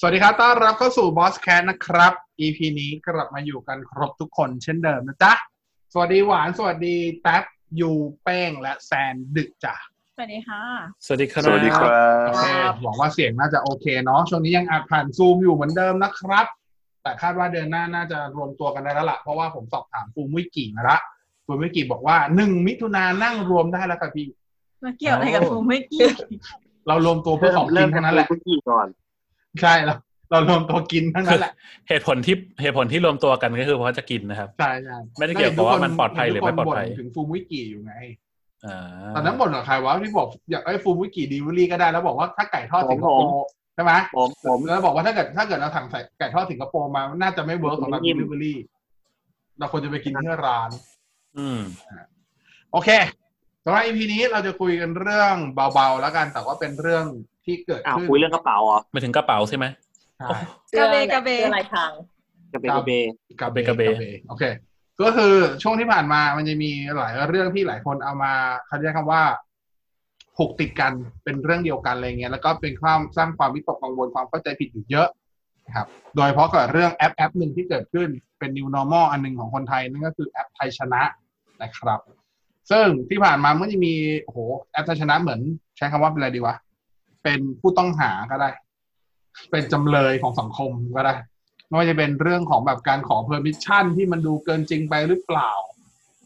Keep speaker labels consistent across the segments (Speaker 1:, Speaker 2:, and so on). Speaker 1: สวัสดีครับต้อนรับเข้าสู่ Boss Cat นะครับ EP นี้กลับมาอยู่กันครบทุกคนเช่นเดิมนะจ๊ะ สวัสดีหวาน สวัสดีแท็บยูแป้งและแซนดึกจ้ะ
Speaker 2: สวัสดีค่ะ
Speaker 3: สวัสดีครับ
Speaker 4: สวัสดีครั
Speaker 1: โอบ เคหวังว่าเสียงน่าจะโอเคเนาะช่วงนี้ยังอัดผ่านซูมอยู่เหมือนเดิมนะครับ แต่คาดว่าเดือนหน้าน่าจะรวมตัวกันได้แล้วละเพราะว่าผมสอบถามฟูมวิกิมาละฟูมวิกิบอกว่าหนึ่งมิถุนายนนั่งรวมได้แล้วค่ะพี่
Speaker 2: มาเกี่ยวอะไรกับภูไม่เกี่ยว
Speaker 1: เรารวมตัวเพื่อของกินทั้งนั้นแหละ
Speaker 4: เริ่มจากผู้หญิงก่อน
Speaker 1: ใช่เราเรารวมตัวกินทั้งนั้นแหละ
Speaker 3: เหตุผลที่เหตุผลที่รวมตัวกันก็คือเพราะจะกินนะครับ
Speaker 1: ใช่ใช่
Speaker 3: ไม่ได้เกี่ยวกับว่ามันปลอดภัยหรือไม่ปลอดภัย
Speaker 1: ทุกคนบ่นถึงฟูมวิกิอยู่ไง
Speaker 3: อ่า
Speaker 1: ตอนนั้นบ่นกับใครวะที่บอกอยากไอ้ฟูมิกิดีลิเวอรี่ก็ได้แล้วบอกว่าถ้าไก่ทอดสิงคโปร์ใช่ไหม
Speaker 4: ผมผม
Speaker 1: แล้วบอกว่าถ้าเกิดถ้าเกิดเราสั่งใส่ไก่ทอดสิงคโปร์มาน่าจะไม่เวิร์กสำหรับ
Speaker 4: ไม่
Speaker 1: ดี
Speaker 4: อิ่ม
Speaker 1: ลิเวอรี่เราควรจะไปกินที่ร้าน
Speaker 3: อืม
Speaker 1: โอเคสำหรับ EP นี้เราจะคุยกันเรื่องเบาๆแล้วกัน แต่ว่าเป็นเรื่องที่เกิด
Speaker 4: อ้าว
Speaker 1: ขึ้น
Speaker 4: คุยเรื่องกระเป๋าเหรอ่ะ
Speaker 3: ไปถึงกระเป๋าใช่ไหม
Speaker 1: ใช่
Speaker 2: กระเบกระเบ
Speaker 5: สื้อลายทาง
Speaker 4: กระเบนกระเบน
Speaker 1: กาเบ
Speaker 3: กาเบ
Speaker 1: โอเค ก็คือช่วงที่ผ่านมามันจะมีหลายเรื่องที่หลายคนเอามาเขาเรียกคำว่าผูกติดกันเป็นเรื่องเดียวกันอะไรเงี้ยแล้วก็เป็นความสร้างความวิตกกังวลความเข้าใจผิดอยู่เยอะนะครับ โดยเฉพาะกับเรื่องแอปแอปหนึ่งที่เกิดขึ้นเป็น new normal อันหนึ่งของคนไทยนั่นก็คือแอปไทยชนะนะครับ ซึ่งที่ผ่านมามันก็จะมีโอ้โหแอปไทยชนะเหมือน ใช้คำว่าเป็นอะไรดีวะเป็นผู้ต้องหาก็ได้ เป็นจำเลยของสังคมก็ได้ ไม่ว่าจะเป็นเรื่องของแบบการขอ permission ที่มันดูเกินจริงไปหรือเปล่า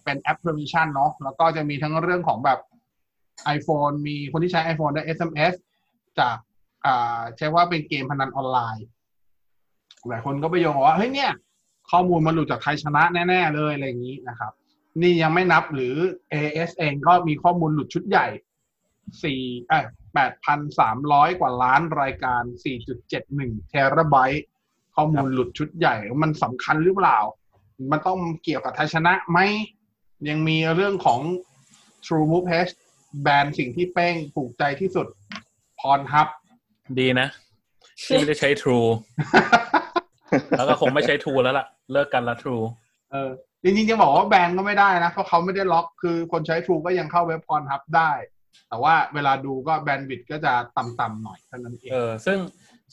Speaker 1: เป็นแอป permission เนาะแล้วก็จะมีทั้งเรื่องของแบบ iPhone มีคนที่ใช้ iPhone ได้ SMS จากอ่าใช้ว่าเป็นเกมพนันออนไลน์ หลายคนก็ไปโยงว่าเฮ้ยเนี่ย ข้อมูลมันหลุดจากไทยชนะแน่ ๆ เลยอะไรอย่างนี้นะครับ นี่ยังไม่นับหรือ AS เองก็มีข้อมูลหลุดชุดใหญ่สี่เอ้แปดพันสามร้อย8,300 กว่าล้านรายการสี่จุดเจ็ดหนึ่งเทราไบต์ข้อมูลหลุดชุดใหญ่ มันสำคัญหรือเปล่า มันต้องเกี่ยวกับไทยชนะไหม ยังมีเรื่องของ True Move Hash แบนสิ่งที่แป้งผูกใจที่สุดพรทับ
Speaker 3: ดีนะที่ไม่ได้ใช้ True แล้วก็คงไม่ใช้ True แล้วล่ะ เลิกกันละ True
Speaker 1: เออจริงๆจะบอกว่าแบนก็ไม่ได้นะ เพราะเขาไม่ได้ล็อกคือคนใช้ True ก็ยังเข้าเว็บพรทับได้ แต่ว่าเวลาดูก็แบนด์วิดต์ก็จะต่ำๆหน่อยเท่านั้นเอ
Speaker 3: เอง อซึ่ง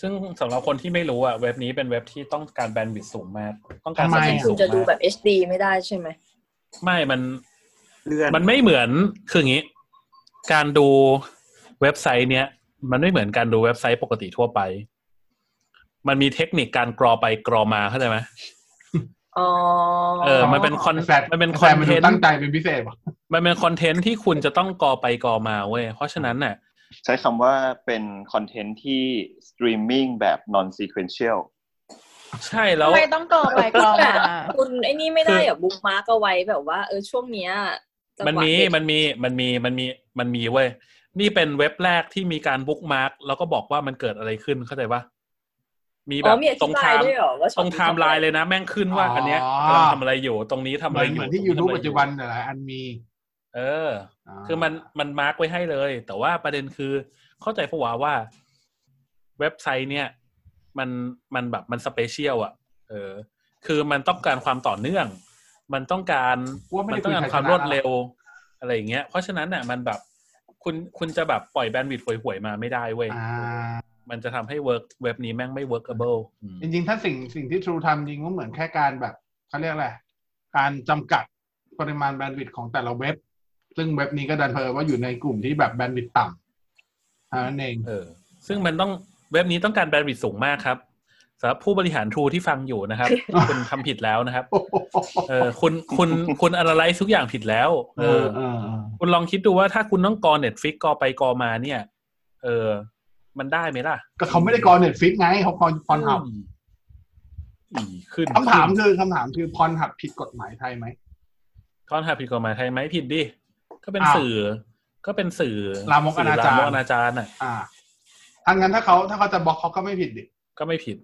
Speaker 3: ซึ่งสำหรับคนที่ไม่รู้อ่ะเว็บนี้เป็นเว็บที่ต้องการแบนด์วิดต์สูงมาก ต้องการ
Speaker 1: ทำไมอะ
Speaker 3: สปีดสูง
Speaker 5: จะดูแบ
Speaker 3: มาก
Speaker 5: บ HD ไม่ได้ใช่ไหม
Speaker 3: ไม่มัน
Speaker 4: เลื่อน
Speaker 3: มันไม่เหมือนคืออย่างนี้ การดูเว็บไซต์เนี้ย มันไม่เหมือนการดูเว็บไซต์ปกติทั่วไป มันมีเทคนิคการกรอไปกรอมาเข้าใจไหม
Speaker 5: อ๋อ
Speaker 3: เออมันเป็นคอน
Speaker 1: แฟน
Speaker 3: มันเป็นค
Speaker 1: แฟ
Speaker 3: อน
Speaker 1: มัน
Speaker 3: เท
Speaker 1: ดู
Speaker 3: น
Speaker 1: ตั้ง
Speaker 3: ต์
Speaker 1: ใจเป็นพิเศษวะ
Speaker 3: มันเป็นคอนเทนต์ที่คุณจะต้องกรอไปกรอมาเว้ยเพราะฉะนั้นน่ะ
Speaker 4: ใช้คำว่าเป็นคอนเทนต์ที่สตรีมมิ่งแบบ non sequential
Speaker 3: ใช่แล้ว
Speaker 2: ทำไมต้องกรอไปกรอมา
Speaker 5: คุณไอ้นี่ไม่ได้เหรอบุ๊กมาร์กเอาไว้แบบว่า เออช่วงเนี้ยจังหวะ
Speaker 3: มันมี
Speaker 5: เด็ก
Speaker 3: มันมีมันมีมันมีมันมีเว้ยนี่เป็นเว็บแรกที่มีการบุ๊กมาร์กแล้วก็บอกว่ามันเกิดอะไรขึ้นเข้าใจปะมีแบ
Speaker 5: อ๋อบ มีอ
Speaker 3: ตร
Speaker 5: ธิ
Speaker 3: ง
Speaker 5: บา
Speaker 3: ไท
Speaker 5: ย
Speaker 3: ม์
Speaker 5: ด้วยเหรอว่า
Speaker 3: ตรงไทม์ไลน์เลยนะแม่งขึ้นว่าอันเนี้ยกำลังทำอะไรอยู่ ตรงนี้ทำ
Speaker 1: เห
Speaker 3: อะ
Speaker 1: มื
Speaker 3: ไร
Speaker 1: อน
Speaker 3: อ
Speaker 1: เหมือนที่
Speaker 3: ยู่ตรง
Speaker 1: ยูทูบ
Speaker 3: ทำอะไร
Speaker 1: ปัจจุบันหลายๆอันมี
Speaker 3: เออ คือมันมันมาร์กไว้ให้เลย แต่ว่าประเด็นคือเข้าใจผวาว่าเว็บไซต์เนี่ยมันมันแบบมันสเปเชียลอ่ะ เออ คือมันต้องการความต่อเนื่อง มันต้องการ
Speaker 1: ว่าไม่
Speaker 3: มัน
Speaker 1: ได้
Speaker 3: ต้อ
Speaker 1: คุย
Speaker 3: งกา
Speaker 1: ไท
Speaker 3: ร
Speaker 1: ย
Speaker 3: ความ
Speaker 1: ชนะ
Speaker 3: รวดเร็วอะไรอย่างเงี้ย เพราะฉะนั้นน่ะมันแบบคุณคุณจะแบบปล่อยแบนด์วิดต์ห่วยๆมาไม่ได้เว้ย
Speaker 1: อ่า
Speaker 3: มันจะทำให้เวิร์กเว็บนี้แม่งไม่ workable อืม
Speaker 1: จริงๆ ถ้าสิ่งสิ่งที่ True ทำจริงก็เหมือนแค่การแบบเขาเรียกอะไรการจำกัดปริมาณแบนด์วิดต์ของแต่ละเว็บ ซึ่งเว็บนี้ก็ดันเพอว่าอยู่ในกลุ่มที่แบบแบนด์วิดต์ต่ำเท่านั่นเอง
Speaker 3: เออ ซึ่งมันต้องเว็บนี้ต้องการแบนด์วิดต์สูงมากครับสำหรับผู้บริหารทรูที่ฟังอยู่ นะครับ คุณทำผิดแล้วนะครับ เออคุณคุณคุณ analyze ทุกอย่างผิดแล้ว เออ คุณลองคิดดูว่าถ้าคุณต้องกอเน็ตฟิกกอไปกอมาเนี่ย เออ มันได้ไหมล่ะ
Speaker 1: ก็เขาไม่ได้กรเน็ตฟิกไงเขากรพรหับ
Speaker 3: อืมอีขึ้น
Speaker 1: คำถามคือคำถามคือพรหับผิดกฎหมายไทยไหม
Speaker 3: คอนหาผิดกฎหมายไทยไหมผิดดิ ก็เป็น
Speaker 1: อ้าว
Speaker 3: สื่อ ก็เป็นสื่อ
Speaker 1: ลามกอนาจาร
Speaker 3: สื่ลามกอนาจารน่ะ
Speaker 1: อ่าทางนั้นถ้าเขาถ้าเขาจะบล็อกเขาก็ไม่ผิดดิ
Speaker 3: ก็ไม่ผิด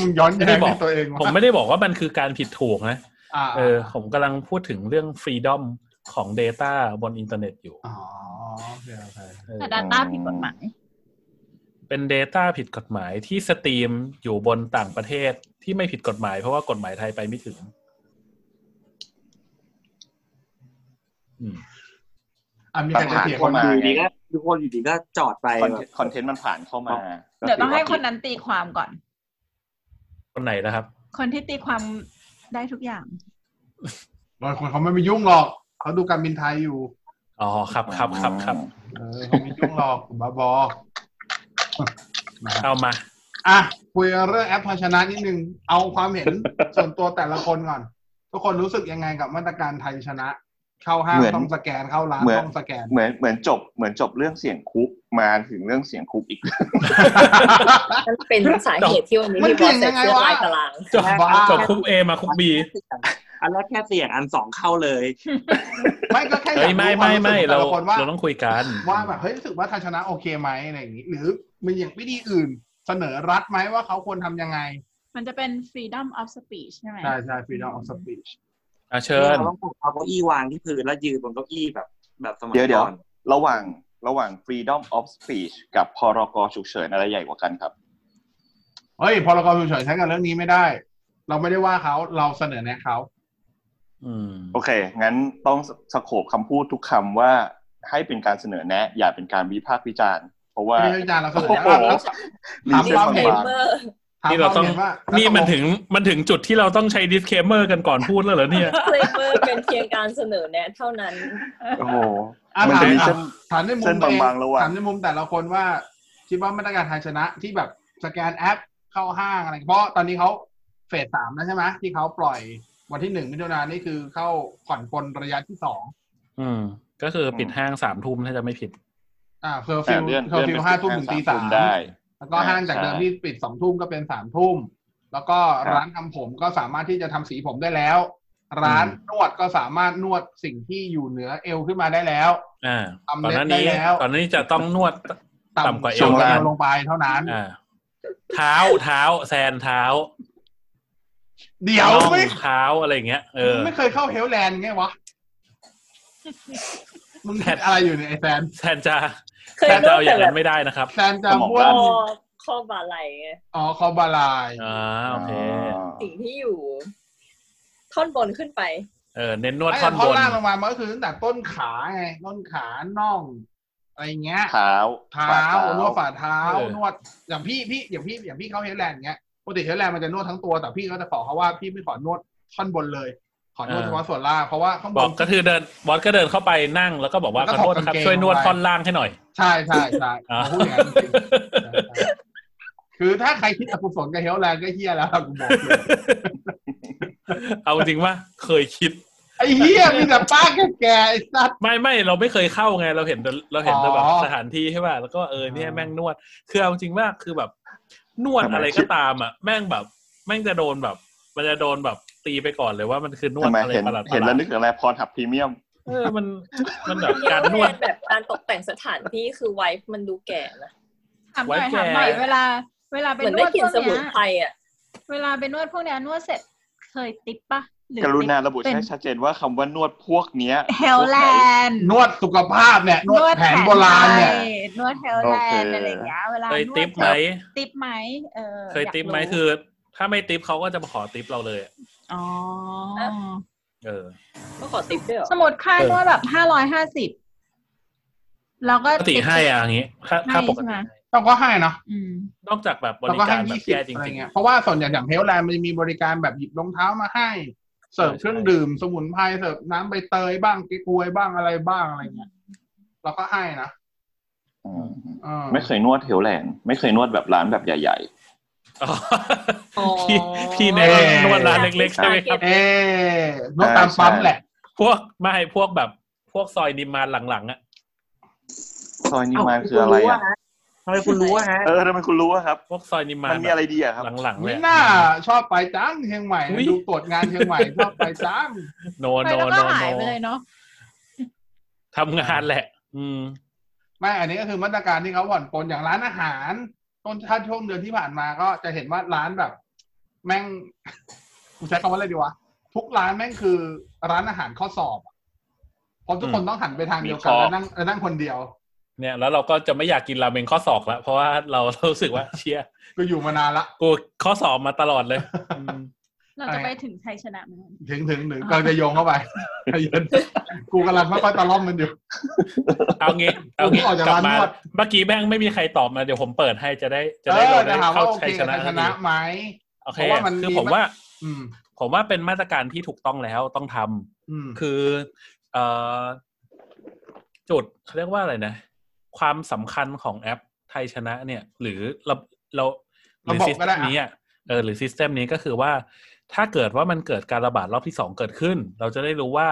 Speaker 1: มึงย้อนแย้
Speaker 3: ไม่
Speaker 1: ง
Speaker 3: บอ
Speaker 1: ใน
Speaker 3: ก
Speaker 1: ตัวเองวะ
Speaker 3: ผมไม่ได้บอกว่ามันคือการผิดถูกนะ
Speaker 1: อ่า
Speaker 3: เออ ผมกำลังพูดถึงเรื่องฟรีดอมของ Data บนอินเทอร์เน็ตอยู่
Speaker 1: อ๋อโอเคโอเค
Speaker 3: เออ
Speaker 2: แต่ดัตต้าผิดกฎหมาย
Speaker 3: เป็น Data ผิดกฎหมายที่สตรีมอยู่บนต่างประเทศที่ไม่ผิดกฎหมายเพราะว่ากฎหมายไทยไปไม่ถึง อืม
Speaker 1: อ่ะมีใครจะเถียง
Speaker 4: ค
Speaker 1: คน
Speaker 4: น
Speaker 1: มา
Speaker 4: มา
Speaker 6: อยู่ดีก็ทุกคนอยู่ดีก็จอดไป
Speaker 4: คอนเท
Speaker 6: แบบ
Speaker 4: นต์คอนเทนต์มันผ่านเข้ามา
Speaker 2: เดี๋ยวต้องให้คนนั้นตีความก่อน
Speaker 3: คนไหนนะครับ
Speaker 2: คนที่ตีความได้ทุกอย่าง
Speaker 1: บางคนเขาไม่ไปยุ่งหรอก เขาดูการบินไทยอยู่
Speaker 3: อ๋อครับครับครับครับ
Speaker 1: เออเขาไม่ยุ่งหรอกบ้าบอนะครับ
Speaker 3: เอามา
Speaker 1: อ่ะคุยเรื่องแอปภาชนะนิดนึง เอาความเห็นส่วนตัวแต่ละคนก่อน ทุกคนรู้สึกยังไงกับมาตรการไทยชนะ เข้าห้างต้องสแกนเข้าร้านต้องสแกน
Speaker 4: เหมือนเหมือนจบเหมือนจบเรื่องเสียงคุกมาถึงเรื่องเสียงคุกอีก
Speaker 5: นั่นเป็นสาเหตุที่วันนี้
Speaker 1: มัน
Speaker 5: พี่บอส
Speaker 1: เถียง
Speaker 5: ใส่
Speaker 1: ยังไง
Speaker 5: เสื้อ
Speaker 1: วะ
Speaker 5: ลายตาราง
Speaker 3: จบ
Speaker 6: ได้
Speaker 1: บ้า
Speaker 3: จบคุกเอมาคุกบี
Speaker 6: อันแรกแค่เสี่ยงอันสองเข้าเลย
Speaker 1: ไม่ก็แค่อยา
Speaker 3: เฮ้ย
Speaker 1: ก
Speaker 3: ไม่
Speaker 1: รู้ควา
Speaker 3: ไม่
Speaker 1: รู้สึ
Speaker 3: ไม่
Speaker 1: กของแต่
Speaker 3: เรา
Speaker 1: ละคนว่า
Speaker 3: เราต้องคุยกัน
Speaker 1: ว่าแบบเฮ้ยรู้สึกว่าไทยชนะโอเคไหมอะไรอย่างนี้ หรือมีอย่างวิธีอื่น เสนอรัฐไหมว่าเขาควรทำยังไง
Speaker 2: มันจะเป็น freedom of speech ใช่ไหม
Speaker 1: ใช่ใช่ freedom of speech
Speaker 3: อ่ะเชิญ
Speaker 6: เราต้องเอาเก้าอี้วางที่พื้นแล้วยืนบนเก้าอี้แบบแบบสมัย
Speaker 4: เดี๋ยวเดี๋ยว
Speaker 6: ก่อน
Speaker 4: ระหว่างระหว่าง freedom of speech กับพรกฉุกเฉินอะไรใหญ่กว่ากันครับ
Speaker 1: เฮ้ยพรกฉุกเฉินใช้กับเรื่องนี้ไม่ได้ เราไม่ได้ว่าเขาเราเสนอแนะเขา
Speaker 3: อืม
Speaker 4: โอเค งั้นต้องสโคบคำพูดทุกคำว่าให้เป็นการเสนอแนะ อย่าเป็นการวิพากษ์วิจารณ์ เพราะว่า
Speaker 1: ไม่ได้วิจารณ์เราเสนอ
Speaker 4: โอ้โห
Speaker 1: แนะเรา ถามความเห็น
Speaker 5: disclaimer
Speaker 1: ถาม
Speaker 3: นี่
Speaker 1: คว
Speaker 3: เรา
Speaker 1: ม
Speaker 3: ต้อง
Speaker 1: ห็ว่า
Speaker 3: นี่มันถึงมันถึงจุดที่เราต้องใช้ disclaimer กันก่อนพูดแล้วเหรอเนี่ย
Speaker 5: disclaimer เป็นเพียงการเสนอแนะเท่านั้น
Speaker 4: โอ้โห
Speaker 1: อ่ะ
Speaker 4: มัน
Speaker 1: ถาม
Speaker 4: จะมี
Speaker 1: อ่ะ
Speaker 4: เส้น
Speaker 1: ถามในมุม
Speaker 4: เส้นบางๆระหว่าง
Speaker 1: ถามในมุมแต่ละคนว่า คิดว่ามาตรการไทยชนะที่แบบสแกนแอปเข้าห้างอะไร เพราะตอนนี้เขาเฟสสามแล้วใช่ไหมที่เขาปล่อยวันที่หนึ่งมิถุนายนนี่คือเข้าผ่อนปลนระยะที่สอง
Speaker 3: อืม ก็คือปิดห้างสามทุ่มถ้าจะไม่ผิด
Speaker 1: อ่าเคอร์
Speaker 4: แต่
Speaker 1: ฟิว
Speaker 4: เลื่อน
Speaker 1: เคอร์ฟิ
Speaker 4: เลื่
Speaker 1: ว
Speaker 4: อนไป
Speaker 1: ห้าทุ่มถึงตีสาม
Speaker 4: ทุ่มได้
Speaker 1: แล้วก็ห้างจากเดิมที่ปิดสองทุ่มก็เป็นสามทุ่ม แล้วก็ร้านทำผมก็สามารถที่จะทำสีผมได้แล้ว ร้านนวดก็สามารถนวดสิ่งที่อยู่เหนือเอวขึ้นมาได้แล้ว
Speaker 3: อ่า
Speaker 1: ทำ
Speaker 3: ก่อนหน้า
Speaker 1: เล็บได้
Speaker 3: นี้
Speaker 1: แล้ว
Speaker 3: ก่อนหน้านี้จะต้องนวด ต่ำกว่าเอว
Speaker 1: ส่งเอวลงไปเท่านั้น
Speaker 3: อ่า เท้าเท้าแซนเท้า
Speaker 1: เดี๋ยว
Speaker 3: น่อง
Speaker 1: ไม่
Speaker 3: เท้าอะไรอย่างเงี้ยเออ
Speaker 1: ไม่เคยเข้าเฮลแลนด์ไงวะมึงแทนอะไรอยู่เนี่ยไอแซน
Speaker 3: แซนจะ
Speaker 5: เคย
Speaker 3: แซนจะเอาอย่าง
Speaker 5: นวดแต่แบบ
Speaker 3: นั้นไม่ได้นะครับ
Speaker 1: แซนจะม้ว
Speaker 5: ข้
Speaker 1: น
Speaker 5: อข้อบาไหลไง
Speaker 1: อ๋อคอบาลาย
Speaker 3: อ่าโอเค
Speaker 5: สิ่งที่อยู่ ท่อนบนขึ้นไป
Speaker 3: เออเน้นนวด
Speaker 1: ไอ้
Speaker 3: ท่อน
Speaker 1: ท่อบ น
Speaker 3: น
Speaker 1: ล่างลงมามันก็คือตั้งแต่ต้นขาไงต้นขาน่องอะไรเงี้ย
Speaker 4: เท้า
Speaker 1: เท้า
Speaker 4: ฝ่
Speaker 1: นวดฝ่าเท้า
Speaker 3: เออ
Speaker 1: นวดอย่างพี่พี่อย่างพี่อย่างพี่เขาเฮดแลนด์เงี้ยปกติเฮดแลนด์มันจะนวดทั้งตัวแต่พี่ก็จะขอเขาว่าพี่ไม่ขอนวดท่อนบนเลย ขอนวดเฉพาะส่วนล่างเพราะว่าข้างบบ
Speaker 3: อน กก็คือเดินบอสก็เดินเข้าไปนั่งแล้วก็บอกว่า
Speaker 1: แล้ว
Speaker 3: ข
Speaker 1: ก็
Speaker 3: อโทษ
Speaker 1: ถอด
Speaker 3: นะครั
Speaker 1: กา
Speaker 3: บ
Speaker 1: งเกง
Speaker 3: ช่วยนวด
Speaker 1: ลงไป
Speaker 3: ท่อนล่างให้หน่อย
Speaker 1: ใช่ใช่ใช่
Speaker 3: อ่า
Speaker 1: เขาพูดอย่างนั้นจริงๆใช่ใช่คือถ้าใครคิดอกุศลกับเฮดแลนด์ก็เฮียแล้วกูบอกเลย
Speaker 3: เอาจริงว่าเคยคิด
Speaker 1: ไอ้เฮียมีแต่ป้าแก่ๆไอ้สัตว์
Speaker 3: ไม่ไม่เราไม่เคยเข้าไงเราเห็นแต่เราเห็นแต่แบบ
Speaker 1: อ๋อ
Speaker 3: สถานที่ใช่ป่ะแล้วก็เออเนี่ย
Speaker 1: อ่า
Speaker 3: แม่งนวด คือเอาจริงว่าคือแบบ นวดอะไรก็ตามอ่ะ แม่งแบบ แม่งจะโดนแบบ มันจะโดนแบบตีไปก่อนเลยว่ามันคือนวด
Speaker 4: ทำไม
Speaker 3: อะไร
Speaker 4: เห็น
Speaker 3: ประหลาดๆ
Speaker 4: เห็นแล้วนึกถึงอะไรพรหับพรีเมียม
Speaker 3: เออมันมันแบบ
Speaker 5: เรียก
Speaker 3: การ
Speaker 5: ว่าน เรี
Speaker 3: วย ด
Speaker 5: นแบบการตกแต่งสถานที่คือไวฟ์มันดูแก่นะ
Speaker 2: ถามหน่อย
Speaker 3: ไว้แก่
Speaker 2: ถามหน่อยเวลา เวลาไป
Speaker 5: เหมือน
Speaker 2: น
Speaker 5: ได้
Speaker 2: วด
Speaker 5: กลิ
Speaker 2: พ
Speaker 5: น
Speaker 2: วก
Speaker 5: สมุ
Speaker 2: เนี้ย
Speaker 5: นไพรอ่ะ
Speaker 2: เวลาไปนวดพวกเนี้ยนวดเสร็จเคยติปปะหรือก
Speaker 4: รุณาระบุ
Speaker 2: เป็น
Speaker 4: ให้ชัดเจนว่าคำว่านวดพวกเนี้ย
Speaker 2: เฮลแลนด์
Speaker 1: นวดสุขภาพเนี่ยนวดแผนโบราณเนี่ย
Speaker 2: นวดแผนไทยนวดเฮลแลนด์อะไรอย่างเงี้ยเวลา
Speaker 3: เคย
Speaker 2: นวด
Speaker 3: ติปไหม
Speaker 2: ติปไหมเออ
Speaker 3: เคยติปไหม
Speaker 2: ากรู้
Speaker 3: คือ ถ้าไม่ติปเขาก็จะมาขอติปเราเลยอะ
Speaker 2: อ๋อ
Speaker 3: เออ
Speaker 5: ก็ขอติปด้วยเหรอ
Speaker 2: สมมุดค่า
Speaker 3: เออ
Speaker 2: นวดแบบห้าร้อยห้าสิบเราก็
Speaker 3: ปกติให้อ่ะอย่างงี้ ถ้าถ้า
Speaker 2: ให้
Speaker 3: ปก
Speaker 2: ใช่
Speaker 3: ติ
Speaker 2: ไหม
Speaker 1: เราก็ให้เนาะ
Speaker 2: อืม
Speaker 3: นอกจากแบบบ
Speaker 1: เรา
Speaker 3: ริ
Speaker 1: ก็
Speaker 3: กา
Speaker 1: ให้
Speaker 3: รแบ
Speaker 1: ยี่
Speaker 3: บ
Speaker 1: สิบ
Speaker 3: แย่จ
Speaker 1: อะไร
Speaker 3: ริง
Speaker 1: เงี้ยเพราะว่าส่วนใหญ่อย่างเฮลแลนด์มันจะมีบริการแบบหยิบรองเท้ามาให้ เสิร์ฟเครื่องดื่มสมุนไพรเสิร์ฟน้ำใบเตยบ้างเก๊กฮวยบ้างอะไรบ้างอะไรเงี้ยเราก็ให้นะ
Speaker 4: อืม
Speaker 1: เออ
Speaker 4: ไม่เคยนวดเทวแลนด์ไม่เคยนวดแบบร้านแบบใหญ่
Speaker 3: ๆอ๋ อ
Speaker 5: อ๋อ
Speaker 3: พี่พี่เน้นนวดร้านเล็กๆใช่ไหมครับ
Speaker 1: เอ๊ะนกตามปั๊มแหละ
Speaker 3: พวกไม่พวกแบบพวกซอยนิมมานหลังๆอ่ะ
Speaker 4: ๆ ซอยนิมมานคืออะไรอ่ะ
Speaker 6: ทำไมคุณรู้อะฮะ
Speaker 4: เออทำไมคุณรู้อะครับ
Speaker 3: พวกซอยนิมมาน
Speaker 4: มันมีอะไรดีอะครับ
Speaker 3: หลังๆเล
Speaker 1: ไม่
Speaker 3: ย
Speaker 1: น่าชอบไปจังเชียงใหม่
Speaker 3: อุ๊ย
Speaker 1: ดูตรวจงานเชียงใหม่ชอบไปจัง
Speaker 3: โน
Speaker 2: ไป
Speaker 3: โน
Speaker 2: แล้ว
Speaker 3: โน
Speaker 2: ก็
Speaker 3: โน
Speaker 2: หายไปเลยเนาะ
Speaker 3: ทำงานแหละ อืม
Speaker 1: ไม่อันนี้ก็คือมาตรการที่เขาผ่อนปลนอย่างร้านอาหารต้นถ้าช่วงเดือนที่ผ่านมาก็จะเห็นว่าร้านแบบ แม่ง กูใช้คำว่าอะไรดีวะทุกร้านแม่งคือร้านอาหารข้อสอบอะเพราะทุกคน
Speaker 3: อืม
Speaker 1: ต้องหันไปทางเดียวกัน
Speaker 4: มีข้อ
Speaker 1: แล้วนั่งแล้วนั่งคนเดียว
Speaker 3: เนี่ย แล้วเราก็จะไม่อยากกินราเมงข้อศอกละเพราะว่าเรารู้สึกว่าเชีย
Speaker 1: ก็อยู่มานานละ
Speaker 3: กูข้อสอบมาตลอดเลยอืม
Speaker 2: เราจะไปถึงชัยชนะไหม
Speaker 1: ถึงถึงถึงกำลังจะโยงเข้าไป ใจเย็นกูกำลังค่อยๆตะล่อมมันอยู่
Speaker 3: เอางี้เอางี้
Speaker 1: ผมออกจาก
Speaker 3: กลับ
Speaker 1: ร้าน
Speaker 3: มาน
Speaker 1: วด
Speaker 3: เมื่อกี้แม่งไม่มีใครตอบมาเดี๋ยวผมเปิดให้จะได้จะ
Speaker 1: เอ
Speaker 3: ได้
Speaker 1: อ
Speaker 3: รู้
Speaker 1: จะ
Speaker 3: ได้
Speaker 1: ถาม
Speaker 3: เข้า
Speaker 1: ว่าโอเค
Speaker 3: ชัยช
Speaker 1: กับชั
Speaker 3: นะ
Speaker 1: ยชนะไหม
Speaker 3: โอเค
Speaker 1: เพราะว่ามัน
Speaker 3: คือ
Speaker 1: มี
Speaker 3: ผมว่า
Speaker 1: อืม
Speaker 3: ผมว่าเป็นมาตรการที่ถูกต้องแล้วต้องทำ
Speaker 1: อืม
Speaker 3: คือเอ่อจุดเขาเรียกว่าอะไรนะ ความสำคัญของแอปไทยชนะเนี่ย หรือเราเราหรือ
Speaker 1: ระบบ
Speaker 3: ซิส
Speaker 1: ก็
Speaker 3: เต็
Speaker 1: ได้
Speaker 3: ม
Speaker 1: อะ
Speaker 3: นี้อะเออหรือซิสเต็มนี้ก็คือว่า ถ้าเกิดว่ามันเกิดการระบาดรอบที่สองเกิดขึ้น เราจะได้รู้ว่า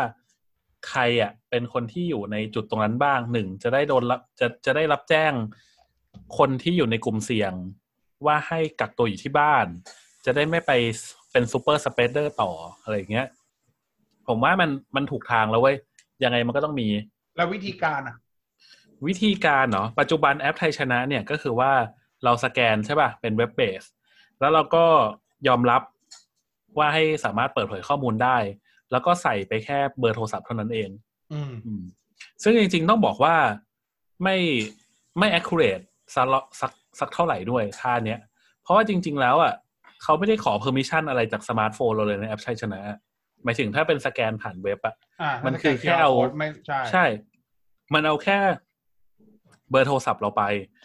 Speaker 3: ใครอ่ะ เป็นคนที่อยู่ในจุดตรงนั้นบ้างหนึ่งจะได้โดนรับจะจะได้รับแจ้ง คนที่อยู่ในกลุ่มเสี่ยง ว่าให้กักตัวอยู่ที่บ้าน จะได้ไม่ไปเป็นซูเปอร์สเปเดอร์ต่ออะไรอย่างเงี้ย ผมว่ามันมันถูกทางแล้วเว้ย ยังไงมันก็ต้องมี
Speaker 1: แล้ววิธีการอ่ะ
Speaker 3: วิธีการเนาะปัจจุบันแอปไทยชนะเนี่ยก็คือว่าเราสแกนใช่ป่ะ เป็นเว็บเบส แล้วเราก็ยอมรับว่าให้สามารถเปิดเผยข้อมูลได้ แล้วก็ใส่ไปแค่เบอร์โทรศัพท์เท่านั้นเอง
Speaker 1: อืม
Speaker 3: อืมซึ่งจริง ๆ ต้องบอกว่าไม่ไม่ accurate สักละสักสักเท่าไหร่ด้วยท่าเนี้ย เพราะว่าจริง ๆ แล้วอ่ะเขาไม่ได้ขอ permission อะไรจากสมาร์ทโฟนเราเลยในแอปชัยชนะ หมายถึงถ้าเป็นสแกนผ่านเว็บอ่ะ
Speaker 1: อ่า
Speaker 3: มั
Speaker 1: มัน
Speaker 3: คือแค่เอา
Speaker 1: ไม่ใช่
Speaker 3: ใช่ มันเอาแค่เบอร์โทรศัพท์เราไป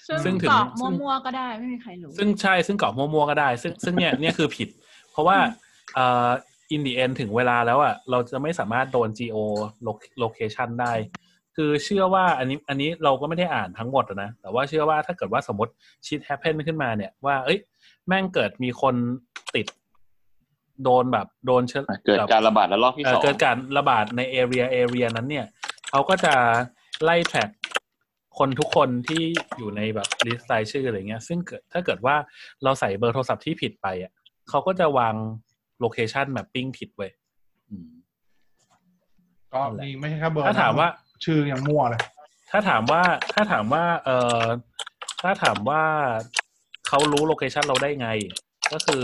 Speaker 3: ซึ่
Speaker 2: ซึ่
Speaker 3: ง
Speaker 2: ง
Speaker 3: ถึง
Speaker 2: ตอบมั่วๆก็ได้ไม่มีใครรู้
Speaker 3: ซึ่งใช่ซึ่งกรอบมั่วๆก็ได้ ซึ่งซึ่งเนี่ยเนี่ยคือผิด เพราะว่าเอ่ออินดีเอนถึงเวลาแล้วอ่ะเราจะไม่สามารถโดน geo location ได้ คือเชื่อว่าอันนี้อันนี้เราก็ไม่ได้อ่านทั้งหมดอะนะ แต่ว่าเชื่อว่าถ้าเกิดว่าสมมติชิดแฮปเพนขึ้นมาเนี่ยว่า เอ้ย แม่งเกิดมีคนติด โดนแบบโดนเชื้อ
Speaker 4: เกิดการระบาดระลอกที่
Speaker 3: เอ่
Speaker 4: ส
Speaker 3: อ
Speaker 4: อง
Speaker 3: เกิดการระบาดในเอเรียเอเรียนั้นเนี่ยเขาก็จะไล่แท็กคนทุกคนที่อยู่ในแบบลิสต์รายชื่ออะไรเงี้ย ซึ่งเกิดถ้าเกิดว่าเราใส่เบอร์โทรศัพท์ที่ผิดไปอ่ะเขาก็จะวางโลเคชันแมปปิ้งผิดเว้ยอืม
Speaker 1: ก็มีไม่ใช่แค่เบอร์
Speaker 3: ถ้าถามว่า
Speaker 1: ชื่อยังมั่วเลย
Speaker 3: ถ้าถามว่าถ้าถามว่าเออถ้าถามว่าเขารู้โลเคชันเราได้ไง ก็คือ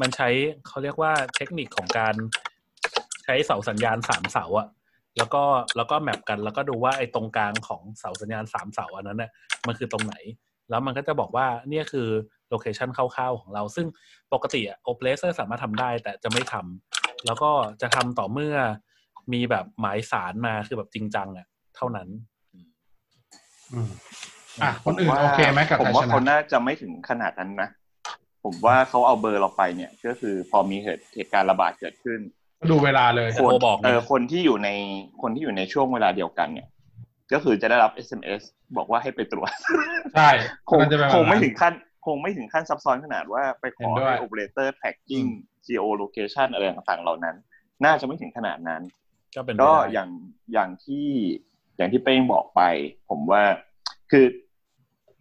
Speaker 3: มันใช้เขาเรียกว่าเทคนิคของการใช้เสาสัญญาณสามเสาอะแล้วก็แล้วก็แมปกันแล้วก็ดูว่าไอ้ตรงกลางของเสาสัญญาณสามเสาอันนั้นน่ะมันคือตรงไหน แล้วมันก็จะบอกว่าเนี่ยคือโลเคชันคร่าวๆของเรา ซึ่งปกติโอเปอเรเตอร์สามารถทำได้แต่จะไม่ทำ แล้วก็จะทำต่อเมื่อมีแบบหมายสารมาคือแบบจริงจังอะเท่านั้น
Speaker 1: อืมอ่ะคนอื่นโอเคไหมกับ
Speaker 4: ผม
Speaker 1: ไทย
Speaker 4: ว่า
Speaker 1: ช
Speaker 4: คน
Speaker 1: นะ
Speaker 4: น่าจะไม่ถึงขนาดนั้นนะ ผมว่าเขาเอาเบอร์เราไปเนี่ย ก็คือพอมีเหตุเหตุการณ์ระบาดเกิดขึ้น
Speaker 1: ก็ดูเวลาเลย
Speaker 3: โทรบอกนะ
Speaker 4: เออคนที่อยู่ในคนที่อยู่ในช่วงเวลาเดียวกันเนี่ย ก็คือจะได้รับ SMS บอกว่าให้ไปตรว จ
Speaker 1: ใช่
Speaker 4: คง
Speaker 1: น่าจะเป็นแบบ
Speaker 4: คงไม่
Speaker 1: นั้น
Speaker 4: ถึงขั้น คงไม่ถึงขั้นซับซ้อนขนาดว่าไปขอ
Speaker 1: เห็นด้ว
Speaker 4: ให้
Speaker 1: ย
Speaker 4: operator tracking geo location อะไรต่างๆ เหล่านั้น น่าจะไม่ถึงขนาดนั้น
Speaker 3: ก็เป็นไป
Speaker 4: ก็
Speaker 3: ได้
Speaker 4: อย่างอย่างที่อย่างที่เป้งบอกไป ผมว่าคือ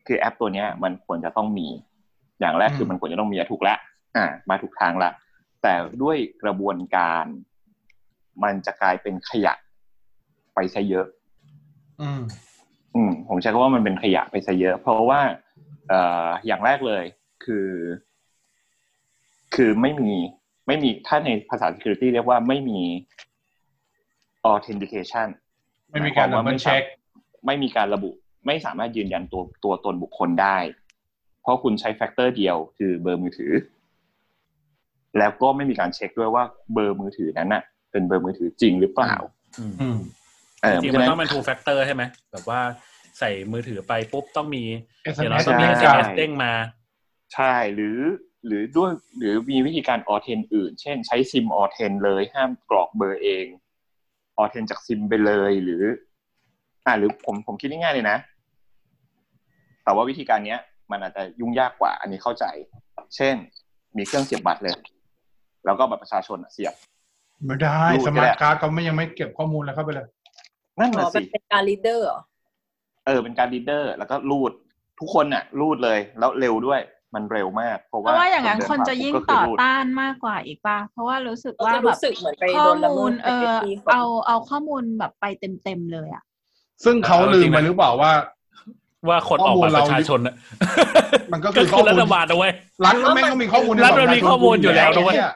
Speaker 4: คือแอปตัวเนี้ย มันควรจะต้องมี อย่างแรกคือ
Speaker 1: ม
Speaker 4: มันควรจะต้องมีอะถูกละอ่า มาถูกทางละ แต่ด้วยกระบวนการ มันจะกลายเป็นขยะไปซะเยอะ
Speaker 1: อืม
Speaker 4: อืมผมใช้คำว่ามันเป็นขยะไปซะเยอะ เพราะว่าเอ่ออย่างแรกเลยคือ คือไม่มีไม่มีถ้าในภาษา security เรียกว่าไม่มี authentication
Speaker 1: ไม่มีการ
Speaker 4: ห
Speaker 1: ดับ
Speaker 4: ยคว
Speaker 1: เบิลเช็ค
Speaker 4: ไม่มีการระบุ ไม่สามารถยืนยันตัวตัวตนบุคคลได้ เพราะคุณใช้แฟกเตอร์เดียวคือเบอร์มือถือ แล้วก็ไม่มีการเช็คด้วยว่าเบอร์มือถือนั้นน่ะ เป็นเบอร์มือถือจริงหรือเปล่า
Speaker 3: อืม
Speaker 1: อืม
Speaker 4: เออ
Speaker 3: จริง
Speaker 4: เพ
Speaker 3: ๆมัน
Speaker 4: ราะฉะ
Speaker 3: ต้อง
Speaker 4: นั้น
Speaker 3: เป็น two factor ใช่ไหมแบบว่าใส่มือถือไปปุ๊บต้องมี
Speaker 1: SMS
Speaker 3: เดี๋ยวเราต้องมี
Speaker 4: ใช่
Speaker 3: SMS เด้งมา
Speaker 4: ใช่หรือหรือด้วยหรือมีวิธีการออเทนอื่น เช่น ใช้ซิมออเทนเลยห้ามกรอกเบอร์เองออเทนจากซิมไปเลยหรือ อ่าหรือผมผมคิดง่ายๆเลยนะ แต่ว่าวิธีการเนี้ย มันอาจจะยุ่งยากกว่า อันนี้เข้าใจ เช่น มีเครื่องเสียบบัตรเลย แล้วก็บัตรประชาชนอะเสียบ
Speaker 1: ไม่ได้
Speaker 4: รู้
Speaker 1: สมาร์ท
Speaker 4: ก็ได้
Speaker 1: การ์ดก็ไม่ยังไม่เก็บข้อมูลแล้วเข้าไปเลย
Speaker 4: นั่น
Speaker 5: อ๋
Speaker 4: น่ะ
Speaker 5: อ
Speaker 4: สิ
Speaker 5: เป็นการลีดเดอร์เหรอ
Speaker 4: เออเป็นการรีดเดอร์ แล้วก็รูดทุกคนน่ะ รูดเลย แล้วเร็วด้วย มันเร็วมาก เพราะ
Speaker 2: เพ
Speaker 4: ว่า
Speaker 2: ราะว่าอย่างนั้นคนจะยิ่งต่อ
Speaker 4: รูด
Speaker 2: ต้านมากกว่าอีกป่ะ เพราะว่ารู้สึกว่า
Speaker 5: ก็จะ
Speaker 2: แบ
Speaker 5: รู้
Speaker 2: บ
Speaker 5: สึกเหมือนไป
Speaker 2: ข้อ
Speaker 5: โดนละเมิ
Speaker 2: มูล
Speaker 5: ด
Speaker 2: เออ
Speaker 5: ไปที่คน
Speaker 2: เอาเอาข้อมูลแบบไปเต็มเต็มๆเลยอ่ะ
Speaker 1: ซึ่งเขาลืมไปหรือเปล่าว่า
Speaker 3: ว่าคนออกบัตรประชาชนน่ะ
Speaker 1: มันก็
Speaker 3: ก็
Speaker 1: คือข้
Speaker 3: คือ อ
Speaker 1: มูล
Speaker 3: รัฐบาลนะเว้ย
Speaker 1: รัฐก็แม่งก็มีข้อมูลใน
Speaker 3: รัฐมันมีข้อมูลอยู่แล้วด้วย
Speaker 1: เนี่ย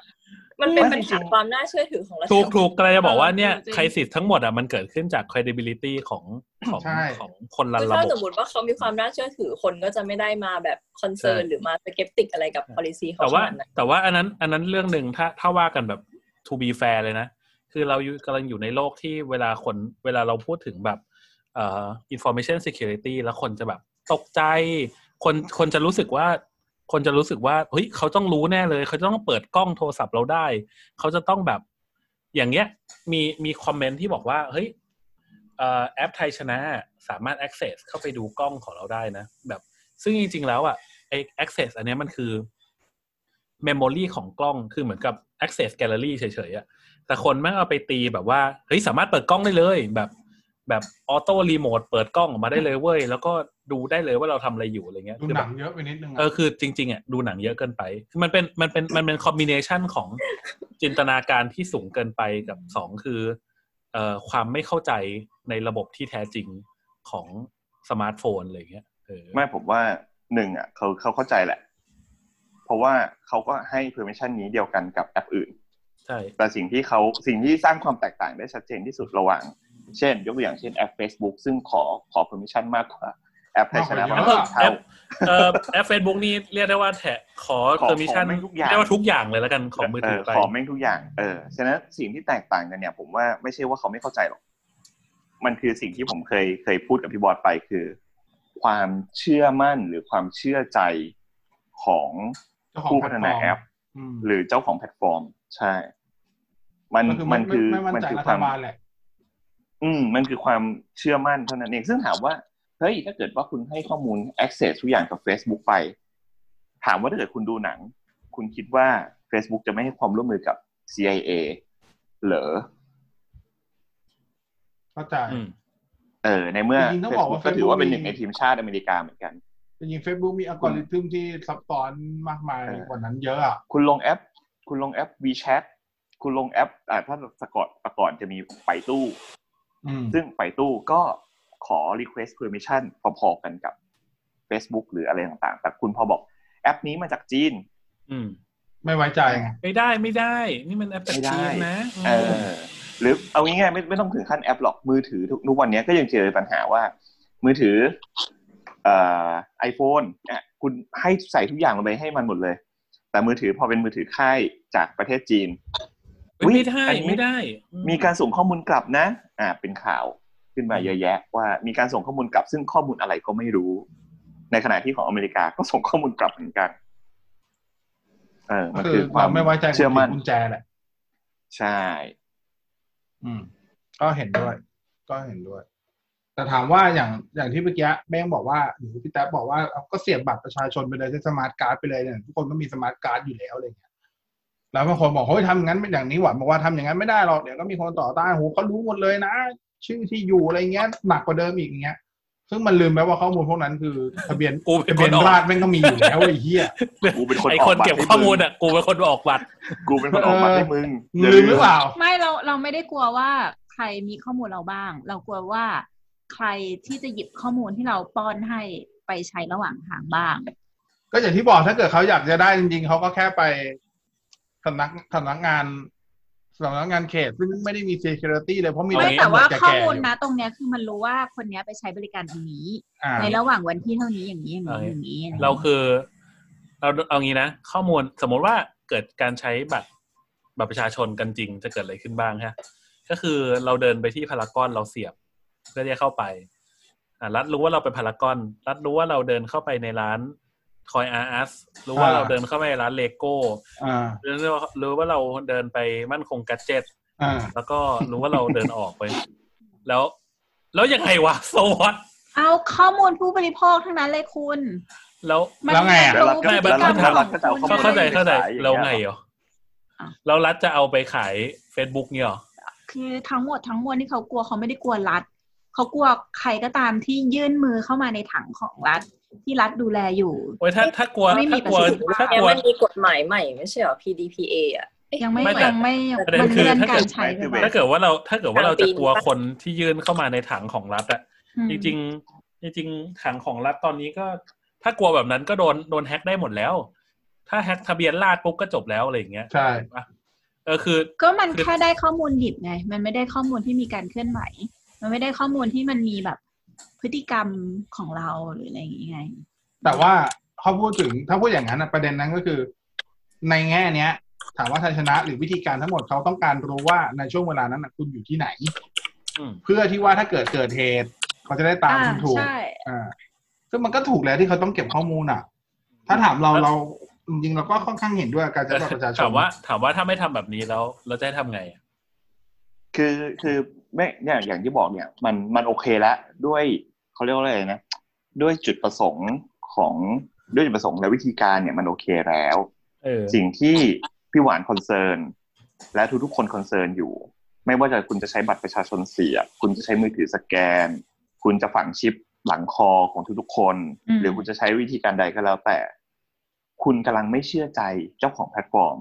Speaker 5: มันเป็นปัญ
Speaker 4: จริ
Speaker 5: หาง
Speaker 4: ๆ
Speaker 5: ความน่าเชื่อถือของรัฐ
Speaker 3: ถูกถูกกำลังจะบอกว่าเนี่ย
Speaker 2: เออจริง
Speaker 3: ใครสิทธิ์ทั้งหมดอ่ะมันเกิดขึ้นจาก credibility ของของ
Speaker 1: ใช่
Speaker 3: ของคนละ
Speaker 5: คือ
Speaker 3: ระ
Speaker 5: ถ้า
Speaker 3: บ
Speaker 5: ส
Speaker 3: บ
Speaker 5: มมติว่าเขามีความน่าเชื่อถือคนก็จะไม่ได้มาแบบคอนเซิร์น
Speaker 3: ใช่
Speaker 5: หรือมาสเก็ปติกอะไรกับ policy เขา
Speaker 3: แต่
Speaker 5: ข
Speaker 3: ว่า
Speaker 5: นาดนั้น
Speaker 3: แต่ว่าอันนั้นอันนั้นเรื่องหนึ่งถ้าถ้าว่ากันแบบ to be fair เลยนะ คือเราอยู่กำลังอยู่ในโลกที่เวลาคนเวลาเราพูดถึงแบบเอ่อ information security แล้วคนจะแบบตกใจ คนคนจะรู้สึกว่า คนจะรู้สึกว่าเฮ้ยเขาต้องรู้แน่เลย เขาจะต้องเปิดกล้องโทรศัพท์เราได้ เขาจะต้องแบบ อย่างเงี้ยมีมีคอมเมนต์ที่บอกว่า เฮ้ยเอ่อแอปไทยชนะสามารถ access เข้าไปดูกล้องของเราได้นะ แบบ ซึ่งจริง ๆ แล้วอ่ะไอ access อันเนี้ยมันคือ memory ของกล้องคือเหมือนกับ access gallery เฉยๆอ่ะแต่คนแม่งเอาไปตีแบบว่าเฮ้ยสามารถเปิดกล้องได้เลย แบบแบบออโต้รีโมทเปิดกล้องออกมาได้เลยเว้ย แล้วก็ดูได้เลยว่าเราทำอะไรอยู่อะไรเงี้ย
Speaker 1: ดู
Speaker 3: คือ
Speaker 1: ห
Speaker 3: แบ
Speaker 1: นั
Speaker 3: บ
Speaker 1: งเยอะไปนิดนึงอะ
Speaker 3: เออคือจริงๆอ่ะดูหนังเยอะเกินไปคือมันเป็นมัน เป็นมันเป็นคอมบิเนชันของ จินตนาการที่สูงเกินไปกับสองคือเอ่อความไม่เข้าใจในระบบที่แท้จริงของสมาร์ทโฟนอะไรอย่างเงี้ยเออ
Speaker 4: ไม่ผมว่าหนึ่งอ่ะเขาเขาเข้าใจแหละ เพราะว่าเขาก็ให้ permission นี้เดียวกันกับแอปอื่น
Speaker 3: ใช่
Speaker 4: แต่สิ่งที่เขาสิ่งที่สร้างความแตกต่างได้ชัดเจนที่สุดระหว่าง เช่น ยกตัวอย่างเช่นแอป Facebook ซึ่งขอขอ permission มากกว่าแอปไทยชนะประมาณ
Speaker 3: แอ
Speaker 4: สอ
Speaker 3: ป
Speaker 4: งเท่า
Speaker 3: เอ่อ แอปเฟซบุ๊กนี่เรียกได้ว่าแถะขอ
Speaker 4: ขอ
Speaker 3: เทอร์มิชัน
Speaker 4: ขอแม่งทุกอย่าง
Speaker 3: เรียกว่าทุกอย่างเลยแล้วกันของมือถือไป
Speaker 4: เขอแม่งทุกอย่าง เออ ฉะนั้นสิ่งที่แตกต่างกันเนี่ย ผมว่าไม่ใช่ว่าเขาไม่เข้าใจหรอก มันคือสิ่งที่ผมเคยเคยพูดกับพี่บอสไปคือ ความเชื่อมั่นหรือความเชื่อใจของ
Speaker 1: เจ้าของ
Speaker 4: ผู้
Speaker 1: พล
Speaker 4: พั
Speaker 1: ตฟ
Speaker 4: ฒ
Speaker 1: ร์ม
Speaker 4: นาแอป
Speaker 1: ม
Speaker 4: หรือเจ้าของแพลตฟอร์ม ใช่ มัน
Speaker 1: ก็คือ
Speaker 4: มันคือ
Speaker 1: ไม่มั่น
Speaker 4: มัน
Speaker 1: ใจ
Speaker 4: คือ
Speaker 1: รั
Speaker 4: ค
Speaker 1: ฐ
Speaker 4: วาม
Speaker 1: บาลแหละ
Speaker 4: อืมมันคือความเชื่อมั่นเท่านั้นเองซึ่งถามว่าเฮ้ยถ้าเกิดว่าคุณให้ข้อมูล access ทุกอย่างกับ Facebook ไป ถามว่าถ้าเกิดคุณดูหนัง คุณคิดว่า Facebook จะไม่ให้ความร่วมมือกับ CIA เหรอ
Speaker 1: เข้าใจ
Speaker 3: อืม
Speaker 4: เออ ในเมื่อ
Speaker 1: จริงๆต้องบอกว่า
Speaker 4: Facebook ก็ถือว่าเป็นหนึ่งในทีมชาติอเมริกาเหมือนกัน
Speaker 1: จริงๆ Facebook มีอัลกอริทึมที่ซับซ้อนมากมาย
Speaker 4: เออ
Speaker 1: กว่านั้นเยอะอะ
Speaker 4: คุณลงแอป คุณลงแอป WeChat คุณลงแอปอ่าถ้าสะกอดประกอนจะมีไปตู้
Speaker 1: อืม
Speaker 4: ซึ่งไปตู้ก็ขอ request permission พอๆกันกับ Facebook หรืออะไรต่างๆ แต่คุณพอบอกแอปนี้มาจากจีน
Speaker 3: อืม
Speaker 1: ไม่ไว้ใจไง
Speaker 3: ไม่ได้ไม่ได้ นี่มันแอปจาก
Speaker 4: ไม่ได้
Speaker 3: จีนนะ
Speaker 4: เออหรือเอาง่ายๆไม่ไม่ต้องถึงขั้นแอปหรอกมือถือทุกทุกวันนี้ก็ยังเจอปัญหาว่า มือถือเอ่อไอโฟนอ่ะคุณให้ใส่ทุกอย่างลงไปให้มันหมดเลย แต่มือถือพอเป็นมือถือค่ายจากประเทศจีน
Speaker 3: เฮ้ยไม่ได้
Speaker 4: อุ๊ยอันนี้
Speaker 3: ไม่ได้อื
Speaker 4: มีการส่งข้อมูลกลับนะอ่าเป็นข่าวขึ้นมาเยอะแยะ ว่ามีการส่งข้อมูลกลับ ซึ่งข้อมูลอะไรก็ไม่รู้ ในขณะที่ของอเมริกาก็ส่งข้อมูลกลับเหมือนกันเออมัน
Speaker 1: คื
Speaker 4: คือ อ
Speaker 1: ควาว
Speaker 4: คาม
Speaker 1: มไม่ไว้ใจ
Speaker 4: เชื่อมั่น
Speaker 1: กุญแจแหละ
Speaker 4: ใช่
Speaker 1: อืม ก็เห็นด้วย ก็เห็นด้วย แต่ถามว่าอย่างอย่างที่เมื่อกี้แม่งบอกว่าหรือพี่แท็บบอกว่าเอาก็เสียบบัตรประชาชนไปเลยใช้สมาร์ทการ์ดไปเลยเนี่ยทุกคนก็มีสมาร์ทการ์ดอยู่แล้วอะไรเงี้ยแล้วบางคนบอกเฮ้ยทำอย่างนั้นไม่อย่างนี้หว่าบอกว่าทำอย่างนั้นไม่ได้หรอกเดี๋ยวก็มีคนต่อต้านโหเขารู้หมดเลยนะ ชื่อที่อยู่อะไรเงี้ยหนักกว่าเดิมอีกอย่างเงี้ย ซึ่งมันลืมไปว่าข้อมูลพวกนั้นคือทะเบียน
Speaker 3: กูเป็
Speaker 1: ทะ
Speaker 3: นคนออ
Speaker 1: เบีย
Speaker 3: ก
Speaker 1: นราษฎร์แม่งก็มีอยู่แล้วไอ้เหี้ย
Speaker 4: กูเป็นคน
Speaker 3: ไอ
Speaker 4: ออก
Speaker 3: ค
Speaker 4: บั
Speaker 3: น
Speaker 4: ตร
Speaker 3: เก็บ
Speaker 4: ให้มึง
Speaker 3: ข้อมูลอ่ะกูเป็นคนออกบัตร
Speaker 4: กูเป็นคนออกมาให้มึง
Speaker 1: มึงลืมหรือเปล่า
Speaker 2: ไม่เราเราไม่ได้กลัวว่าใครมีข้อมูลเราบ้าง เรากลัวว่าใครที่จะหยิบข้อมูลที่เราป้อนให้ไปใช้ระหว่างทางบ้าง
Speaker 1: ก็อย่างที่บอกถ้าเกิดเขาอยากจะได้จริงๆเขาก็แค่ไปสำนักสำนักงานสำนักงานเขตซึ่งไม่ได้มี security เลยเพราะมี
Speaker 2: ไม่
Speaker 1: ต่
Speaker 2: แต่ว่า
Speaker 1: ตำรจ
Speaker 2: ข้อ
Speaker 1: แก่ๆ
Speaker 2: มูล
Speaker 1: ยู่
Speaker 2: นะตรงเนี้ยคือมันรู้ว่าคนเนี้ยไปใช้บริการอันนี้
Speaker 1: อ่า
Speaker 2: ในระหว่างวันที่เท่านี้อย่างนี้อย่าง
Speaker 3: เอา
Speaker 2: นี้
Speaker 3: ไง
Speaker 2: อย่างนี้
Speaker 3: เราคือเราเอางี้นะ ข้อมูลสมมติว่าเกิดการใช้บัตรบัตรประชาชนกันจริงจะเกิดอะไรขึ้นบ้างฮะ ก็คือเราเดินไปที่พารากอนเราเสียบเพื่อที่จะเข้าไปอ่ะรัฐรู้ว่าเราไปพารากอน รัฐรู้ว่าเราเดินเข้าไปในร้านคอยอาร์สรู้ว่าเราเดินเข้าไปในร้านเลโก้
Speaker 1: อ่า
Speaker 3: รู้ว่ารู้ว่าเราเดินไปมั่นคงกัจเจต
Speaker 1: อ่า
Speaker 3: แล้วก็รู้ว่าเราเดินออกไป แล้ว แล้วยังไงวะโซวะ
Speaker 2: เอาข้อมูลผู้บริโภคทั้งนั้นเลยคุณ
Speaker 3: แล้ว
Speaker 2: มัน
Speaker 1: แล้วไงอ่ะ
Speaker 4: แล้วรัฐก็
Speaker 3: ไม่
Speaker 4: แล้ว
Speaker 3: ไม่
Speaker 4: รัฐแล้วรัฐก็จะเอาข้อมูล
Speaker 3: เข้าใจเข้าใจ
Speaker 4: ปขยอย่ย
Speaker 3: แล้วไงเหรอแล้วรัฐจะเอาไปขาย Facebook เนี่ยเหรอ
Speaker 2: คือทั้งหมดทั้งมวลที่เขากลัวเขาไม่ได้กลัวรัฐเขากลัวใครก็ตามที่ยื่นมือเข้ามาในถังของรัฐที่รัฐดูแลอยู่
Speaker 3: โอ้ยถ้าถ้ากลัว
Speaker 2: ไม่มี
Speaker 3: ถ้ากลัว
Speaker 2: ประสิทธิภาพ
Speaker 3: ถ้า
Speaker 5: เนี่
Speaker 3: ก
Speaker 5: ย
Speaker 3: ลัว
Speaker 5: มันมีกฎหมายใหม่ไม่ใช่เหรอ PDPA อ่ะ
Speaker 2: ยังไม่
Speaker 3: ไม่แต่
Speaker 2: ยังไม่
Speaker 3: ประเด็น
Speaker 2: มัน
Speaker 3: คือ
Speaker 2: เลื่อน
Speaker 3: ถ้าเกิด
Speaker 2: การใช้ไป
Speaker 3: ถ้าเกิดว่าเราถ้าเกิดว่าเราจะกลัว
Speaker 5: ปีน
Speaker 3: คนที่ยื่นเข้ามาในถังของรัฐอะ
Speaker 2: อืม
Speaker 3: จริงๆจริงๆถังของรัฐตอนนี้ก็ ถ้ากลัวแบบนั้นก็โดนโดนแฮ็กได้หมดแล้ว ถ้าแฮ็กทะเบียนราษฎร์ปุ๊บก็จบแล้วอะไรอย่างเงี้ย
Speaker 1: ใช่
Speaker 3: ถูกปะ เออคือ
Speaker 2: ก็มัน
Speaker 3: คือ
Speaker 2: แค่ได้ข้อมูลดิบไง มันไม่ได้ข้อมูลที่มีการเคลื่อนไหว มันไม่ได้ข้อมูลที่มันมีแบบพฤติกรรมของเราหรืออะไรอย่างงี้ไง
Speaker 1: แต่ว่าเขาพูดถึงถ้าพูดอย่างนั้นนะประเด็นนั้นก็คือ ในแง่เนี้ย ถามว่าชัยชนะหรือวิธีการทั้งหมดเขาต้องการรู้ว่าในช่วงเวลานั้นนะคุณอยู่ที่ไหน
Speaker 3: อืม
Speaker 1: เพื่อที่ว่าถ้าเกิดเกิดเหตุเขาจะได้ตาม
Speaker 2: อ่า
Speaker 1: คุณถูก
Speaker 2: ใช่
Speaker 1: อ่าซึ่งมันก็ถูกแล้วที่เขาต้องเก็บข้อมูลอ่ะ ถ้าถามเราเราจริงๆเราก็ค่อนข้างเห็นด้วยกับการใช้บัตรประชาชน
Speaker 3: ถามว่าถามว่าถ้าไม่ทำแบบนี้แล้วเราจะให้ทำไงอะ
Speaker 4: คือคือไม่เนี่ยอย่างที่บอกเนี่ย มันมันโอเคแล้วด้วยเขาเรียกว่าอะไรนะ ด้วยจุดประสงค์ของด้วยจุดประสงค์และวิธีการเนี่ยมันโอเคแล้ว
Speaker 3: เออ
Speaker 4: สิ่งที่พี่หวานคอนเซิร์นและทุกๆคนคอนเซิร์นอยู่ ไม่ว่าจะคุณจะใช้บัตรประชาชนเสียบ คุณจะใช้มือถือสแกน คุณจะฝังชิปหลังคอของทุกๆคน
Speaker 2: อืม
Speaker 4: หรือคุณจะใช้วิธีการใดก็แล้วแต่ คุณกำลังไม่เชื่อใจเจ้าของแพลตฟอร์ม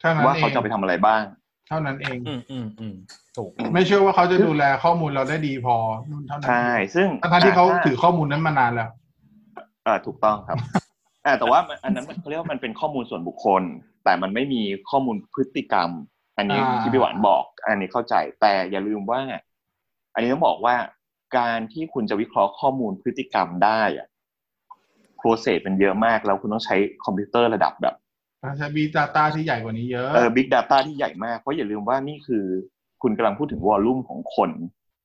Speaker 1: เท่านั้น
Speaker 4: ว่า
Speaker 1: เอง
Speaker 4: เขาจะเอาไปทำอะไรบ้าง
Speaker 1: เท่านั้นเอง
Speaker 3: อืมอืมอืมถูก
Speaker 1: ไม่เชื่อว่าเขาจะดูแลข้อมูลเราได้ดีพอนู่นเท่านั้น
Speaker 4: ใช่ ซึ่ง
Speaker 1: ทั้งๆที่เขา
Speaker 4: ถ้
Speaker 1: ถือข้อมูลนั้นมานานแล้ว
Speaker 4: เอ่อถูกต้อง ครับ อ่าแต่ว่ามันอันนั้นมันเขาเรียกว่ามันเป็นข้อมูลส่วนบุคคล แต่มันไม่มีข้อมูลพฤติกรรม อันนี้
Speaker 1: อ่า
Speaker 4: ที่พี่หวานบอก อันนี้เข้าใจแต่อย่าลืมว่า อันนี้ต้องบอกว่าการที่คุณจะวิเคราะห์ข้อมูลพฤติกรรมได้อะโปรเซสมันเยอะมาก แล้วคุณต้องใช้คอมพิวเตอร์ระดับแบบ
Speaker 1: ใช้บีดาต้าที่ใหญ่กว่านี้เยอะ
Speaker 4: เออบิ๊กดาต้าที่ใหญ่มาก เพราะอย่าลืมว่านี่คือคุณกำลังพูดถึงวอลลุ่มของคน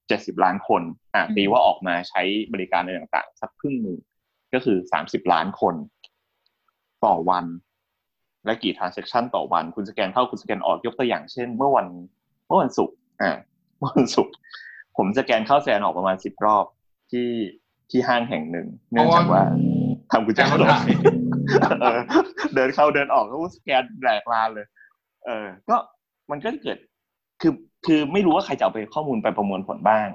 Speaker 4: เจ็ดสิบล้านคนอ่าตีว่าออกมาใช้บริการอะไรต่างๆ สักครึ่งหนึ่ง ก็คือสามสิบล้านคน ต่อวัน และกี่ transaction ต่อวัน คุณสแกนเข้าคุณสแกนออกยกตัวอย่างเช่น เมื่อวันเมื่อวันศุกร์อ่า เมื่อวันศุกร์ผมสแกนเข้าสแกนออกประมาณสิบรอบที่ที่ห้างแห่งหนึ่ง เนื่องจากว่าทำกุญแจรถหายเออเดินเข้าเดินออกก็สแกนแหลกลานเลย เออ ก็มันก็จะเกิด คือคือไม่รู้ว่าใครจะเอาไปข้อมูลไปประมวลผลบ้าง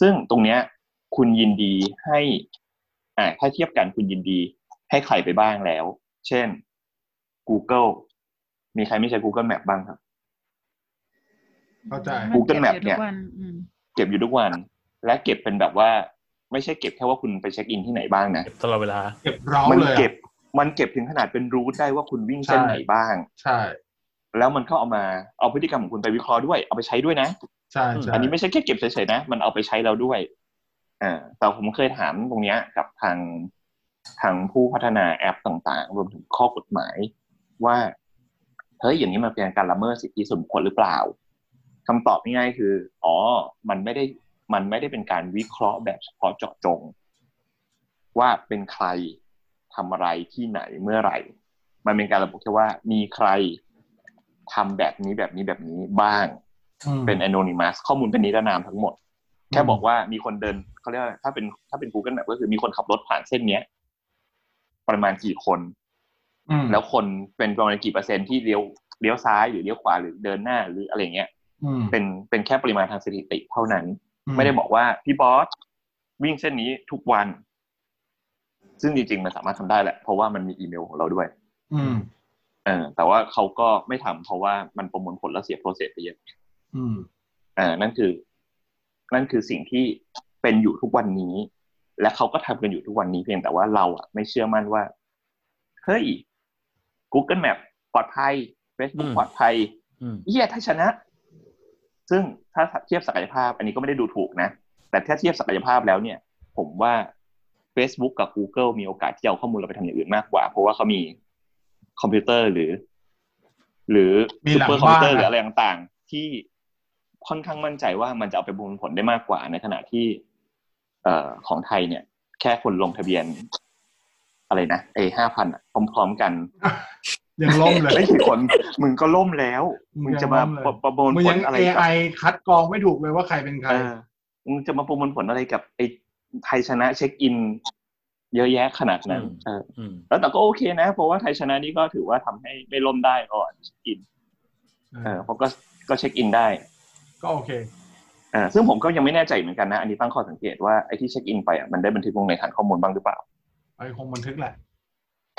Speaker 4: ซึ่งตรงเนี้ย คุณยินดีให้ อ่าถ้าเทียบกันคุณยินดีให้ใครไปบ้างแล้ว เช่น Google มีใครไม่ใช้ Google Map บ้างครับ
Speaker 1: เข้าใจ
Speaker 2: มัน
Speaker 4: Google Map
Speaker 2: ก็บอ
Speaker 4: เนี่ย
Speaker 2: ทุกวัอืม
Speaker 4: เก็บอยู่ทุกวัน และเก็บเป็นแบบว่า ไม่ใช่เก็บแค่ว่าคุณไปเช็คอินที่ไหนบ้างนะ
Speaker 3: เก็บตลอดเวลา
Speaker 1: เก็บเรา
Speaker 4: มั
Speaker 1: เลยอะ
Speaker 4: เก็บ มันเก็บถึงขนาดเป็นรูทได้ว่าคุณวิ่งเส้นไหนบ้าง
Speaker 1: ใช่
Speaker 4: แล้วมันก็เอามาเอาพฤติกรรมของคุณไปวิเคราะห์ด้วย เอาไปใช้ด้วยนะ
Speaker 1: ใช่ใช่
Speaker 4: อันนี้ไม่ใช่แค่เก็บเฉยๆนะ มันเอาไปใช้แล้วด้วยอ่าแต่ผมเคยถามตรงเนี้ยกับทางทางผู้พัฒนาแอปต่างๆ รวมถึงข้อกฎหมาย ว่า เฮ้ย อย่างนี้มันเป็นการละเมิดสิทธิส่วนบุคคลหรือเปล่าคำตอบง่ายๆคือ อ๋อ มันไม่ได้ มันไม่ได้เป็นการวิเคราะห์แบบเฉพาะเจาะจง ว่าเป็นใครทำอะไรที่ไหนเมื่อไหร่ มันเป็นการระบุแค่ว่ามีใครทำแบบนี้แบบนี้แบบนี้บ้าง
Speaker 1: อืม
Speaker 4: เป็น anonymous ข้อมูลเป็นนิรนามทั้งหมด
Speaker 1: ม
Speaker 4: แค่บอกว่ามีคนเดินเขาเรียกว่าถ้าเป็นถ้าเป็น Google Map ก็คือมีคนขับรถผ่านเส้นเนี้ย ประมาณกี่คน
Speaker 1: อืม
Speaker 4: แล้วคนเป็นประมาณกี่เปอร์เซ็นต์ที่เลี้ยวเลี้ยวซ้ายหรือเลี้ยวขวาหรือเดินหน้าหรืออะไรเงี้ย
Speaker 1: อืม
Speaker 4: เป็นเป็นแค่ปริมาณทางสถิติเท่านั้น ไม่ได้บอกว่าพี่บอสวิ่งเส้นนี้ทุกวัน ซึ่งจริงๆมันสามารถทำได้แหละ เพราะว่ามันมีอีเมลของเราด้วย
Speaker 1: อืม
Speaker 4: เออ แต่ว่าเขาก็ไม่ทำเพราะว่ามันประมวลผลและเสียโปรเซสไปเยอะ
Speaker 1: อืม
Speaker 4: อ่านั่นคือ นั่นคือสิ่งที่เป็นอยู่ทุกวันนี้ และเขาก็ทำกันอยู่ทุกวันนี้เพียงแต่ว่าเราอ่ะไม่เชื่อมั่นว่า เฮ้ย Google Map ปลอดภัย Facebook
Speaker 3: อืม
Speaker 4: ปลอดภัย
Speaker 3: อืม
Speaker 4: เยี่ยไทยชนะ ซึ่งถ้าเทียบศักยภาพ อันนี้ก็ไม่ได้ดูถูกนะ แต่ถ้าเทียบศักยภาพแล้วเนี่ย ผมว่า Facebook กับ Google มีโอกาสที่จะเอาข้อมูลเราไปทำอย่างอื่นมากกว่า เพราะว่าเขามีคอมพิวเตอร์หรือ หรือ
Speaker 1: มี
Speaker 4: ซู
Speaker 1: หลัง
Speaker 4: เปอร์คอมพิ
Speaker 1: บ้า
Speaker 4: วน เตอร์หรืออะไร
Speaker 1: นะ
Speaker 4: ต่างๆ ที่ค่อนข้างมั่นใจว่ามันจะเอาไปประมวลผลได้มากกว่า ในขณะที่ เอ่อของไทยเนี่ย แค่คนลงทะเบียน อะไรนะเอห้าพันพร้อมๆกัน
Speaker 1: ยังล่มเลย
Speaker 4: ไม่กี่คนมึงก็ล่มแล้ว
Speaker 1: มึ
Speaker 4: มึ
Speaker 1: ง
Speaker 4: ง
Speaker 1: ยัง
Speaker 4: จะมา
Speaker 1: ล่มเลย
Speaker 4: ประประมวล
Speaker 1: มัน
Speaker 4: ผ
Speaker 1: ยั
Speaker 4: ล
Speaker 1: ง
Speaker 4: อะไร
Speaker 1: เอ
Speaker 4: กับ
Speaker 1: ไอคัดกรองไม่ถูกเลยว่าใครเป็นใคร
Speaker 4: เออมึงจะมาประมวลผลอะไรกับไอ้ไทยชนะเช็คอิน เยอะแยะขนาดนั้น
Speaker 3: อืม
Speaker 4: เออ
Speaker 3: อืม
Speaker 4: แล้วแต่ก็โอเคนะ เพราะว่าไทยชนะนี่ก็ถือว่าทำให้ไม่ล่มได้ก่อนเช็คอินเออเพราะก็ก็เช็คอินได้
Speaker 1: ก็โอเค
Speaker 4: เออซึ่งผมก็ยังไม่แน่ใจเหมือนกันนะ อันนี้ตั้งข้อสังเกตว่าไอ้ที่เช็คอินไปอ่ะมันได้บันทึกลงในฐานข้อมูลบ้างหรือเปล่า
Speaker 1: ไอคงบันทึกแหละ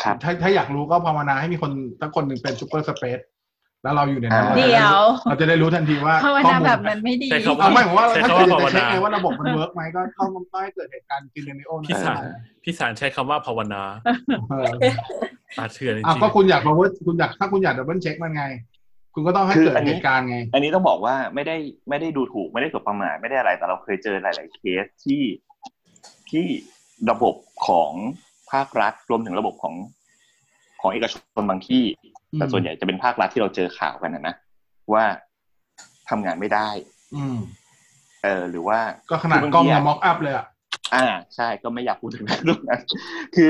Speaker 4: ครับ
Speaker 1: ถ้าถ้าอยากรู้ก็ภาวนาให้มีคนสักคนหนึ่งเป็นซูเปอร์สเปซแล้วเราอยู่ในนั้น
Speaker 4: อ่า
Speaker 1: ราจะ
Speaker 2: เดี๋ยว
Speaker 1: รู้เราจะได้รู้ทันทีว่า
Speaker 2: ภาว
Speaker 1: ข้อ
Speaker 2: นา
Speaker 1: มูล
Speaker 2: แบบนั้นไม่ดี
Speaker 3: ใช่ครับ
Speaker 1: เอาไม่ผมว่า
Speaker 3: ใช้
Speaker 1: ถ้า
Speaker 3: คำ
Speaker 1: เกิดจะ
Speaker 3: ว่า
Speaker 1: เช็คไง
Speaker 3: ภาวนา
Speaker 1: ว่าระบบมันเวิร์กไหมก็ต้องต้องให้เกิดเหตุการณ์ซีเนริโอ
Speaker 3: พิ
Speaker 1: นั้
Speaker 3: ศา
Speaker 1: น
Speaker 3: จพี่สารใช้คำว่าภาวนา
Speaker 1: เออ
Speaker 3: อาเถื่อนจ
Speaker 1: อ่ะ
Speaker 3: ริง
Speaker 1: ก็คุณอยากมาเวิร์คุณอยากถ้าคุณอยากดับเบิลเช็คมันไง คุณก็ต้องให้
Speaker 4: คือ
Speaker 1: เกิด
Speaker 4: อันนี้
Speaker 1: เหตุการณ์ไง
Speaker 4: อันนี้ต้องบอกว่าไม่ได้ไม่ได้ดูถูกไม่ได้สบประมาทไม่ได้อะไรแต่เราเคยเจอหลาย ๆ เคสที่ที่ระบบของภาครัฐรวมถึงระบบของของเอกชนบางที่
Speaker 1: อืม
Speaker 4: แต่ส่วนใหญ่จะเป็นภาครัฐที่เราเจอข่าวกันนะนะว่าทำงานไม่ได้
Speaker 1: อืม
Speaker 4: เออหรือว่า
Speaker 1: ก็ขนาดกล้องยังม็อกอัพเลยอ่ะ
Speaker 4: อ่าใช่ก็ไม่อยากพูดถึงเรื่องนั้นคือ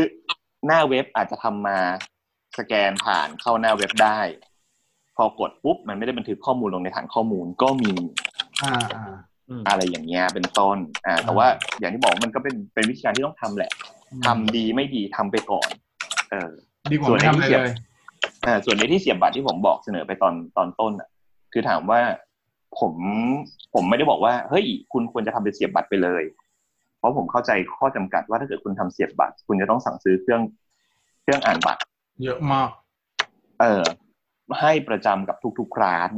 Speaker 4: หน้าเว็บอาจจะทำมาสแกนผ่านเข้าหน้าเว็บได้ พอกดปุ๊บมันไม่ได้บันทึกข้อมูลลงในฐานข้อมูลก็มี
Speaker 1: อ่าอ่า
Speaker 4: อะไรอย่างเงี้ยเป็นต้น อ่า แต่ว่าอย่างที่บอกมันก็เป็นเป็นวิธีการที่ต้องทำแหละทำดีไม่ดีทำไปก่อน เออ
Speaker 1: ดีกว่าไม่ทำอะไรเลย
Speaker 4: อ่าส่วนในที่เสียบบัตรที่ผมบอกเสนอไปตอนตอนต้นอ่ะ คือถามว่าผมผมไม่ได้บอกว่าเฮ้ยคุณควรจะทำเป็นเสียบบัตรไปเลย เพราะผมเข้าใจข้อจำกัดว่าถ้าเกิดคุณทำเสียบบัตร คุณจะต้องสั่งซื้อเครื่องเครื่องอ่านบัตร
Speaker 1: เยอะมาก
Speaker 4: เออ ให้ประจำกับทุกๆร้าน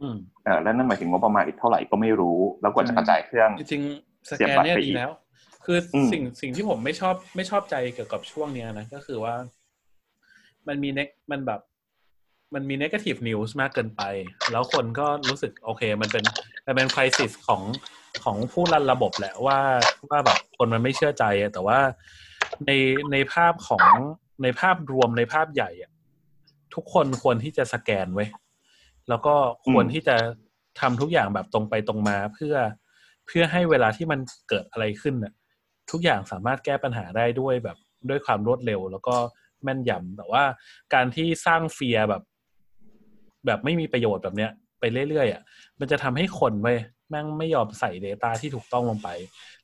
Speaker 3: อืม
Speaker 4: เออแล้วนั่นหมายถึงงบประมาณอีกเท่าไหร่ก็ไม่รู้ แล้วกว่าจะกระจายเครื่อง
Speaker 3: จริงๆสแกนเนี่ยดีแล้ว คืออ
Speaker 4: ม
Speaker 3: สิ่งสิ่งที่ผมไม่ชอบไม่ชอบใจเกี่ยวกับช่วงเนี้ยนะก็คือว่า มันมีเนมันแบบ มันมี negative news มากเกินไป แล้วคนก็รู้สึกโอเค มันเป็นมันเป็น crisis ของของผู้รันระบบแหละว่าว่าแบบคนมันไม่เชื่อใจอะแต่ว่าในในภาพของในภาพรวมในภาพใหญ่อะทุกคนควรที่จะสแกนไว้ยแล้วก็ควรที่จะทำทุกอย่างแบบตรงไปตรงมาเพื่อเพื่อให้เวลาที่มันเกิดอะไรขึ้นน่ะ ทุกอย่างสามารถแก้ปัญหาได้ด้วยแบบด้วยความรวดเร็ว แล้วก็แม่นยำแต่ว่าการที่สร้างเฟียร์แบบ แบบไม่มีประโยชน์แบบเนี้ย ไปเรื่อยๆอ่ะมันจะทำให้คนเว้ยแม่งไม่ยอมใส่ Data ที่ถูกต้องลงไป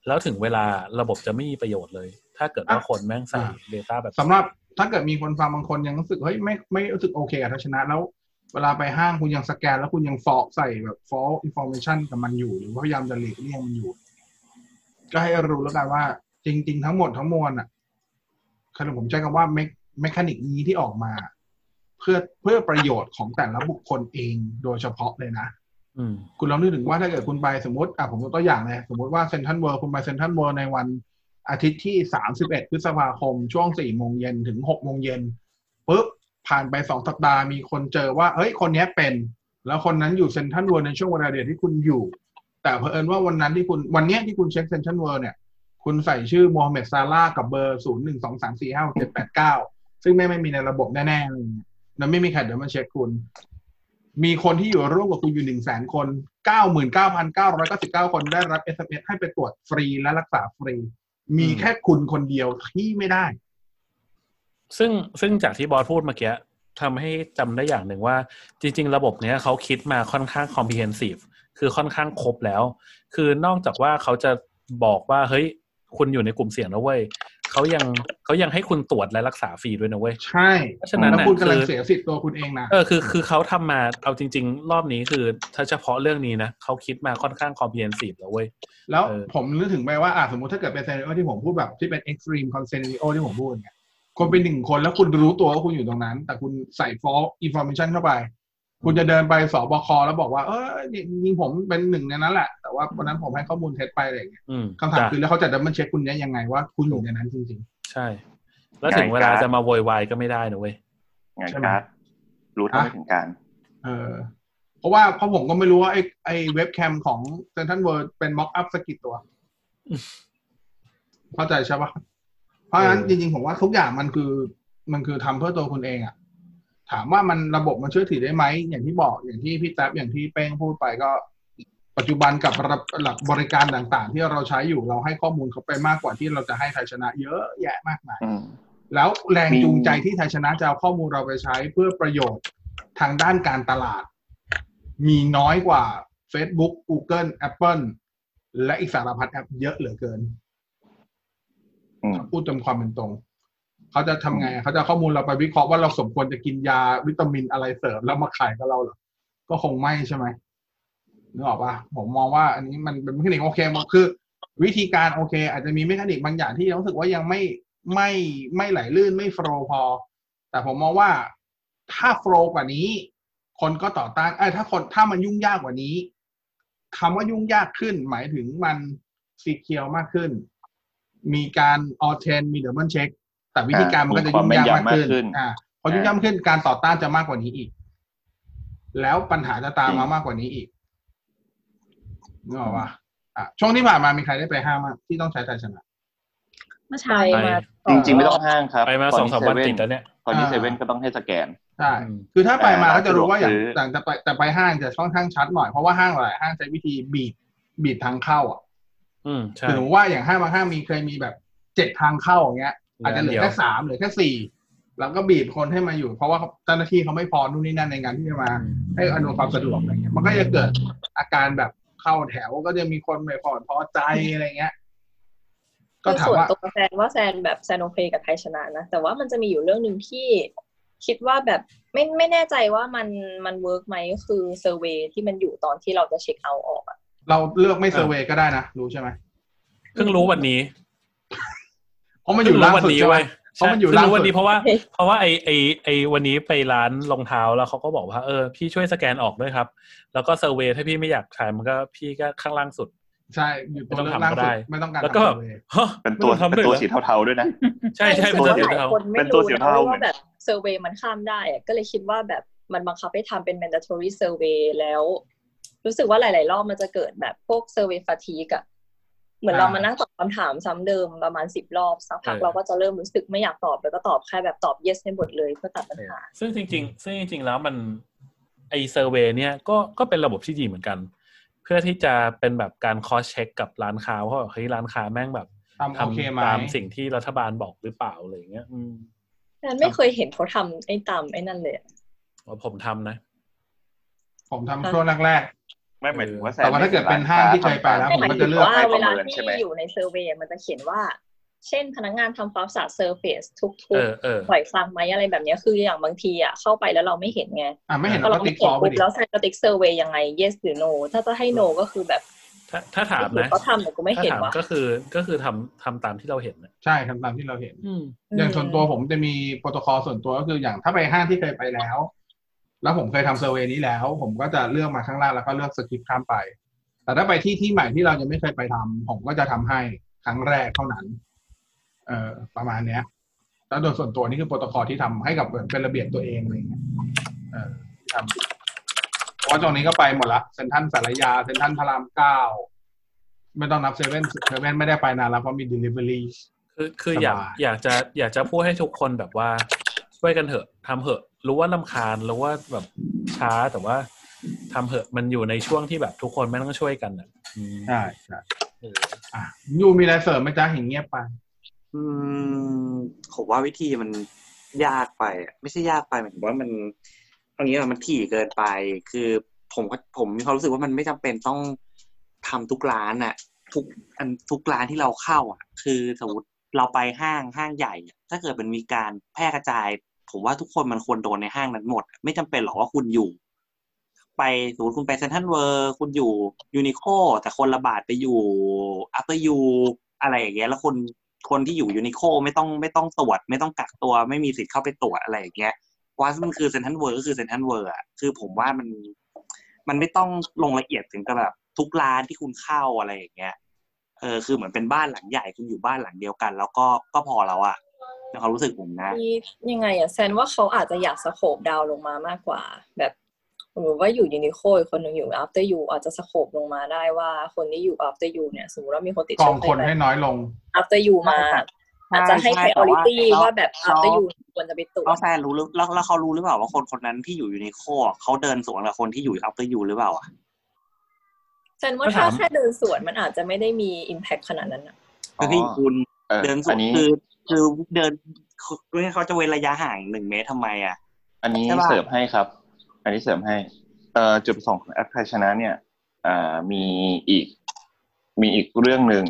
Speaker 3: แล้วถึงเวลาระบบจะไม่มีประโยชน์เลย ถ้าเกิดว่าคนแม่งใส่
Speaker 1: อ่ะ
Speaker 3: Data แบบ
Speaker 1: สำหรับถ้าเกิดมีคนฟังบางคนยังรู้สึกเฮ้ยไม่ไม่รู้สึกโอเคกับทัศนะแล้ว เวลาไปห้างคุณยังสแกน แล้วคุณยังฟอกใส่แบบฟอ i n f o r m a t i o n กับมันอยู่ หรือว่าพยายามจะหลีกเลี่ยงมันอยู่ ก็ให้รู้แล้วกันว่า จริง ๆ ทั้งหมดทั้งมวลอ่ะคือผมใช้คำว่าเมคานิกนี้ที่ออกมา เพื่อเพื่อประโยชน์ของแต่ละบุคคลเองโดยเฉพาะเลยนะ
Speaker 3: อืม
Speaker 1: คุณลองนึกถึงว่าถ้าเกิดคุณไปสมมติอ่ะผมยกตัวอย่างเลยสมมติว่าเซนทันเวิร์คุณไปเซนทันเวิร์ในวันอาทิตย์ที่ 31 พฤษภาคม ช่วง 4 โมงเย็นถึง 6 โมงเย็นปุ๊บผ่านไป 2 สัปดาห์มีคนเจอว่า เฮ้ย คนเนี้ยเป็น แล้วคนนั้นอยู่เซนทันเวิร์ในช่วงเวลาเดียวที่คุณอยู่ แต่เผอิญว่าวันนั้นที่คุณวันเนี้ยที่คุณเช็คเซนทันเวิร์เนี่ย คุณใส่ชื่อโมฮัมเหม็ดซาร่าห์กับเบอร์ 0 1 2 3 4 5 7 8 9 ซึ่งไม่งไม่มีในระบบแน่ๆอะไรอย่างเลย แล้วไม่มีใครเดินมาเช็คคุณ มีคนที่อยู่ร่วมกับคุณอยู่หนึ่งแสนคนเก้าหมื่นเก้าพันเก้าร้อยเก้าสิบเก้าคนได้รับเอสเอให้ไปตรวจฟรีและรักษาฟรี มี
Speaker 3: อืม
Speaker 1: แค่คุณคนเดียวที่ไม่ได้
Speaker 3: ซึ่งซึ่งจากที่บอสพูดเมื่อกี้ทำให้จำได้อย่างหนึ่งว่า จริง ๆ ระบบเนี้ยเขาคิดมาค่อนข้าง comprehensive คือค่อนข้างครบแล้ว คือนอกจากว่าเขาจะบอกว่าเฮ้ย คุณอยู่ในกลุ่มเสี่ยงนะเว้ยเขายังเขายังให้คุณตรวจและรักษาฟรีด้วยนะเว้ย
Speaker 1: ใช่
Speaker 3: เพราะฉะนั้น
Speaker 1: แล้ว
Speaker 3: น่ะ
Speaker 1: คุณกำลัง
Speaker 3: คือ
Speaker 1: เสียสิทธิ์ตัวคุณเองนะ
Speaker 3: เออคือคือเขาทำมาเอาจริง ๆ รอบนี้คือถ้าเฉพาะเรื่องนี้นะเขาคิดมาค่อนข้าง comprehensive แล้วเว้ย
Speaker 1: แล้ว
Speaker 3: เออ
Speaker 1: ผมนึกถึงไปว่าอ่ะสมมติถ้าเกิดเป็นเซน n ิโอที่ผมพูดแบบที่เป็นเอ็กซ์ตรีมคอนเซน i ิโอที่ผมพูดเนี่ยคนเป็นหนึ่งคนแล้วคุณรู้ตัวว่าคุณอยู่ตรงนั้น แต่คุณใส่ฟอลอินฟอร์มชันเข้าไป คุณจะเดินไปสบคแล้วบอกว่าเออเนี่ยจริงๆผมเป็นหนึ่งในนั้นแหละแต่ว่าวันนั้นผมให้ข้อมูลเท็จไปอะไรอย่างเงี้ย
Speaker 3: อืม
Speaker 1: คำถาม
Speaker 3: จ้ะ
Speaker 1: คือแล้วเขาจะดับเบิลเช็คคุณเนี้ยยังไงว่าคุณอยู่ในนั้นจริง
Speaker 3: ใช่ แล้วถึงเวลาจะมาโวยวายก็ไม่ได้นะเว้ย
Speaker 4: งาน
Speaker 1: ใช่ไหม
Speaker 4: การ์ดรู้เท่าไม่
Speaker 1: ฮะ
Speaker 4: ถึงการ
Speaker 1: ๆ เออ เพราะว่าเพราะผมก็ไม่รู้ว่าไอ้ไอ้เว็บแคมของเซนทันเวิร์ดเป็นม็อกอัพสกกิดตัว เข้าใจใช่ปะเพราะฉะนั้น
Speaker 3: เออ
Speaker 1: จริงๆ ผมว่าทุกอย่างมันคือมันคือทำเพื่อตัวคุณเองอะถามว่ามันระบบมันเชื่อถือได้ไหม อย่างที่บอกอย่างที่พี่แท็บอย่างที่เป้งพูดไปก็ ปัจจุบันกับระหลักบริการต่างๆ ที่เราใช้อยู่เราให้ข้อมูลเขาไปมากกว่าที่เราจะให้ไทยชนะ เยอะแยะมากมาย
Speaker 4: อืม
Speaker 1: แล้วแรง
Speaker 4: มี
Speaker 1: จูงใจที่ไทยชนะจะเอาข้อมูลเราไปใช้เพื่อประโยชน์ทางด้านการตลาด มีน้อยกว่า Facebook Google Apple และอีกสารพัดแอปเยอะเหลือเกิน
Speaker 4: อืม
Speaker 1: พูดตามความเป็นตรง เขาจะทำไงเขาจะเอาข้อมูลเราไปวิเคราะห์ว่าเราสมควรจะกินยาวิตามินอะไรเสริมแล้วมาขายกับเราเหรอ ก็คงไม่ใช่ไหมนึกออกปะผมมองว่าอันนี้มันเป็นเมคานิกโอเคมันคือ วิธีการโอเค อาจจะมีเมคานิกบางอย่างที่รู้สึกว่ายังไม่ไม่ไม่ไหลลื่นไม่โฟลว์พอ แต่ผมมองว่าถ้าโฟลว์กว่านี้ คนก็ต่อต้านเอ้ยถ้าคนถ้ามันยุ่งยากกว่านี้คำว่ายุ่งยากขึ้น หมายถึงมันสีเคียวมากขึ้น มีการออเทนมีเดอ b เบิลเช็คแต่วิธีการมันก็จะยุ่งยากมากขึ้น
Speaker 4: มีความแม่นยำมากขึ้น
Speaker 1: อ่าพอยุ่งยากขึ้นการต่อต้านจะมากกว่านี้อีก แล้วปัญหาจะตามมามากกว่านี้อีกนึกออกปะอ่ะช่วงที่ผ่านมามีใครได้ไปห้างมางที่ต้องใช้ไทยชนะ
Speaker 2: เมื่อ
Speaker 5: ใช่
Speaker 2: เช้า
Speaker 5: มา
Speaker 4: จริงๆไม่ต้องห้างครับ
Speaker 3: ไปมา
Speaker 4: ก่น
Speaker 3: สองสามวัน
Speaker 4: ที่
Speaker 3: ติดแล้วเนี่ย
Speaker 4: ก่อนที่
Speaker 1: อ่า
Speaker 4: เซเว่นก็ต้องให้สแกน
Speaker 1: ใช่
Speaker 3: อืม
Speaker 1: คือถ้าไปมา
Speaker 4: แต่
Speaker 1: ก็จะรู้ว่าอย่าง
Speaker 4: ร้านสะดวกซื้อ
Speaker 1: ต่างแต่ไปแต่ไปห้างจะค่อนข้างชัดหน่อยเพราะว่าห้างหลายห้างใช้วิธีบีดบีดทางเข้าอ่ะ
Speaker 3: อืมใช่
Speaker 1: ถือว่าอย่างห้างบางห้างมีเคยมีแบบเจ็ดทางเข้าอย่างเงี้ย อาจจะเหลือ
Speaker 3: ดี๋ยว
Speaker 1: แค่สามเหลือแค่สี่แล้วก็บีบคนให้มาอยู่ เพราะว่าเจ้าหน้าที่เขาไม่พอนู่นนี่นั่นในงานที่จะมาให้อำนวยความสะดวกอะไรเงี้ยมันก็จะเกิดอาการแบบเข้าแถวก็จะมีคนไม่พอพอใจอะไรเงี้ย ก็ถาม
Speaker 5: ส่วน
Speaker 1: ว่า
Speaker 5: ตัวแซนว่าแซนแบบแซนโอเคกับไทยชนะนะ แต่ว่ามันจะมีอยู่เรื่องหนึ่งที่ คิดว่าแบบไม่ไม่แน่ใจว่ามันมันเวิร์กไหมก็คือเซอร์เวยที่มันอยู่ตอนที่เราจะเช็คเอาท์ออกอะ
Speaker 1: เราเลือกไม่เซอร์เวย์ก็ได้นะรู้ใช่ไหม
Speaker 3: เพิ่งรู้วันนี้
Speaker 1: เพราะมันอ
Speaker 3: เพิ่
Speaker 1: ยู่
Speaker 3: ง
Speaker 1: ล่าง
Speaker 3: รู้วั
Speaker 1: สุด
Speaker 3: นี้
Speaker 1: ใช่ไหมเพ
Speaker 3: ไว้ย
Speaker 1: ราะมันอยู่
Speaker 3: เพิ่ง
Speaker 1: ล่างสุ
Speaker 3: รู้
Speaker 1: ด
Speaker 3: วันนี้เพราะว่า เพราะว่าไอไอไอวันนี้ไปร้านรองเท้าแล้วเขาก็บอกว่าเออพี่ช่วยสแกนออกด้วยครับ แล้วก็เซอร์เวย์ถ้าพี่ไม่อยากขายมันก็พี่ก็ข้างล่างสุด
Speaker 1: ใช่อยู่ตัวเลือกล่างสุดไม่ต้องการ
Speaker 3: แล้วก็
Speaker 1: ทำ
Speaker 3: แบ
Speaker 1: เซอร์เวย์
Speaker 3: บฮะ
Speaker 4: เป็นตัว
Speaker 3: ไม่องทำ
Speaker 4: เป็น
Speaker 3: ด้วย
Speaker 4: ตัว
Speaker 3: หรอ
Speaker 4: สีเทาๆด้วยนะ
Speaker 3: ใช่ใช่
Speaker 5: แต่
Speaker 3: เป็นตัวสี
Speaker 5: ว่าหลาย
Speaker 3: เทา
Speaker 5: คน
Speaker 4: เป็
Speaker 5: ไม่
Speaker 4: นตัว
Speaker 5: รู้
Speaker 4: เสีย
Speaker 5: นะ
Speaker 4: เท่า
Speaker 5: ว่า
Speaker 4: เหมือน
Speaker 5: แบบเซอร์เวยมันข้ามได้อะก็เลยคิดว่าแบบมันบังคับให้ทำเป็น mandatory survey แล้ว รู้สึกว่าหลาย ๆ รอบมันจะเกิดแบบพวก survey fatigue อะเหมือน
Speaker 1: อ่า
Speaker 5: เรามานั่งตอบคำถามซ้ำเดิมประมาณสิบรอบสักพักเราก็จะเริ่มรู้สึกไม่อยากตอบแล้วก็ตอบแค่แบบตอบ yes ให้หมดเลยเพื่อตัดปัญหา
Speaker 3: ซึ่งจริง ๆ ซึ่งจริง ๆ แล้วมันไอเซอร์เวย์เนี่ยก็ก็เป็นระบบที่ดีเหมือนกัน เพื่อที่จะเป็นแบบการคอเช็คกับร้านค้าว่าเฮ้ยร้านค้าแม่งแบบ
Speaker 1: ทำโอเคไหม
Speaker 3: ทำตามสิ่งที่รัฐบาลบอกหรือเปล่าอะไรอย่างเงี้ยอืม
Speaker 5: แต่ไม่เคยเห็นเขาทำไอ้ตามไอ้นั่นเลยอะ
Speaker 3: ผมทำนะ
Speaker 1: ผมทำช่วงแรก
Speaker 4: ไม่หมายถึงว่าแซ
Speaker 1: แต่ว่าถ้าเกิดเป็นห้างที่เคยไปแล้ว
Speaker 5: ไม่
Speaker 1: ผม
Speaker 5: หมาย
Speaker 1: ก็
Speaker 5: ถึ
Speaker 1: จะ
Speaker 5: ง
Speaker 1: เลือก
Speaker 5: ว่าเวลา
Speaker 4: ประมิน
Speaker 5: ที่
Speaker 4: ใช่ไหม
Speaker 5: อยู่ในเซอร์เวยมันจะเขียนว่า เช่นพนักงานทำความสะอาดเซอร์เฟซทุก
Speaker 3: เออเออ
Speaker 5: ๆบ่อยครั้งไหมอะไรแบบเนี้ยคืออย่างบางทีอ่ะเข้าไปแล้วเราไม่เห็นไง
Speaker 1: ๆอ่ะไม่เห็น
Speaker 5: พอ
Speaker 1: เรา
Speaker 5: เรา
Speaker 1: ก็
Speaker 5: ไม่
Speaker 1: ติ๊กฟอลไป
Speaker 5: เห็นปุ๊บ
Speaker 1: ดิ
Speaker 5: แล้วแซนก็ติ๊กเซอร์เวยยังไง yes หรือ no ถ้าจะให้ no ก็คือแบบ
Speaker 3: ถ้าถ้าถามนะ
Speaker 5: เขาทำแต่กูไม่
Speaker 3: ถ้า
Speaker 5: เห็น
Speaker 3: ถาม
Speaker 5: ว่ะ
Speaker 3: ก็คือก็คือทำทำตามที่เราเห็นนะ
Speaker 1: ใช่ทำตามที่เราเห็น
Speaker 3: อืม
Speaker 1: อย่างส่วนตัวผมจะมีโปรโตคอลส่วนตัวก็คืออย่างถ้าไปห้างที่เคยไปแล้ว แล้วผมเคยทำเซอร์เวย์นี้แล้ว ผมก็จะเลือกมาข้างล่างแล้วก็เลือกสคริปต์ข้ามไป แต่ถ้าไปที่ที่ใหม่ที่เรายังไม่เคยไปทำผมก็จะทำให้ครั้งแรกเท่านั้น เอ่อประมาณเนี้ย แล้วโดยส่วนตัวนี่คือโปรโตคอลที่ทำให้กับเหมือนเป็นระเบียบตัวเองอะไรเงี้ยเออทำเพราะว่าตรงนี้ก็ไปหมดละเซนทรันสารยาเซนทรันพระรามเก้าไม่ต้องนับเซเว่นเซเว่นไม่ได้ไปนานแล้วเพราะมี delivery
Speaker 3: คือคืออยาก
Speaker 1: สบาย
Speaker 3: อยากจะอยากจะพูดให้ทุกคนแบบว่าช่วยกันเถอะทำเถอะ รู้ว่าลำคาญรู้ว่าแบบช้าแต่ว่าทำเถอะมันอยู่ในช่วงที่แบบทุกคนไม่ต้องช่วยกันอ่ะอืม
Speaker 1: ใช่ใช่
Speaker 3: เออ
Speaker 1: อ่ะยูมีอะไรเสริมไหมจ๊ะเห็นเงียบไป
Speaker 6: อืมผมว่าวิธีมันยากไปอะไม่ใช่ยากไปหมายถึงว่ามันเอางี้ว่ามันถี่เกินไป คือผมก็ผมมีความรู้สึกว่ามันไม่จำเป็นต้องทำทุกร้านอะทุกอันทุกร้านที่เราเข้าอะคือสมมติเราไปห้างห้างใหญ่อะถ้าเกิดมันมีการแพร่กระจาย ผมว่าทุกคนมันควรโดนในห้างนั้นหมด ไม่จำเป็นหรอกว่าคุณอยู่ ไปสมมติคุณไปเซนทันเวอร์คุณอยู่ยูนิโคแต่คนระบาดไปอยู่อัปเปอร์ยูอะไรอย่างเงี้ยแล้วคนคนที่อยู่ยูนิโคไม่ต้องไม่ต้องตรวจ ไม่ต้องกักตัวไม่มีสิทธิ์เข้าไปตรวจอะไรอย่างเงี้ยว่ามันคือเซนทันเวอร์ก็คือเซนทันเวอร์อะคือผมว่ามันมันไม่ต้องลงละเอียดถึงกับแบบทุกร้านที่คุณเข้าอะไรอย่างเงี้ยเออคือเหมือนเป็นบ้านหลังใหญ่คุณอยู่บ้านหลังเดียวกัน แล้วก็ก็พอแล้วอะในความรู้สึกผมนะ
Speaker 5: ที่ยังไงอะแซนว่าเขาอาจจะอยากสโคบดาวน์ลงมามากกว่า แบบสมมติว่าอยู่ยูนิโคอีกคนหนึ่งอยู่ after you อาจจะสโคบลงมาได้ว่าคนที่อยู่ after you เนี่ยสมมติว่ามีคนติด
Speaker 1: กอ
Speaker 5: เชื้
Speaker 1: ง
Speaker 5: อ
Speaker 1: คน
Speaker 5: ไป
Speaker 1: ให้น้อยลง
Speaker 5: after you มา อาจจะให้ priority ว่าแบบ after you ควรจะไปตรวจ
Speaker 6: แล้วแฟนรู้หรือแล้วแล้วเขารู้หรือเปล่าว่าคนคนนั้นที่อยู่อยู่ในโคอะเขาเดินสวนกับคนที่อยู่อัปเปอร์ยูหรือเปล่าอ่ะ
Speaker 5: ฉันว่าถ้าแค่เดินสวนมันอาจจะไม่ได้มี impact ขนาดนั้นอะ
Speaker 6: ก็คือคุณ
Speaker 4: เออ
Speaker 6: เดินส
Speaker 4: อั
Speaker 6: วน
Speaker 4: นนี้
Speaker 6: คือคือเดินเขาจะเว้นระยะห่างหนึ่งเมตรทำไมอ่ะ
Speaker 4: อันนี้
Speaker 6: ใช่ปะ
Speaker 4: เสริมให้ครับ อันนี้เสริมให้เอ่อจุดประสงค์ของแอปไทยชนะเนี่ยอ่ามีอีก มีอีกเรื่องหนึ่ง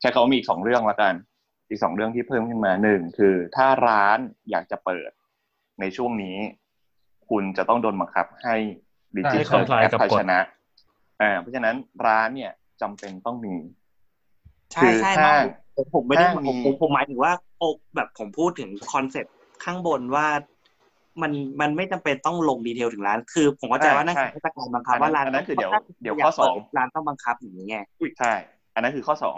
Speaker 4: ใช้คำว่ามีอีกสองเรื่องละกัน อีกสองเรื่องที่เพิ่มขึ้นมาหนึ่งคือถ้าร้านอยากจะเปิดในช่วงนี้ คุณจะต้องโดนบังคับให้ดิจิ
Speaker 1: ให้
Speaker 4: ทัล
Speaker 3: comply
Speaker 4: แอป
Speaker 3: กับ
Speaker 4: ไทย
Speaker 3: กฎ
Speaker 4: ชนะอ่าเพราะฉะนั้นร้านเนี่ยจำเป็นต้องมี
Speaker 6: ใช่
Speaker 4: คือ
Speaker 6: ใช่
Speaker 4: ห้าง
Speaker 6: ผมผมไม่ได้
Speaker 4: ห้างมี
Speaker 6: ผมผมผมหมายถึงว่าโอแบบผมพูดถึงคอนเซ็ปต์ข้างบนว่ามันมันไม่จำเป็นต้องลงดีเทลถึงร้าน คือ ผมเข้าใจว่านั่นคือเทศกาลบังคับว่าร้าน
Speaker 4: อันนั้นคือเดี๋ยวเดี๋ยว
Speaker 6: ยาก
Speaker 4: ข้อสอง
Speaker 6: เปิร้านต้องบังคับอย่างนี้ไง
Speaker 4: ใช่ อันนั้นคือข้อสอง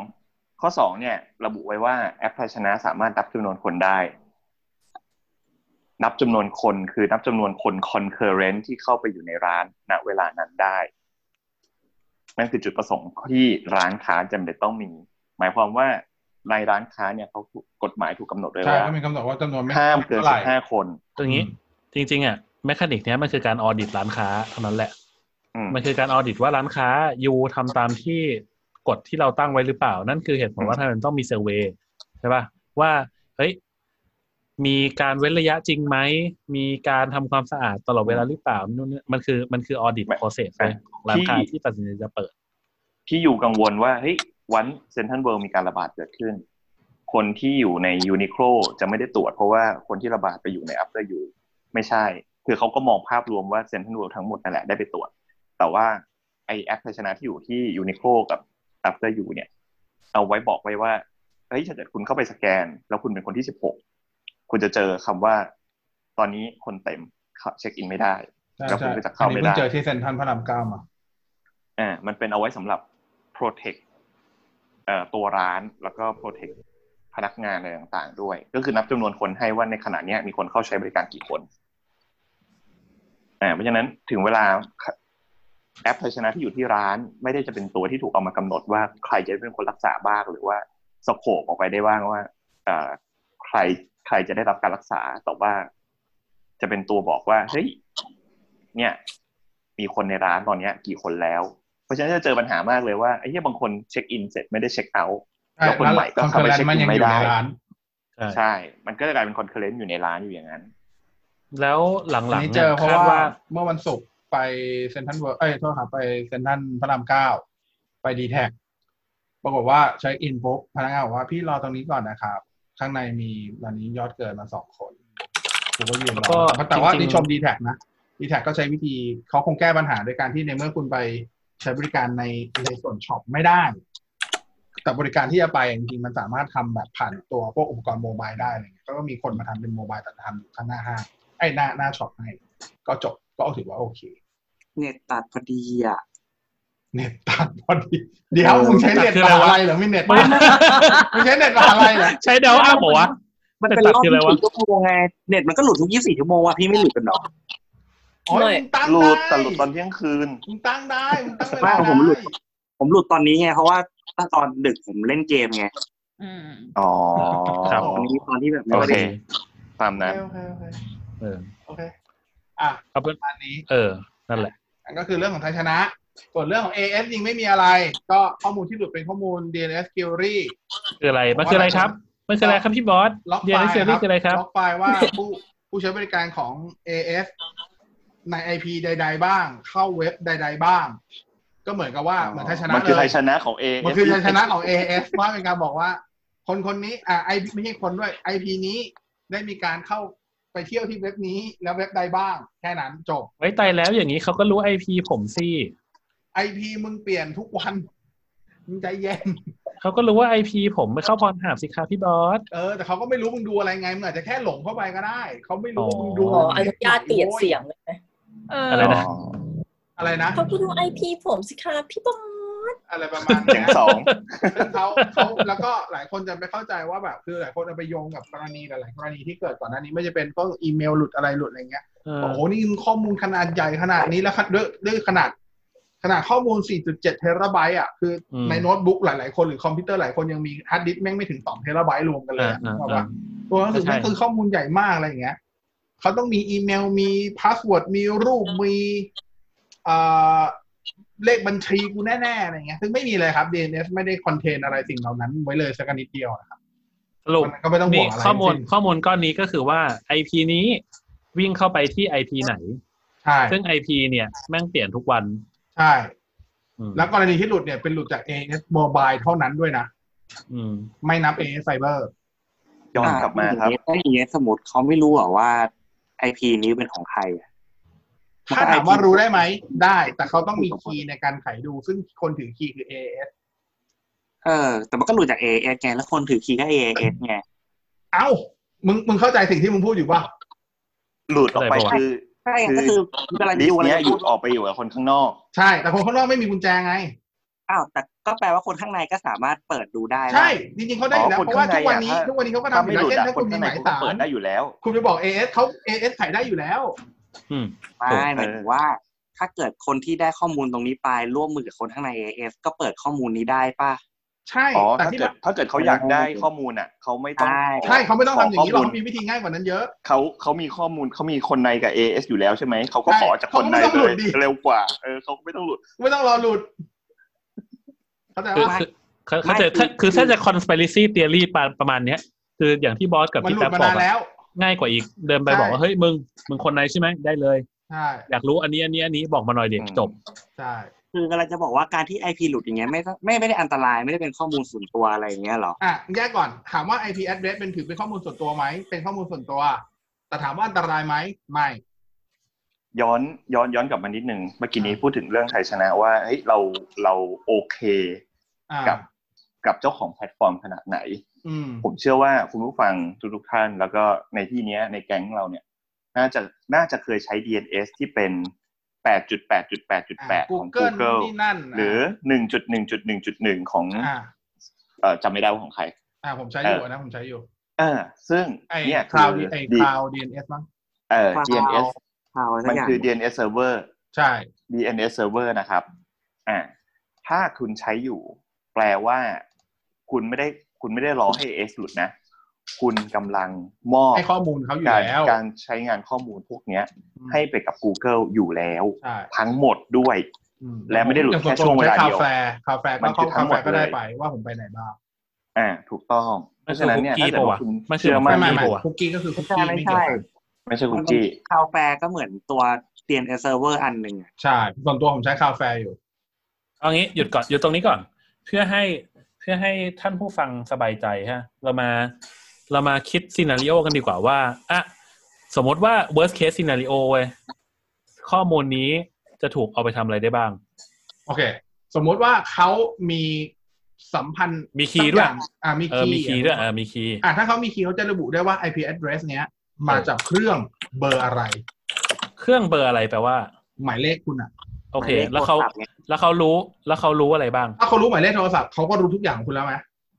Speaker 4: ข้อสองเนี่ย ระบุไว้ว่าแอปไทยชนะสามารถนับจำนวนคนได้ นับจำนวนคนคือนับจำนวนคน concurrent ที่เข้าไปอยู่ในร้านณเวลานั้นได้ นั่นคือจุดประสงค์ที่ร้านค้าจำเป็นต้องมี หมายความว่าในร้านค้าเนี่ยเขากฎหมายถูกกำหนดไว้
Speaker 1: ใช่
Speaker 4: ว่า
Speaker 1: ก็มีกำหนดว่าจำนวนไม่
Speaker 4: ห้ามเกิน
Speaker 1: ท่ไห
Speaker 4: สิ
Speaker 1: ร่
Speaker 4: บห้าคน
Speaker 3: ตรงนี้จริงๆอ่ะแมคานิกเนี้ยมันคือการออดิตร้านค้าเท่านั้นแหละ
Speaker 4: อืม
Speaker 3: มันคือการออดิตว่าร้านค้ายูทำตามที่กฎที่เราตั้งไว้หรือเปล่า นั่นคือเหตุผลว่าทำไมมันต้องมีเซอร์เวย์ใช่ป่ะว่าเฮ้ยมีการเว้นระยะจริงไหม มีการทำความสะอาดตลอดเวลาหรือเปล่านู่นนี่มันคือมันคือออดิต
Speaker 4: ไม่
Speaker 3: โปรเซสเลยของร้านค้า
Speaker 4: ที่
Speaker 3: ที่ตัดสินใจจะเปิด
Speaker 4: ที่อยู่กังวลว่าเฮ้ยวันเซนทันเวิร์มีการระบาดเกิดขึ้น คนที่อยู่ในยูนิโคลจะไม่ได้ตรวจเพราะว่าคนที่ระบาดไปอยู่ในอัพเดอร์ยูไม่ใช่ คือเขาก็มองภาพรวมว่าเซนทันเวิร์ทั้งหมดนั่นแหละได้ไปตรวจ แต่ว่าไอแอปไทยชนะที่อยู่ที่ยูนิโคลกับอัพเดอร์ยูเนี่ย เอาไว้บอกไว้ว่าเฮ้ยถ้าเกิดคุณเข้าไปสแกน แล้วคุณเป็นคนที่สิบหกคุณจะเจอคำว่า ตอนนี้คนเต็มเข้าเช็คอินไม่ได้
Speaker 1: ใช่
Speaker 4: แล้วคุ
Speaker 1: ใช่
Speaker 4: ณก็จะ
Speaker 1: อั
Speaker 4: เข้าน ไม่
Speaker 1: นี้
Speaker 4: ได้
Speaker 1: เพิ่งเจอที่เซ็นทรัลพระรามเก้ามา
Speaker 4: อ่ามันเป็นเอาไว้สำหรับ protect เอ่อตัวร้านแล้วก็ protect พนักงานอะไรต่างๆ ด้วย ก็คือนับจำนวนคนให้ว่าในขณะเนี้ยมีคนเข้าใช้บริการกี่คนอ่าเพราะฉะนั้นถึงเวลาแอปไทยชนะที่อยู่ที่ร้าน ไม่ได้จะเป็นตัวที่ถูกเอามากำหนดว่าใครจะเป็นคนรักษาบ้างหรือว่าสโคปออกไปได้บ้างว่าเอ่อใครใครจะได้รับการรักษาแต่ว่า จะเป็นตัวบอกว่าเฮ้ยเนี่ย มีคนในร้านตอนเนี้ย กี่คนแล้ว เพราะฉะนั้นจะเจอปัญหามากเลยว่าไอ้เหี้ยบางคนเช็คอินเสร็จไม่ได้เช็คเอาท์
Speaker 1: ใช่
Speaker 4: แล้วคนใหม่ก็เข้าไปเช็ค
Speaker 1: มั
Speaker 4: อิ
Speaker 1: น
Speaker 4: น
Speaker 1: ยัง
Speaker 4: ไม่
Speaker 1: อยู่
Speaker 4: ได้
Speaker 1: ในร้าน
Speaker 3: ใช่
Speaker 4: ใช่ มันก็จะกลายเป็นคอนเคอเรนต์อยู่ในร้านอยู่อย่างนั้น
Speaker 3: แล้วห
Speaker 1: อั
Speaker 3: ลั
Speaker 1: น
Speaker 3: ง
Speaker 1: นี้
Speaker 3: ๆ
Speaker 1: เจ
Speaker 3: เนี่ย
Speaker 1: อเพราะ
Speaker 3: คาด
Speaker 1: ว่า
Speaker 3: ว่า
Speaker 1: เมื่อวันศุกร์ไปเซ็นทรัลเวิร์เอ้ยโทษครับไปเซ็นทรัลพระรามเก้าไปดีแท็กปรากฏว่าเช็คอินปุ๊บพนักงานบอกว่าพี่รอตรงนี้ก่อนนะครับ ข้างในมีตอนนี้ยอดเกินมาสองคนผมก็ยืนรอแต่ว่าที่ชมดีแท็กนะดีแท็กก็ใช้วิธีเขาคงแก้ปัญหาโดยการที่ในเมื่อคุณไปใช้บริการในในส่วนช็อปไม่ได้ แต่บริการที่จะไปจริงๆมันสามารถทำแบบผ่านตัวพวกอุปกรณ์โมบายได้อะไรเงี้ยก็มีคนมาทำเป็นโมบายแต่ทำอยู่ข้างหน้าห้าง ไอ้หน้าหน้าช็อปให้ ก็จบก็ถือว่าโอเค
Speaker 6: เน็ตตัดพอดีอ่ะ
Speaker 1: เน็ตตัดพอดี เดี๋ยวมึงใช้เน็ตมหาลัยเหรอไม่เน็ต
Speaker 3: ไม่ไม่
Speaker 1: มึงใช้เน็ตมหาลัยเหรอ
Speaker 3: ใช้เดาอ้างบอกว่า
Speaker 6: มันเป็นรอบ
Speaker 3: เน็ตตัดคืออะไรวะ
Speaker 6: 24ชั่วโมงไงเน็ตมันก็หลุดทุก 24 ชั่วโมงอ่ะพี่ไม่หลุดกันหรอก
Speaker 1: โอ้ยมึงตั้ง
Speaker 4: รู
Speaker 1: ได้
Speaker 4: ดตลุดตอนเที่ยงคืน
Speaker 1: มึงตั้งได้มึงตั้งเวลา
Speaker 6: ไม่
Speaker 1: ได้
Speaker 6: ผมหลุด ผมหลุดตอนนี้ไงเพราะว่าตอนดึกผมเล่นเกมไง
Speaker 2: อืม
Speaker 4: อ๋อ
Speaker 3: ครับ
Speaker 6: ตอนนี้ตอนที่แบบไม่
Speaker 4: โอ
Speaker 6: ได้
Speaker 4: เค
Speaker 6: เล่น
Speaker 4: ตามนั้น
Speaker 1: โอเคโอเค
Speaker 3: เออ
Speaker 1: โอเคอ่ะ
Speaker 3: เอาเป็น
Speaker 1: อันนี้
Speaker 3: เออ นั่นแหละ
Speaker 1: อันก็คือเรื่องของไทยชนะ ส่วนเรื่องของ AS ยิงไม่มีอะไร ก็ข้อมูลที่หลุดเป็นข้อมูล DNS query
Speaker 3: คืออะไร มันคืออะไรครับ มันคืออะไรครับพี่บอส
Speaker 1: ล็อก
Speaker 3: เดีย
Speaker 1: ไฟ
Speaker 3: น
Speaker 1: ล์
Speaker 3: เซอรี่คืออะไรครับ
Speaker 1: ล็อกไฟล์ว่าผู้ผู้ใช้บริการของ AF ใน IP ใด ๆ บ้าง เข้าเว็บใด ๆ บ้าง ก็เหมือนกับว่าเหมือนไทยชนะ
Speaker 4: มันคือ
Speaker 1: เล
Speaker 4: ไท
Speaker 1: ย
Speaker 4: ยชนะของเอ
Speaker 1: มันคือไทยชนะของ AF ว่าเป็นการบอกว่า คนคนนี้อ่าไอไม่ใช่คนด้วย IP นี้ได้มีการเข้าไปเที่ยวที่เว็บนี้แล้วเว็บใดบ้าง แค่นั้นจบ
Speaker 3: ไว้ตายแล้วอย่างนี้เขาก็รู้ไอพีผมสิ
Speaker 1: IP มึงเปลี่ยนทุกวันมึงใจเย็น
Speaker 3: เขาก็รู้ว่าไอพีผมไม่เข้าพรหาบสิครับพี่บอส
Speaker 1: เออแต่เขาก็ไม่รู้มึงดูอะไรไงมึงอาจจะแค่หลงเข้าไปก็ได้เขาไม่รู้ว่ามึงดู
Speaker 5: อ๋ออนุญาตเปลี่ยนเสียงเลยไหม
Speaker 2: เออ
Speaker 3: อะไรนะ
Speaker 1: อะไรนะ
Speaker 5: เขาพูดว่าไอพีผมสิคะพี่บอส
Speaker 1: อะไรประมาณ
Speaker 4: อ
Speaker 1: เนี้
Speaker 4: ย่าย งสอง
Speaker 1: ซึ่งเขาเขาแล้วก็หลายคนจะไปเข้าใจว่าแบบคือหลายคนเอาไปโยงกับกรณีหลายๆกรณีที่เกิดก่อนหน้านี้ไม่จะเป็นก็อีเมลหลุดอะไรหลุดอะไรเงี้ย
Speaker 3: เออ
Speaker 1: โอ้โหนี่ข้อมูลขนาดใหญ่ขนาดนี้แล้วด้วยด้วยขนาด ขนาดข้อมูล 4.7 เทราไบต์อ่ะคืออ
Speaker 3: ม
Speaker 1: ในโน้ตบุ๊กหลายๆคนหรือคอมพิวเตอร์หลายคนยังมีฮาร์ดดิสก์แม่งไม่ถึง 2 เทราไบต์รวมกันเลย
Speaker 3: อ่า
Speaker 1: อะ
Speaker 3: อ่า
Speaker 1: บอก
Speaker 3: อ่า
Speaker 1: ว่าตัวหนังสือ
Speaker 3: ใช่
Speaker 1: แม่งคือข้อมูลใหญ่มากอะไรอย่างเงี้ยเขาต้องมีอีเมลมีพาสเวิร์ดมีรูปมีเอ่อเลขบัญชีกูแน่ๆอะไรเงี้ยซึ่งไม่มีเลยครับ DNS ไม่ได้คอนเทนอะไรสิ่งเหล่านั้นไว้เลยสักนิดเดียวนะครับ
Speaker 3: สรุป
Speaker 1: มันก็ไม่ต้องห่
Speaker 3: นี่
Speaker 1: วงอะไร
Speaker 3: ข้อมูล
Speaker 1: จริง
Speaker 3: ข้อมูลก้อนนี้ก็คือว่าไอพีนี้วิ่งเข้าไปที่ไอพีไหน
Speaker 1: ใช่
Speaker 3: ซึ่งไอพีเนี่ยแม่งเปลี่ยนทุกวัน
Speaker 1: ใช่
Speaker 3: อืม
Speaker 1: แล้วกรณีที่หลุดเนี่ยเป็นหลุดจาก AS Mobile เท่านั้นด้วยนะ
Speaker 3: อืม
Speaker 1: ไม่นับ AS Fiber
Speaker 4: ย้อนกลับมาครับ
Speaker 6: ไอ้อย่างเงี้ยสมมติเขาไม่รู้หรอว่าไอพีนี้เป็นของใครอะ
Speaker 1: ถ้าถามว่ารู้ได้ไหมได้ แต่เขาต้องมีคีย์ในการไขดู ซึ่งคนถือคีย์คือ AS
Speaker 6: เออ แต่มันก็หลุดจากเอเอสไงแล้วคนถือคีย์ก็เอเอสไง
Speaker 1: เอ้า มึงมึงเข้าใจสิ่งที่มึงพูดอยู่ป่ะ
Speaker 4: หลุดออกไป
Speaker 3: อะไรวะ
Speaker 4: คือ
Speaker 6: ใช่ก็คือมันกำลัง
Speaker 4: ลิสต์เนี้ย
Speaker 6: จะ
Speaker 4: หยุดออกไปอยู่กับคนข้างนอก
Speaker 1: ใช่ แต่คนข้างนอกไม่มีกุญแจไง
Speaker 6: อ้าวแต่ก็แปลว่าคนข้างในก็สามารถเปิดดูได้
Speaker 1: ใช่
Speaker 6: ว่า
Speaker 1: จริงๆเขาได้อยู่แล้ว
Speaker 4: อ๋อ
Speaker 1: เพราะว่า
Speaker 4: ค
Speaker 1: ทุ
Speaker 4: น
Speaker 1: ก
Speaker 4: ข้างใน
Speaker 1: วันนี้
Speaker 4: อะ
Speaker 1: ทุกวันนี้เขาก็
Speaker 4: ถ้า
Speaker 1: ทำอ
Speaker 4: ไม่
Speaker 1: ยู่แล้ว
Speaker 4: ดู
Speaker 1: เช่น
Speaker 4: ดะ
Speaker 1: ถ้า
Speaker 4: ค
Speaker 1: คุ
Speaker 4: น
Speaker 1: ณมี
Speaker 4: ข้า
Speaker 1: หมาย
Speaker 4: งในคุณก็
Speaker 1: สาร
Speaker 4: เปิดได้อยู่แล้ว
Speaker 1: คุณไปบอกเอเอสเขาเอเอสขายได้อยู่แล้ว
Speaker 3: อืม
Speaker 6: ไม่
Speaker 4: เออ
Speaker 6: หมายถึงว่าถ้าเกิดคนที่ได้ข้อมูลตรงนี้ไปร่วมมือกับคนข้างใน AF ก็เปิดข้อมูลนี้ได้ป่ะ
Speaker 1: ใช่
Speaker 4: อ๋อ
Speaker 1: แต่
Speaker 4: ถ้า
Speaker 1: ที่
Speaker 4: เกิดถ้าเกิดเขาอยากได้ข้อมูลอ่ะเขาไม่ต้อง
Speaker 6: ใช่
Speaker 1: ใช่เขาไม่ต้องทำอย่างนี้หรอก
Speaker 4: ข
Speaker 1: เขามีวิธีง่ายกว่านั้นเยอะ
Speaker 4: เขาเขามีข้อมูลเขามีคนในกับ AS อยู่แล้วใช่ไหมเขาก็
Speaker 1: ใช่
Speaker 4: ขอจากคนใน
Speaker 1: เขาก็ไม่ต้อง
Speaker 4: เล
Speaker 1: หลุ
Speaker 4: ย
Speaker 1: ดดิ
Speaker 4: เร็วกว่าเออเขาก็ไม่ต้องหลุด
Speaker 1: ไม่ต้องรอหลุดเข้าใจ
Speaker 3: คือ
Speaker 1: ว่า
Speaker 3: คือเขาเข้าใจถ้าคือถ้าจะ conspiracy theory ประประมาณเนี้ย คืออย่างที่บอสกับ
Speaker 1: มัน
Speaker 3: พี่
Speaker 1: หลุด
Speaker 3: แท็บบอน
Speaker 1: มาาก น
Speaker 3: อะ
Speaker 1: แล้ว
Speaker 3: ง่ายกว่าอีก เดินไป
Speaker 1: ใช่
Speaker 3: บอกว่าเฮ้ยมึงมึงคนไหนใช่ไหมได้เลย
Speaker 1: ใช่
Speaker 3: อยากรู้อันนี้อันนี้อันนี้บอกมาหน่อยเด็ก
Speaker 4: อืม
Speaker 3: จบ
Speaker 1: ใช่
Speaker 6: คือกำลังจะบอกว่าการที่ IP หลุดอย่างเงี้ยไม่ต้องไม่ไม่ได้อันตรายไม่ได้เป็นข้อมูลส่วนตัวอะไรอย่างเงี้ยหรอ
Speaker 1: อ่ะแยกก่อน ถามว่า IP address เป็นถือเป็นข้อมูลส่วนตัวไหมเป็นข้อมูลส่วนตัว แต่ถามว่าอันตรายไหมไม่
Speaker 4: ย้อนย้อนย้อนกลับมานิดนึงเมื่อกี้นี้พูดถึงเรื่องไทยชนะว่าเฮ้ยเราเราโอเค
Speaker 1: อ่า
Speaker 4: กับกับเจ้าของแพลตฟอร์มขนาดไหน
Speaker 1: อืม
Speaker 4: ผมเชื่อว่าคุณผู้ฟังทุกๆท่าน แล้วก็ในที่เนี้ยในแก๊งเราเนี่ย น่าจะน่าจะเคยใช้ DNS ที่เป็น
Speaker 1: อ่า
Speaker 4: 8.8.8.8 ของ
Speaker 1: Google
Speaker 4: Google
Speaker 1: นี่นั่น
Speaker 4: หรือ 1.1.1.1 ของ
Speaker 1: อ่า
Speaker 4: เอ่อจำไม่ได้ว่าของใคร
Speaker 1: อ่าผมใช้อยู่นะผมใช้อยู่
Speaker 4: เออ ซึ่ง
Speaker 1: ไอ้
Speaker 4: เนี่ย
Speaker 1: คลาว
Speaker 4: คือ
Speaker 1: ไอ้
Speaker 4: ดี
Speaker 1: คลาวดีเอ็นเอสมั้ง
Speaker 4: เอ่อ DNS
Speaker 6: ข่าวอะไรสั
Speaker 4: มั
Speaker 6: ก
Speaker 4: น
Speaker 6: อย่าง
Speaker 4: คือ DNS server
Speaker 1: ใช่
Speaker 4: DNS server นะครับ อ่า ถ้าคุณใช้อยู่ แปลว่า คุณไม่ได้ คุณไม่ได้รอให้ AS หลุดนะ คุณกำลังมอบ
Speaker 1: ให้ข้อมูลเขาอยู่
Speaker 4: การ
Speaker 1: แล้ว
Speaker 4: การใช้งานข้อมูลพวกเนี้ย
Speaker 1: อืม
Speaker 4: ให้ไปกับ Google อยู่แล้ว
Speaker 1: ใช่
Speaker 4: ทั้งหมดด้วย
Speaker 1: อืม
Speaker 4: และไม่ได้หลุดแค่
Speaker 1: อย่
Speaker 4: ช่วงเวลาเดีย
Speaker 1: ผ
Speaker 4: ว
Speaker 1: มใช้คาแฟคาแฟ
Speaker 4: มั
Speaker 1: ก็
Speaker 4: นคื
Speaker 1: เข้า
Speaker 4: อ
Speaker 1: คา
Speaker 4: ทั้
Speaker 1: ง
Speaker 4: ห
Speaker 1: แฟ
Speaker 4: มดเลย
Speaker 1: ก็ได้ไปว่าผมไปไหนบ้าง
Speaker 4: อ่า ถูกต้อง เพราะฉะนั้นเนี่ย
Speaker 3: มันคือ
Speaker 4: ถ้าเกิด
Speaker 3: cookie
Speaker 4: ว่า
Speaker 3: ปะวะ
Speaker 4: คุณเชื่อ
Speaker 1: ไม่
Speaker 4: มั่น
Speaker 1: ไม่ไม่
Speaker 3: ไม่ถูกอะ
Speaker 1: คุกกี้ก็คือคุก
Speaker 6: ใช่
Speaker 1: กี้
Speaker 6: ไม่
Speaker 1: ไม่เกี่ย
Speaker 6: ใช่
Speaker 1: วกัน
Speaker 4: ไม่ใช่คุ
Speaker 6: มัน
Speaker 4: ก
Speaker 6: เป็น
Speaker 4: กี้
Speaker 6: ข่าวแฟร์ก็เหมือนตัว DNS server อันหนึ่งอะ
Speaker 1: ใช่ส่วนตัวผมใช้คาแฟอยู่
Speaker 3: เอางี้หยุดก่อนหยุดตรงนี้ก่อน เพื่อให้เพื่อให้ท่านผู้ฟังสบายใจฮะ เรามาเรามาคิดซีนารีโอกันดีกว่าว่าอ่ะสมมติว่า worst case scenario เว้ยข้อมูลนี้จะถูกเอาไปทำอะไรได้บ้าง
Speaker 1: โอเค สมมุติว่าเขามีสัมพันธ์
Speaker 3: มีคีย์ด้วย
Speaker 1: สักอางอ่ามี
Speaker 3: เออ
Speaker 1: คีย์
Speaker 3: มีคีย์ด้วยเออมีคีย์
Speaker 1: อ่าถ้าเขามีคีย์เขาจะระบุได้ว่า IP address เนี้ย มาจากเครื่องเบอร์อะไร
Speaker 3: เครื่องเบอร์อะไรแปลว่า
Speaker 1: หมายเลขคุณอ่ะ
Speaker 3: โอเค
Speaker 6: หมยข
Speaker 3: แล้วเขา
Speaker 6: โทรศัพท์ไง
Speaker 3: แล้วเขารู้แล้วเขารู้อะไรบ้าง
Speaker 1: ถ้าเขารู้หมายเลขโทรศัพท์เขาก็รู้ทุกอย่างของคุณแล้วไหม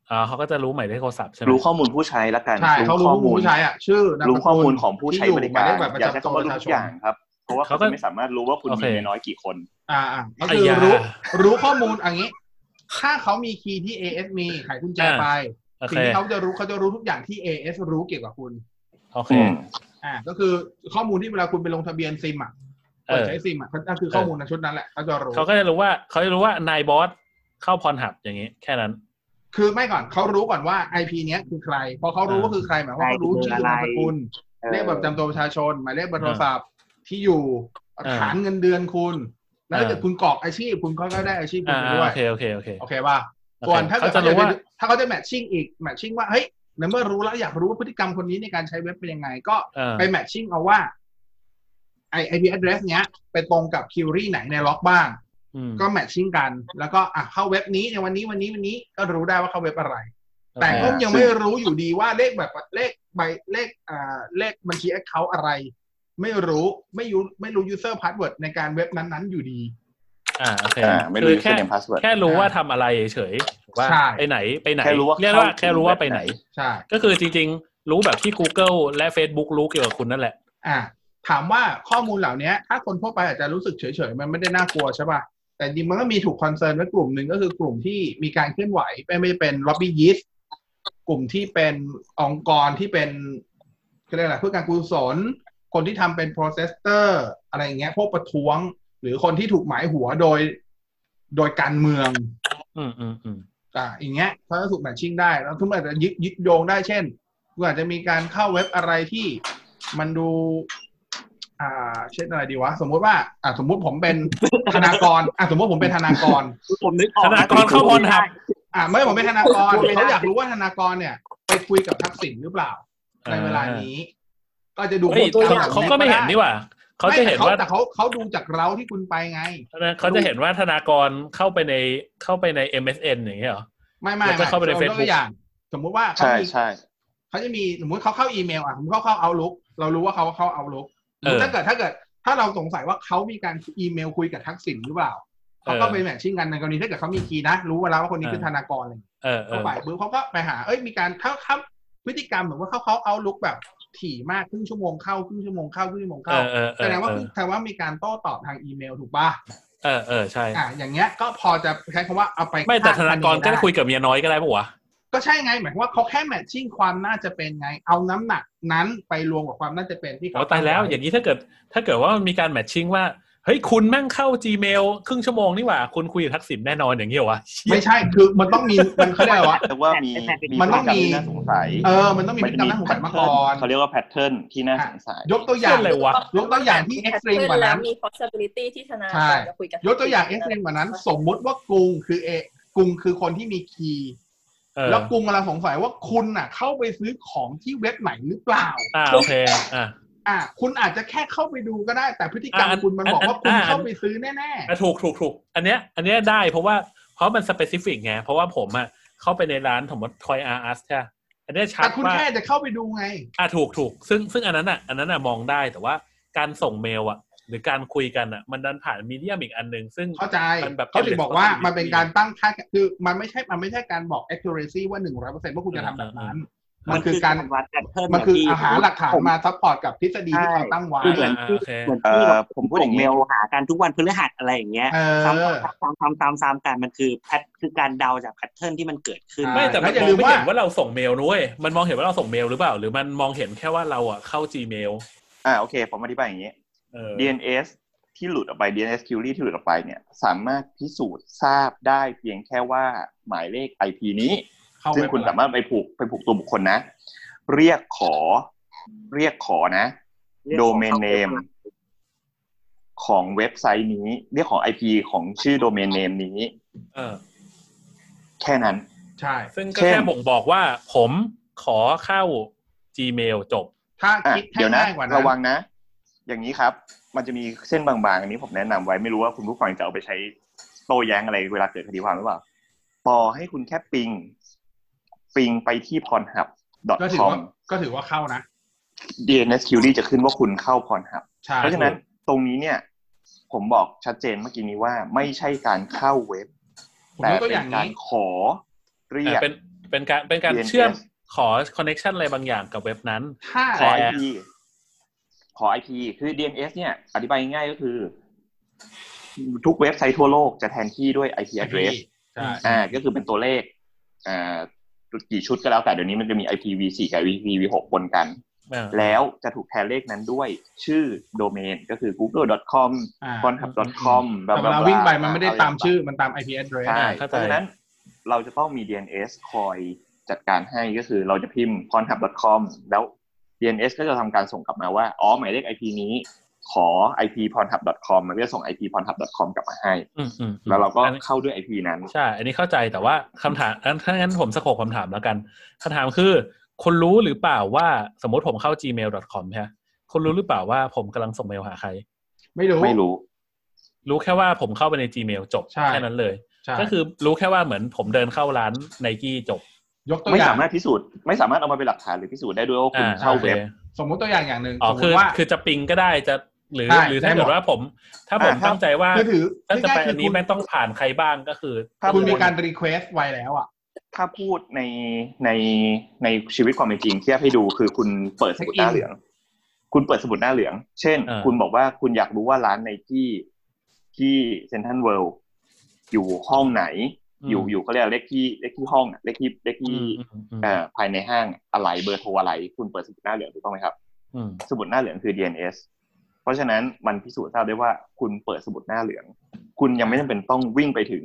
Speaker 3: อ่าเขาก็จะรู้หมายเลขโทรศัพท์ใช่ไหม
Speaker 4: รู้ข้อมูลผู้ใช้ละกัน
Speaker 1: ใช่เขารู้ผู้ใช้อ่ะ ชื่อนามสกุล
Speaker 4: รู้ข้อมูลของผู้ใช้
Speaker 1: ที่ยู่
Speaker 4: บริการ
Speaker 1: หมเลขบัตประ
Speaker 4: อย่าใช้
Speaker 1: จำตัวป
Speaker 4: คำว่า
Speaker 1: ระชาช
Speaker 4: รู้ทุกอย่าง
Speaker 1: น
Speaker 4: ครับ เพราะว่าเขาจะไม่สามารถรู้ว่าคุณมีน้อยกี่คน
Speaker 1: อ่าอ่าก็คือย
Speaker 3: ไอ้า
Speaker 1: รู้รู้ข้อมูลอันนี้ ถ้าเขามีคีย์ที่ AS มีไขกุญแจ
Speaker 3: อ่า
Speaker 1: ไป
Speaker 3: โอ
Speaker 1: สิ่ง
Speaker 3: เค
Speaker 1: ที่เขาจะรู้เขาจะรู้ทุกอย่างที่ AS รู้เกี่ยวกับคุณ
Speaker 3: โอเค
Speaker 1: อ่า ก็คือข้อมูลที่เวลาคุณไปลงทะเบียนซิมอ่ะ
Speaker 3: เอ
Speaker 1: เปิด
Speaker 3: อ
Speaker 1: ใช้ซิมอ่ะก็ก็คือข้อมูลในชุดนั้นแหละเขาจะรู้
Speaker 3: เขาก็จะรู้ว่าเขาจะรู้ว่านายบอสเข้าพรหับอย่างนี้ แค่นั้น
Speaker 1: คือไม่ก่อนเขารู้ก่อนว่า IP เนี้ยคือใคร พอเขารู้
Speaker 3: เออ
Speaker 1: ว่าคือใครหมายความว่าเขารู้ชื่อนามสกุลเลขบัตรประจำตัวประชาชน หมายเลขเบอร์โทรศัพท์ที่อยู่ฐานเงินเดือนคุณ แล้วถ้าเกิดคุณกรอกอาชีพคุณเขาก็ได้อาชีพคุณ
Speaker 3: อ่า
Speaker 1: ไป
Speaker 3: อ่า
Speaker 1: ด้ว
Speaker 3: โอย เคโอเคโอเค
Speaker 1: โอเคป่ะส่วนถ้าเกิด
Speaker 3: เขาจะรู้ว่า
Speaker 1: ถ้าเขาจะแมทชิ่งอีกแมทชิ่งว่าเฮ้ยในเมื่อรู้แล้วอยากรู้ว่าพฤติกรรมคนนี้ในการใช้เว็บเป็นยังไง ก็
Speaker 3: เออ
Speaker 1: ไปแมทชิ่งเอาว่าไอ IP address เนี้ย ไปตรงกับคิวรี่ไหนในล็อกบ้าง
Speaker 3: อืม
Speaker 1: ก็แมทชิ่งกัน แล้วก็อ่ะเข้าเว็บนี้ในวันนี้วันนี้วันนี้ก็รู้ได้ว่าเข้าเว็บอะไร
Speaker 3: โอเค
Speaker 1: แต่ก็ยัง
Speaker 4: ซึ่
Speaker 1: ไม่
Speaker 4: ง
Speaker 1: รู้อยู่ดีว่าเลขแบบเลขใบเลขอ่าเลขบัญชีแอคเคาท์อะไร ไม่รู้ไม่รู้ไม่รู้ user password ในการเว็บนั้นๆอยู่ดี
Speaker 3: อ่าโอเค
Speaker 4: อ่าไม่รู้
Speaker 3: คือ
Speaker 4: ยูเซ
Speaker 3: แค่
Speaker 4: อร์เนมพาสเวิร์ด
Speaker 3: แค่รู้ว่าทำอะไรเฉยๆว่า
Speaker 1: ใช่
Speaker 3: ไปไหนไปไหน
Speaker 4: แค่รู้ว่า
Speaker 3: เรียกว่า
Speaker 4: เข้า
Speaker 3: แค่รู้ว่าไปไหน
Speaker 1: ใช่
Speaker 3: ก็คือจริง ๆ รู้แบบที่ Google และ Facebook รู้เกี่ยวกับคุณนั่นแหละ
Speaker 1: อ่ะถามว่าข้อมูลเหล่านี้ถ้าคนทั่วไปอาจจะรู้สึกเฉยๆ มันไม่ได้น่ากลัวใช่ป่ะ แต่จริงมันก็มีถูกคอนเซิร์นไว้กลุ่มหนึ่งก็คือกลุ่มที่มีการเคลื่อนไหวไม่ไม่เป็นล็อบบี้ยิสกลุ่มที่เป็นองค์กรที่เป็นเขาเรียกอะไรเพื่อการกุศลคนที่ทำเป็น processor อะไรอย่างเงี้ยพวกประท้วง หรือคนที่ถูกหมายหัวโดยโดยการเมือง
Speaker 3: อืมอืมอืม
Speaker 1: อ่าอย่างเงี้ยเขาจะถูกแมทชิ่งได้ แล้วทุกคนอาจจะยึดยึดโยงได้เช่นคุณอาจจะมีการเข้าเว็บอะไรที่มันดู อ่า เช่นอะไรดีวะ สมมุติว่า อ่าสมมุติผม เป็นธนากร อ่าสมมุติผมเป็นธนากร
Speaker 6: ผมนึกออ
Speaker 3: ธ
Speaker 6: ก
Speaker 3: นากรเข้าพรหับ
Speaker 1: อ่าเมื่อผมเป็นธนาก รเขาอยากรู้ว่าธนากรเนี่ย ไปคุยกับทักษิณหรือเปล่า ในเวลานี้ ก็จะดู
Speaker 3: เฮ้ย
Speaker 1: พฤติรร
Speaker 3: เขาเขาก็ไม่เห็นนี่หว่าเขาจะเห็น
Speaker 1: ไม่แต่
Speaker 3: ว่า
Speaker 1: แต่เขาเขาดูจากเราที่คุณไปไง
Speaker 3: เขาจะเห็นว่าธนากรเข้าไปในเข้าไปใน MSN อย่างเงี้ยเหรอ
Speaker 1: ไม่ไม่
Speaker 3: แล้วก็เข้าไปใน
Speaker 1: ยก
Speaker 3: Facebook
Speaker 1: ตัวอย่าง สมมุติว่าเขา
Speaker 4: ใช่
Speaker 1: มี
Speaker 4: ใช่
Speaker 1: เขาจะมีสมมติเขาเข้าอีเมลอ่ะสมมติเขาเข้าเอาลุกเรารู้ว่าเขาเข้าเอาลุก
Speaker 3: เออ
Speaker 1: ถ้าเกิดถ้าเกิด ถ้าเราสงสัยว่าเขามีการอีเมลคุยกับทักษิณหรือเปล่า เขาก็ไปแมทชิ่งกันในกรณีถ้าเกิดเขามีคีย์นะ รู้เวลาว่าคนนี้คือธนากรอะไรอย่างเงี้ย
Speaker 3: เออเอ
Speaker 1: เขา
Speaker 3: อ
Speaker 1: ไปปุ๊บเขาก็ไปหาเอ้ยมีการเข้าครับพฤติกรรมเหมือนว่าเขาเขาเอาลุกแบบถี่มากครึ่งชั่วโมงเข้าครึ่งชั่วโมงเข้าครึ่งชั่วโมง
Speaker 3: เอ
Speaker 1: เข้า
Speaker 3: อเออเออ
Speaker 1: แสดงว่าแสดงว่ามีการโต้ตอบทางอีเมลถูกป่ะ
Speaker 3: เออเออใช่
Speaker 1: อ่ะอย่างเงี้ยก็พอจะใช้คำว่าเอาไป
Speaker 3: ไม่แต่
Speaker 1: คด
Speaker 3: ธนากรก็
Speaker 1: ได้
Speaker 3: คุยกับเมียน้อยก็ได้ปะวะ
Speaker 1: ก็ใช่ไงหมายความว่าเขาแค่แมทชิ่งความน่าจะเป็นไง เอาน้ำหนักนั้นไปรวมกับความน่าจะเป็นที่
Speaker 3: อ๋
Speaker 1: เขา
Speaker 3: อตายแล้ว
Speaker 1: ทำไ
Speaker 3: อย่างนี้ถ้าเกิด ถ้าเกิดว่ามันมีการแมทชิ่งว่าเฮ้ยคุณแม่งเข้า Gmail ครึ่งชั่วโมงนี่หว่า คุณคุยกับทักษิณแน่นอนอย่างเงี้ยวะเชี่ย
Speaker 1: ไม่ใช่คือมันต้องมีมันเขาเรียกอะไรวะ
Speaker 4: แต่ว่ามี
Speaker 1: มันต้องมี
Speaker 4: พฤติกรรที่น่าสงสัย
Speaker 1: เออ มันต้องมีพฤติกรรมน่าสงสัยมาก่อน
Speaker 4: เขาเรียกว่าแพทเทิร์นที่น่าสงสัย
Speaker 1: ยกตัวอ
Speaker 3: เชี่
Speaker 1: ย่าย ง
Speaker 3: อะไรวะ
Speaker 1: ยกตัวอย่างที่
Speaker 5: มี
Speaker 1: extreme
Speaker 5: pattern
Speaker 1: กว่านั้น
Speaker 5: แล้วมี possibility ที่ธนา
Speaker 1: ใช่
Speaker 5: คารจะคุยกับ
Speaker 1: ยกตัวอย่างเอ็กซ์เรนกว่านั้น สมมุติว่ากรุงคือเอกรุงคือคนที่มีคีย์
Speaker 3: เออ
Speaker 1: แล้วกรุงกำลังสงสัยว่าคุณน่ะ เข้าไปซื้อของที่เว็บไหนหรือเปล่า
Speaker 3: อ่าโอเคอ่า
Speaker 1: อ่ะคุณอาจจะแค่เข้าไปดูก็ได้ แต่พฤติกรรม
Speaker 3: อ่ะอัน
Speaker 1: คุณมันบอกว่าคุณ
Speaker 3: อันอัน
Speaker 1: เข้าไปซื้อแน่
Speaker 3: อ่ะถูกถูกถูกอันเนี้ย อันเนี้ยได้เพราะว่าเพราะมันสเปซิฟิกไงเพราะว่าผมอ่ะเข้าไปในร้านสมมติทอยอาร์อัสใช่ปะอันเนี้ย
Speaker 1: ๆ
Speaker 3: ชัด
Speaker 1: แต่คุณ
Speaker 3: ว่า
Speaker 1: แค่จะเข้าไปดูไง
Speaker 3: อ่าถูกถูกซึ่งซึ่งอันนั้นอ่ะอันนั้นอ่ะมองได้แต่ว่าการส่งเมลอ่ะ หรือการคุยกันอ่ะ มันดันผ่านมีเดียมอีกอันหนึ่งซึ่ง
Speaker 1: เข้าใจ
Speaker 3: มันแบบ
Speaker 1: เขาถึงบอกว่า
Speaker 3: responsibility
Speaker 1: มันเป็นการตั้งค่าคือมันไม่ใช่มันไม่ใช่การบอก accuracy ว่าหนึ่งร้อยเปอร์เซ็นต์ว่าคุณจะทำแบบนั้น มันคือการ
Speaker 6: วัดแพทเทิร์น
Speaker 1: มันคือ
Speaker 6: ที่
Speaker 1: อาหารหลักฐาน
Speaker 6: ผม
Speaker 1: มาซัพพอร์ตกับทฤษฎีที่
Speaker 6: ใช่
Speaker 1: เขาตั้งไว้
Speaker 6: คือเหมือน
Speaker 3: อ่า
Speaker 6: ที่
Speaker 3: โอเค
Speaker 6: เหมือน
Speaker 4: เอ่
Speaker 6: ที่
Speaker 4: อ
Speaker 6: เรา
Speaker 4: ผมพูดอย่าง
Speaker 6: เม
Speaker 4: นี้
Speaker 6: ลหากันทุกวันพฤหัสอะไรอย่างเงี้ย
Speaker 1: เออ
Speaker 6: ซ้ำซ้ำซ้ำซ้ำซ้ำกันมันคือแพทคือการเดาจากแพทเทิร์นที่มันเกิดขึ้น
Speaker 1: อ่า
Speaker 3: ไม่แต่
Speaker 1: แล้
Speaker 3: มั
Speaker 1: วน อย่าม ลื
Speaker 3: อง
Speaker 1: ม
Speaker 3: ไม่
Speaker 1: ว่า
Speaker 3: เห็นว่าเราส่งเมลนุ้ยมันมองเห็นว่าเราส่งเมลหรือเปล่า หรือมันมองเห็นแค่ว่าเราอ่ะเข้า Gmail
Speaker 4: อ่าโอเค ผมอธิบายอย่างนี้
Speaker 3: เออ
Speaker 4: DNS ที่หลุดออกไป DNS query ที่หลุดออกไปเนี่ย สามารถพิสูจน์ทราบได้เพียงแค่ว่าหมายเลข IP นี้
Speaker 1: เข้า
Speaker 4: ซึ่งคุณสามารถไปผูกไปผูกตัวบุคคลนะ เรียกขอ เรียกขอนะ
Speaker 6: เรียกขอ
Speaker 4: โดเมนเนมของเว็บไซต์นี้ เรียกของ IP ของชื่อโดเมนเนมนี้
Speaker 3: เออ
Speaker 4: แค่นั้น
Speaker 1: ใช่
Speaker 3: ซึ่งก็
Speaker 4: เช่น
Speaker 3: แค่บ่งบอกว่าผมขอเข้า Gmail จบ
Speaker 1: ถ้า
Speaker 4: อ่ะ
Speaker 1: คิดให้
Speaker 4: เดี๋ยวนะ
Speaker 1: ง่ายกว่านั้
Speaker 4: ระวัน งนะ อย่างนี้ครับ มันจะมีเส้นบางๆ อันนี้ผมแนะนำไว้ไม่รู้ว่าคุณผู้ฟังจะเอาไปใช้โต้แย้งอะไรเวลาเกิดคดีความหรือเปล่าต่อให้คุณแค่ปิง ปิงไปที่ pornhub
Speaker 1: ก็ถือ
Speaker 4: com
Speaker 1: ว่าก็ถือว่าเข้านะ
Speaker 4: DNS query จะขึ้นว่าคุณเข้า pornhub
Speaker 1: ใช่
Speaker 4: เพราะฉะนั้นตรงนี้เนี่ย ผมบอกชัดเจนเมื่อกี้นี้ว่าไม่ใช่การเข้าเว็บ
Speaker 1: ผม
Speaker 4: แต่
Speaker 1: ยกตัวอน
Speaker 4: เป็
Speaker 1: ย่าง
Speaker 4: กา
Speaker 1: นี้
Speaker 4: รขอเรียก
Speaker 3: เป็นเป็นการเป็นการ
Speaker 4: DNS
Speaker 3: เชื่อมขอคอนเน็ชันอะไรบางอย่างกับเว็บนั้น
Speaker 1: ถ้า
Speaker 4: ขอ
Speaker 3: แต่
Speaker 4: IP ขอ IP คือ DNS เนี่ย อธิบายง่ายๆก็คือ ทุกเว็บไซต์ทั่วโลกจะแทนที่ด้วย IP address
Speaker 1: ใช่
Speaker 4: อ่า ก็คือเป็นตัวเลข อ่ากี่ชุดก็แล้วแต่เดี๋ยวนี้มันจะมี IPv4 กับ IPv6 บนกัน
Speaker 3: อ่า
Speaker 4: แล้วจะถูกแทนเลขนั้นด้วยชื่อโดเมนก็คือ google.com
Speaker 1: อ่า
Speaker 4: pornhub.com
Speaker 1: แต่เวลาวิ่งไปมันไม่ได้ตามชื่อมันตาม IP address
Speaker 4: ใช่เพราะฉะนั้นเราจะต้องมี DNS คอยจัดการให้ก็คือเราจะพิมพ์ pornhub.com แล้ว DNS ก็จะทำการส่งกลับมาว่า อ๋อ หมายเลข IP นี้ ขอ IP pornhub.com มันก็จะส่ง IP pornhub.com กลับมาให้
Speaker 3: อืมอืมอืม
Speaker 4: แล้วเราก็
Speaker 3: อันนี้
Speaker 4: เข้าด้วย IP นั้น
Speaker 3: ใช่ อันนี้เข้าใจแต่ว่าคำถามงั้นถ้างั้นผมสะโคบคำถามแล้วกันคำถามคือ คนรู้หรือเปล่าว่าสมมติผมเข้า gmail.com ใช่ไหมคนรู้หรือเปล่าว่าผมกำลังส่งเมลหาใคร
Speaker 1: ไม่รู้
Speaker 4: ไม่รู้
Speaker 3: รู้แค่ว่าผมเข้าไปใน Gmail จบ
Speaker 1: ใช่
Speaker 3: แค่นั้นเลย
Speaker 1: ใช่
Speaker 3: ก็คือรู้แค่ว่าเหมือนผมเดินเข้าร้านไนกี้จบ
Speaker 1: ยกตัว
Speaker 4: ไม่
Speaker 1: อย่า
Speaker 4: สาง มารถพิสูจน์ ไม่สามารถเอามาเป็นหลักฐานหรือพิสูจน์ได้ด้วยว่าคุณ
Speaker 3: อ่
Speaker 4: เข้า
Speaker 3: โอค
Speaker 4: เว็บ
Speaker 1: สมมุติตัวอย่างอย่างหนึ่ง
Speaker 3: อ๋อ
Speaker 1: สมม
Speaker 3: คือ
Speaker 1: ติว่า
Speaker 3: คือจะปิงก็ได้จะหรือ
Speaker 1: ใช่
Speaker 3: หรือถ้า
Speaker 1: ได้หม
Speaker 3: เกิ
Speaker 1: ด
Speaker 3: ดว่าผม ถ้าผม
Speaker 4: อ่าครับ
Speaker 3: ตั้งใจว่า
Speaker 1: คือถือ
Speaker 3: ถ้าจะไป
Speaker 1: ง่ายๆคื
Speaker 3: อันนี้
Speaker 1: คุณ
Speaker 3: แม่งต้องผ่านใครบ้างก็คือ
Speaker 4: ถ้า
Speaker 1: คุณมี
Speaker 4: พูด
Speaker 1: การรีเควสไว้แล้วอ่ะ
Speaker 4: ถ้าพูดในในในชีวิตความเป็นจริงเทียบให้ดูคือคุณเปิดสมุดหน้าเหลือง คุณเปิดสมุดหน้าเหลือง เช่น
Speaker 3: เออ
Speaker 4: คุณบอกว่าคุณอยากรู้ว่าร้านในที่ที่เซนทันเวิลด์อยู่ห้องไหน อยู่อยู่เขาเรียกอะไรเลขที่เลขที่ห้องอะเลขที่เลข
Speaker 3: อื
Speaker 4: ที่
Speaker 3: มอืมอืม
Speaker 4: เอ่อภายในห้างอะไรเบอร์โทรอะไร คุณเปิดสมุดหน้าเหลืองถูกต้องไหมครับ
Speaker 3: อืม
Speaker 4: สมุดหน้าเหลืองคือ DNS เพราะฉะนั้นมันพิสูจน์ทราบได้ว่าคุณเปิดสมุดหน้าเหลือง คุณยังไม่จำเป็นต้องวิ่งไปถึง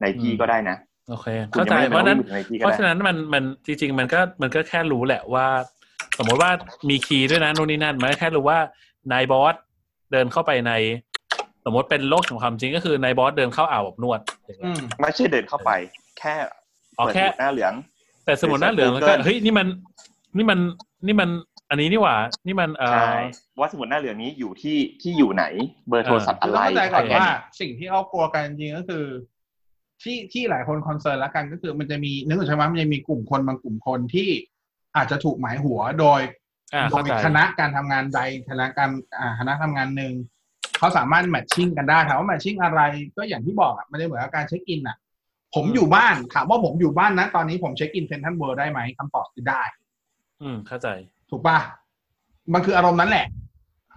Speaker 4: ในที่ก็ได้นะ
Speaker 3: โอเค
Speaker 4: คุณ
Speaker 3: เข้า
Speaker 4: ยั
Speaker 3: ใจ
Speaker 4: ง
Speaker 3: เพ
Speaker 4: ไม่จำเป็น
Speaker 3: ราะ
Speaker 4: ต้อง
Speaker 3: ฉะนั้นเพราะฉะ
Speaker 4: วิ่งไปถึงในที่ก็ได้
Speaker 3: นั้นมันมันจริง ๆ มันก็มันก็แค่รู้แหละว่า สมมติว่ามีคีย์ด้วยนะนู่นนี่นั่นมันก็แค่รู้ว่านายบอสเดินเข้าไปใน สมมติเป็นโลกของความจริงก็คือนายบอสเดินเข้าอ่าวอบนวดอย่างเงี้ย
Speaker 1: อืม
Speaker 4: ไม่ใช่เดินเข้าไป แค่
Speaker 3: อ๋อ
Speaker 4: เปิด
Speaker 3: แค่
Speaker 4: สมุดหน้าเหลือง
Speaker 3: แต่สมุดหน้าเหลืองแล้วก็
Speaker 4: Google
Speaker 3: เฮ้ยนี่มันนี่มันนี่มันอันนี้นี่หว่า นี่มันเอ
Speaker 4: ใช่
Speaker 3: อ
Speaker 4: ว่าสมุดหน้าเหลืองนี้อยู่ที่ที่อยู่ไหน เบอร์โทรศัพท์
Speaker 1: คือ
Speaker 4: อะไร
Speaker 1: ต้องเข้าใจก่อน
Speaker 4: แค่
Speaker 1: ว่า
Speaker 4: นี้
Speaker 1: สิ่งที่เขากลัวกันจริงๆก็คือ ที่ที่หลายคนคอนเซิร์นละกันก็คือมันจะมีนึกถึงใช่ไหมมันจะมีกลุ่มคนบางกลุ่มคนที่อาจจะถูกหมายหัวโดย
Speaker 3: อ่า
Speaker 1: โด
Speaker 3: เข้าย ใจ
Speaker 1: คณะการทำงานใดคณะการอ่าคณะทำงานหนึ่ง เขาสามารถแมทชิ่งกันได้ถามว่าแมทชิ่งอะไรก็อย่างที่บอกอ่ะมันจะเหมือนกับการเช็คอินอ่ะ ผมอยู่บ้านถามว่าผมอยู่บ้านนะตอนนี้ผมเช็คอินเซนทันเวิร์ได้ไหมคำตอบคือได้
Speaker 3: อืมเข้าใจ
Speaker 1: ถูกป่ะมันคืออารมณ์นั้นแหละ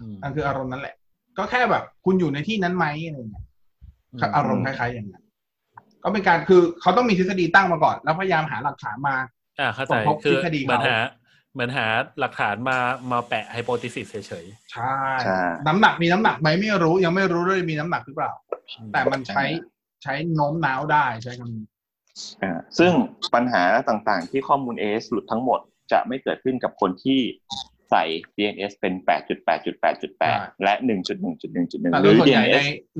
Speaker 3: อืม
Speaker 1: มันคืออารมณ์นั้นแหละ ก็แค่แบบ คุณอยู่ในที่นั้นไหมอะไรเงี้ยครับอารมณ์คล้ายๆอย่างนั้น ก็เป็นการคือเขาต้องมีทฤษฎีตั้งมาก่อน แล้วพยายามหาหลักฐานมา
Speaker 3: อ่าเข้าใจ
Speaker 1: ผมพบ
Speaker 3: คือ
Speaker 1: ทฤษฎี
Speaker 3: เหมือน
Speaker 1: เขา
Speaker 3: หาเหมือนหาหลักฐานมามาแปะไฮโปติซิสเฉย
Speaker 1: ใช่
Speaker 4: ใช่
Speaker 1: น้ำหนักมีน้ำหนักไหมไม่รู้ยังไม่รู้เลยมีน้ำหนักหรือเปล่า
Speaker 3: ๆอืม
Speaker 1: แต่มันใช้ใช้โน้มน้าวได้ใช้คำนี้
Speaker 4: อ่าซึ่งปัญหาต่างๆ ที่ข้อมูล AS หลุดทั้งหมดจะไม่เกิดขึ้นกับคนที่ใส่ DNS เป็น 8.8.8.8 และ 1.1.1.1
Speaker 1: แต่
Speaker 4: ห
Speaker 1: โด
Speaker 4: รื
Speaker 1: ย
Speaker 4: อ
Speaker 1: ส่วนใหญ่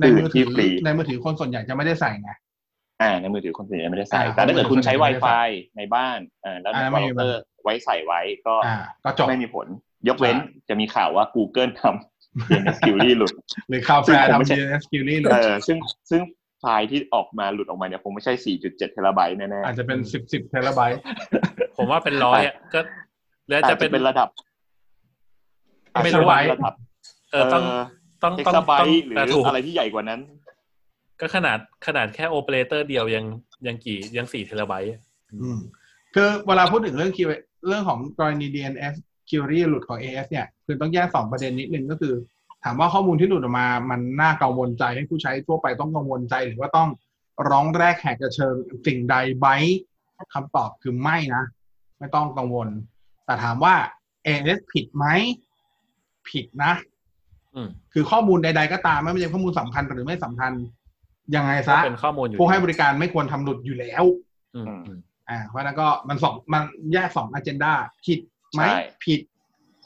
Speaker 1: ใน
Speaker 4: DNS
Speaker 1: ในมือถือ
Speaker 4: ฟรี
Speaker 1: ในมือถือคนส่วนใหญ่จะไม่ได้ใส่ไง
Speaker 4: อ่าในมือถือคนส่วนใหญ่ไม่ได้ใส่
Speaker 1: อ่า
Speaker 4: แต่ถ้าเกิดคุณใช้
Speaker 1: คนส่วนใหญ่ไม่ได้ใส่
Speaker 4: Wi-Fi ในบ้านอ่าแล้ว
Speaker 1: อ่า
Speaker 4: มี
Speaker 1: ไม่
Speaker 4: เรา
Speaker 1: มีปั
Speaker 4: เต
Speaker 1: ญ
Speaker 4: อ
Speaker 1: หา
Speaker 4: ร์ไว้ใส่ไว้ก็
Speaker 1: อ่า ก็จบ
Speaker 4: ไม่มีผล ยกเว้น
Speaker 1: ใช่
Speaker 4: จะมีข่าวว่า Google ทำ DNS query หลุด
Speaker 1: หรือข่าวแฟร์
Speaker 4: ซึ่งผมไม่
Speaker 1: ทำ
Speaker 4: ใช่
Speaker 1: เยนสกิลลี่หรือ
Speaker 4: เออซึ่งซึ่งไฟล์ที่ออกมาหลุดออกมาเนี่ยคงไม่ใช่ 4.7 เทราไบต์แน่
Speaker 1: อาจจะเป็นสิบสิบเทราไบต์
Speaker 3: ผมว่าเป็นร้อยอ่ะก็ และ
Speaker 4: ๆแต่
Speaker 3: จะ
Speaker 4: จะ
Speaker 3: เป็น
Speaker 4: เป็นระดับ
Speaker 3: ไม่รู้ว่า
Speaker 4: ระดับ
Speaker 3: เออต้องต้อง
Speaker 4: เอ็ก
Speaker 3: ต้อง
Speaker 4: ซ์ไบ
Speaker 3: ต้อง
Speaker 4: หรื
Speaker 3: แต่ถู
Speaker 4: อก อะไรที่ใหญ่กว่านั้น
Speaker 3: ก็ขนาดขนาดแค่โอเปอเรเตอร์เดียวยังยังกี่ยังสี่เทราไบต์อะ
Speaker 1: อืมคือเวลาพูดถึงเรื่อง Q เรื่องของกรณี DNS query หลุดของ AS เนี่ย คือต้องแยกสองประเด็นนิดนึงก็คือ ถามว่าข้อมูลที่หลุดออกมา มันน่ากังวลใจให้ผู้ใช้ทั่วไปต้องกังวลใจหรือว่าต้องร้องแรกแหกกระเชิงสิ่งใดไหมคำตอบคือไม่นะ ไม่ต้องกังวล แต่ถามว่า AS ผิดไหมผิดนะ
Speaker 3: อืม
Speaker 1: คือข้อมูลใดๆก็ตามไม่ว่าจะเป็นข้อมูลสำคัญหรือไม่สำคัญยังไง
Speaker 3: ก็
Speaker 1: ซะ
Speaker 3: เป็นข้อมูลอยู่
Speaker 1: ผู้ให้บริการไม่ควรทำหลุดอยู่แล้ว
Speaker 3: อืมอืม
Speaker 1: อ่า เพราะฉะนั้นก็มันสองมันแยกสองอันเจนดาผิดไหม
Speaker 4: ใช่
Speaker 1: ผิด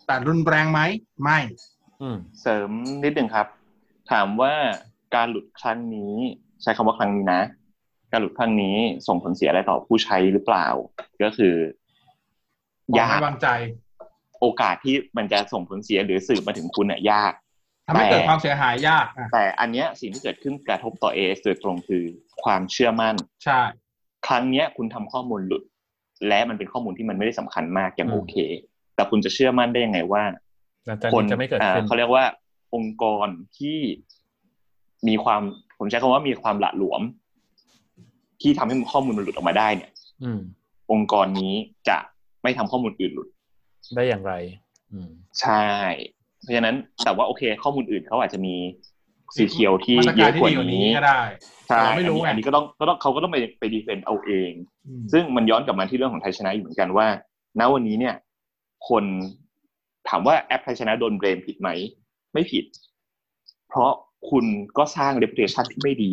Speaker 1: แต่รุนแรงไหมไม่
Speaker 3: อืม
Speaker 4: เสริมนิดหนึ่งครับ ถามว่าการหลุดครั้งนี้ ใช้คำว่าครั้งนี้นะ การหลุดครั้งนี้ส่งผลเสียอะไรต่อผู้ใช้หรือเปล่า ก็คือ
Speaker 1: บอก
Speaker 4: ยา
Speaker 1: ไม่
Speaker 4: ก
Speaker 1: วางใจ
Speaker 4: โอกาสที่มันจะส่งผลเสียหรือสืบมาถึงคุณเนี่ยยาก
Speaker 1: ทำให้
Speaker 4: แต่
Speaker 1: เกิดความเสียหายยากอ่ะ
Speaker 4: แต่อันเนี้ยสิ่งที่เกิดขึ้นกระทบต่อเอโดยตรงคือความเชื่อมั่น
Speaker 1: ใช่
Speaker 4: ครั้งเนี้ยคุณทำข้อมูลหลุด และมันเป็นข้อมูลที่มันไม่ได้สำคัญมากยังโอเค แต่คุณจะเชื่อมั่นได้ยังไงว่า
Speaker 3: หลังจาก
Speaker 4: คน
Speaker 3: นี้จะไม่เกิด
Speaker 4: อ่า
Speaker 3: ขึ้น
Speaker 4: เขาเรียกว่าองค์กรที่มีความผมใช้คำว่ามีความหละหลวม ที่ทำให้ข้อมูลมันหลุดออกมาได้เนี่ย
Speaker 3: อืม
Speaker 4: องค์กรนี้จะไม่ทำข้อมูลอื่นหลุด
Speaker 3: ได้อย่างไร อืม
Speaker 4: ใช่ เพราะฉะนั้นแต่ว่าโอเค ข้อมูลอื่นเขาอาจจะมีสีเขียวที่
Speaker 1: มาตร
Speaker 4: เย
Speaker 1: การ
Speaker 4: อะ
Speaker 1: ที่
Speaker 4: กว่า
Speaker 1: ดีกว่านี้
Speaker 4: นี้
Speaker 1: ก็ได้
Speaker 4: ใช่
Speaker 1: เราไม่
Speaker 4: อัน
Speaker 1: รู้
Speaker 4: นี้
Speaker 1: ไง
Speaker 4: อันนี้ก็ต้องก็ต้องเขาก็ต้องไปไปดีเฟนต์เอาเอง
Speaker 1: อืม
Speaker 4: ซึ่งมันย้อนกลับมาที่เรื่องของไทยชนะอยู่เหมือนกันว่า ณวันนี้เนี่ย คนถามว่าแอปไทยชนะโดนเบรมผิดไหม ไม่ผิด เพราะคุณก็สร้าง reputation ที่ไม่ดี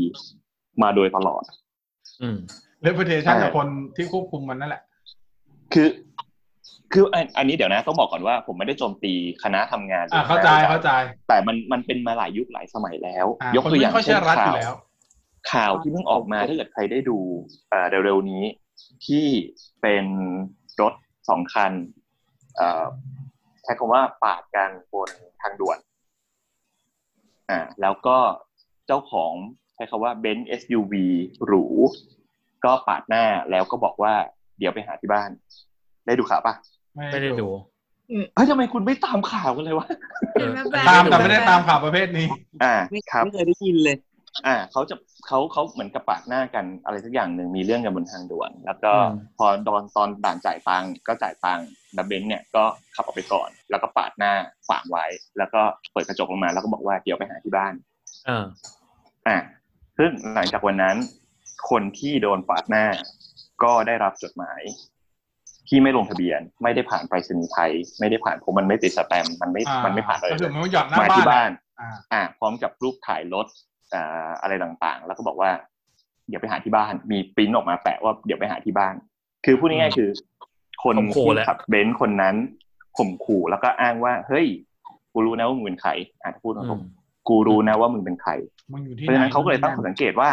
Speaker 4: มาโดยตลอด
Speaker 3: อืม
Speaker 1: เร u เ a ชัน
Speaker 4: ใช่
Speaker 1: กับคนที่ควบคุมมันนั่นแหละ
Speaker 4: คือ คืออันอันนี้เดี๋ยวนะ ต้องบอกก่อนว่าผมไม่ได้โจมตีคณะทำงาน
Speaker 1: อ่าเข้าใจเข้าใจ
Speaker 4: แต่มันมันเป็นมาหลายยุคหลายสมัยแล้ว
Speaker 1: อ่ะ
Speaker 4: ยกตัวอย่าง
Speaker 1: คนไม่ค่อยเชื่
Speaker 4: เช่น
Speaker 1: อรัฐอยู่
Speaker 4: ข่าว
Speaker 1: แล้ว
Speaker 4: ข่าวที่เพิ่งออกมาถ้าเกิดใครได้ดูเอ่อเร็วๆนี้ที่เป็นรถสองคันเอ่อใช้คำว่าปาดกันบนทางด่วน อ่าแล้วก็เจ้าของใช้คำว่าเบนซ์ SUV หรู ก็ปาดหน้าแล้วก็บอกว่าเดี๋ยวไปหาที่บ้าน ได้ดูข่าวปะ
Speaker 3: ไม่ได้ดู
Speaker 4: เฮ้ยทำไมคุณไม่ตามข่าวกันเลยวะ
Speaker 3: เออ
Speaker 1: ตามแต่
Speaker 3: อัน
Speaker 1: ไม่
Speaker 3: นี้
Speaker 1: ได้ตามข่าวประเภทนี้
Speaker 4: อ่า
Speaker 6: ไม่
Speaker 4: ครับ
Speaker 6: ไม่เคยได้ยินเลย
Speaker 4: อ่าเขาจะเขาเขาเหมือนกับปาดหน้ากันอะไรสักอย่างหนึ่งมีเรื่องกันบนทางด่วน แล้วก็พอตอนตอนด่านจ่ายตังค์ก็จ่ายตังค์ดับเบนซ์เนี่ยก็ขับออกไปก่อน แล้วก็ปาดหน้าขวางไว้ แล้วก็เปิดกระจกลงมา แล้วก็บอกว่าเดี๋ยวไปหาที่บ้าน
Speaker 3: อ่า
Speaker 4: อ่าซึ่งหลังจากวันนั้น คนที่โดนปาดหน้า ก็ได้รับจดหมาย ที่ไม่ลงทะเบียน ไม่ได้ผ่านไปรษณีย์ไทย ไม่ได้ผ่านเพราะมันไม่ติดสแตมป์มันไม่
Speaker 1: อ่า
Speaker 4: มันไม่ผ่านเลย
Speaker 1: ก็คือมันไม่หย่อนหน้า
Speaker 4: มา
Speaker 1: บ้าน
Speaker 4: ที่บ้าน
Speaker 1: อ่า
Speaker 4: อ่าพร้อมกับรูปถ่ายรถอ่าอะไรต่างๆ แล้วก็บอกว่าเดี๋ยวไปหาที่บ้าน มีปริ้นออกมาแปะว่าเดี๋ยวไปหาที่บ้าน คือพูดง่ายๆคือ คนที่ขับเบนซ์คนนั้นข่มขู่แล้วก็อ้างว่า เฮ้ย กูรู้นะว่ามึงเป็นใครอาจจะพูดต
Speaker 3: อื
Speaker 4: รง
Speaker 3: ม
Speaker 4: ๆกูรู้นะว่ามึงเป็นใคร
Speaker 1: มันอยู่ที่
Speaker 4: เพราะฉะนั้น
Speaker 1: ไห
Speaker 4: เขาก็เลยตั้งข้อสังเกตว่า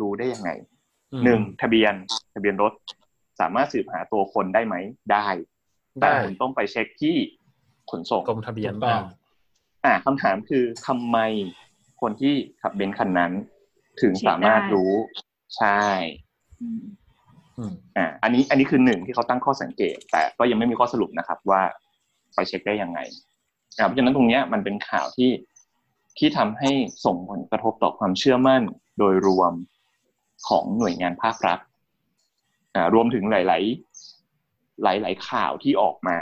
Speaker 4: รู้ได้ยังไง
Speaker 3: อืม
Speaker 4: หนึ่งทะเบียนทะเบียนรถ สามารถสืบหาตัวคนได้ไหมได้ แต่
Speaker 3: ได้
Speaker 4: คุณต้องไปเช็คที่ขนส่ง
Speaker 3: กรมทะเบียน
Speaker 1: ถูกต้อง
Speaker 3: อ่ะ
Speaker 4: อ่าคำถามคือทำไมคนที่ขับเบนซ์คันนั้น ถึงสามารถรู้ใช่
Speaker 2: อืม
Speaker 3: อืม
Speaker 4: อ่าอันนี้อันนี้คือหนึ่งที่เขาตั้งข้อสังเกต แต่ก็ยังไม่มีข้อสรุปนะครับว่าไปเช็คได้ยังไงอ่าเพราะฉะนั้นตรงเนี้ยมันเป็นข่าวที่ ที่ทำให้ส่งผลกระทบต่อความเชื่อมั่นโดยรวมของหน่วยงานภาครัฐอ่ารวมถึงหลาย ๆ หลาย ๆ ข่าวที่ออกมา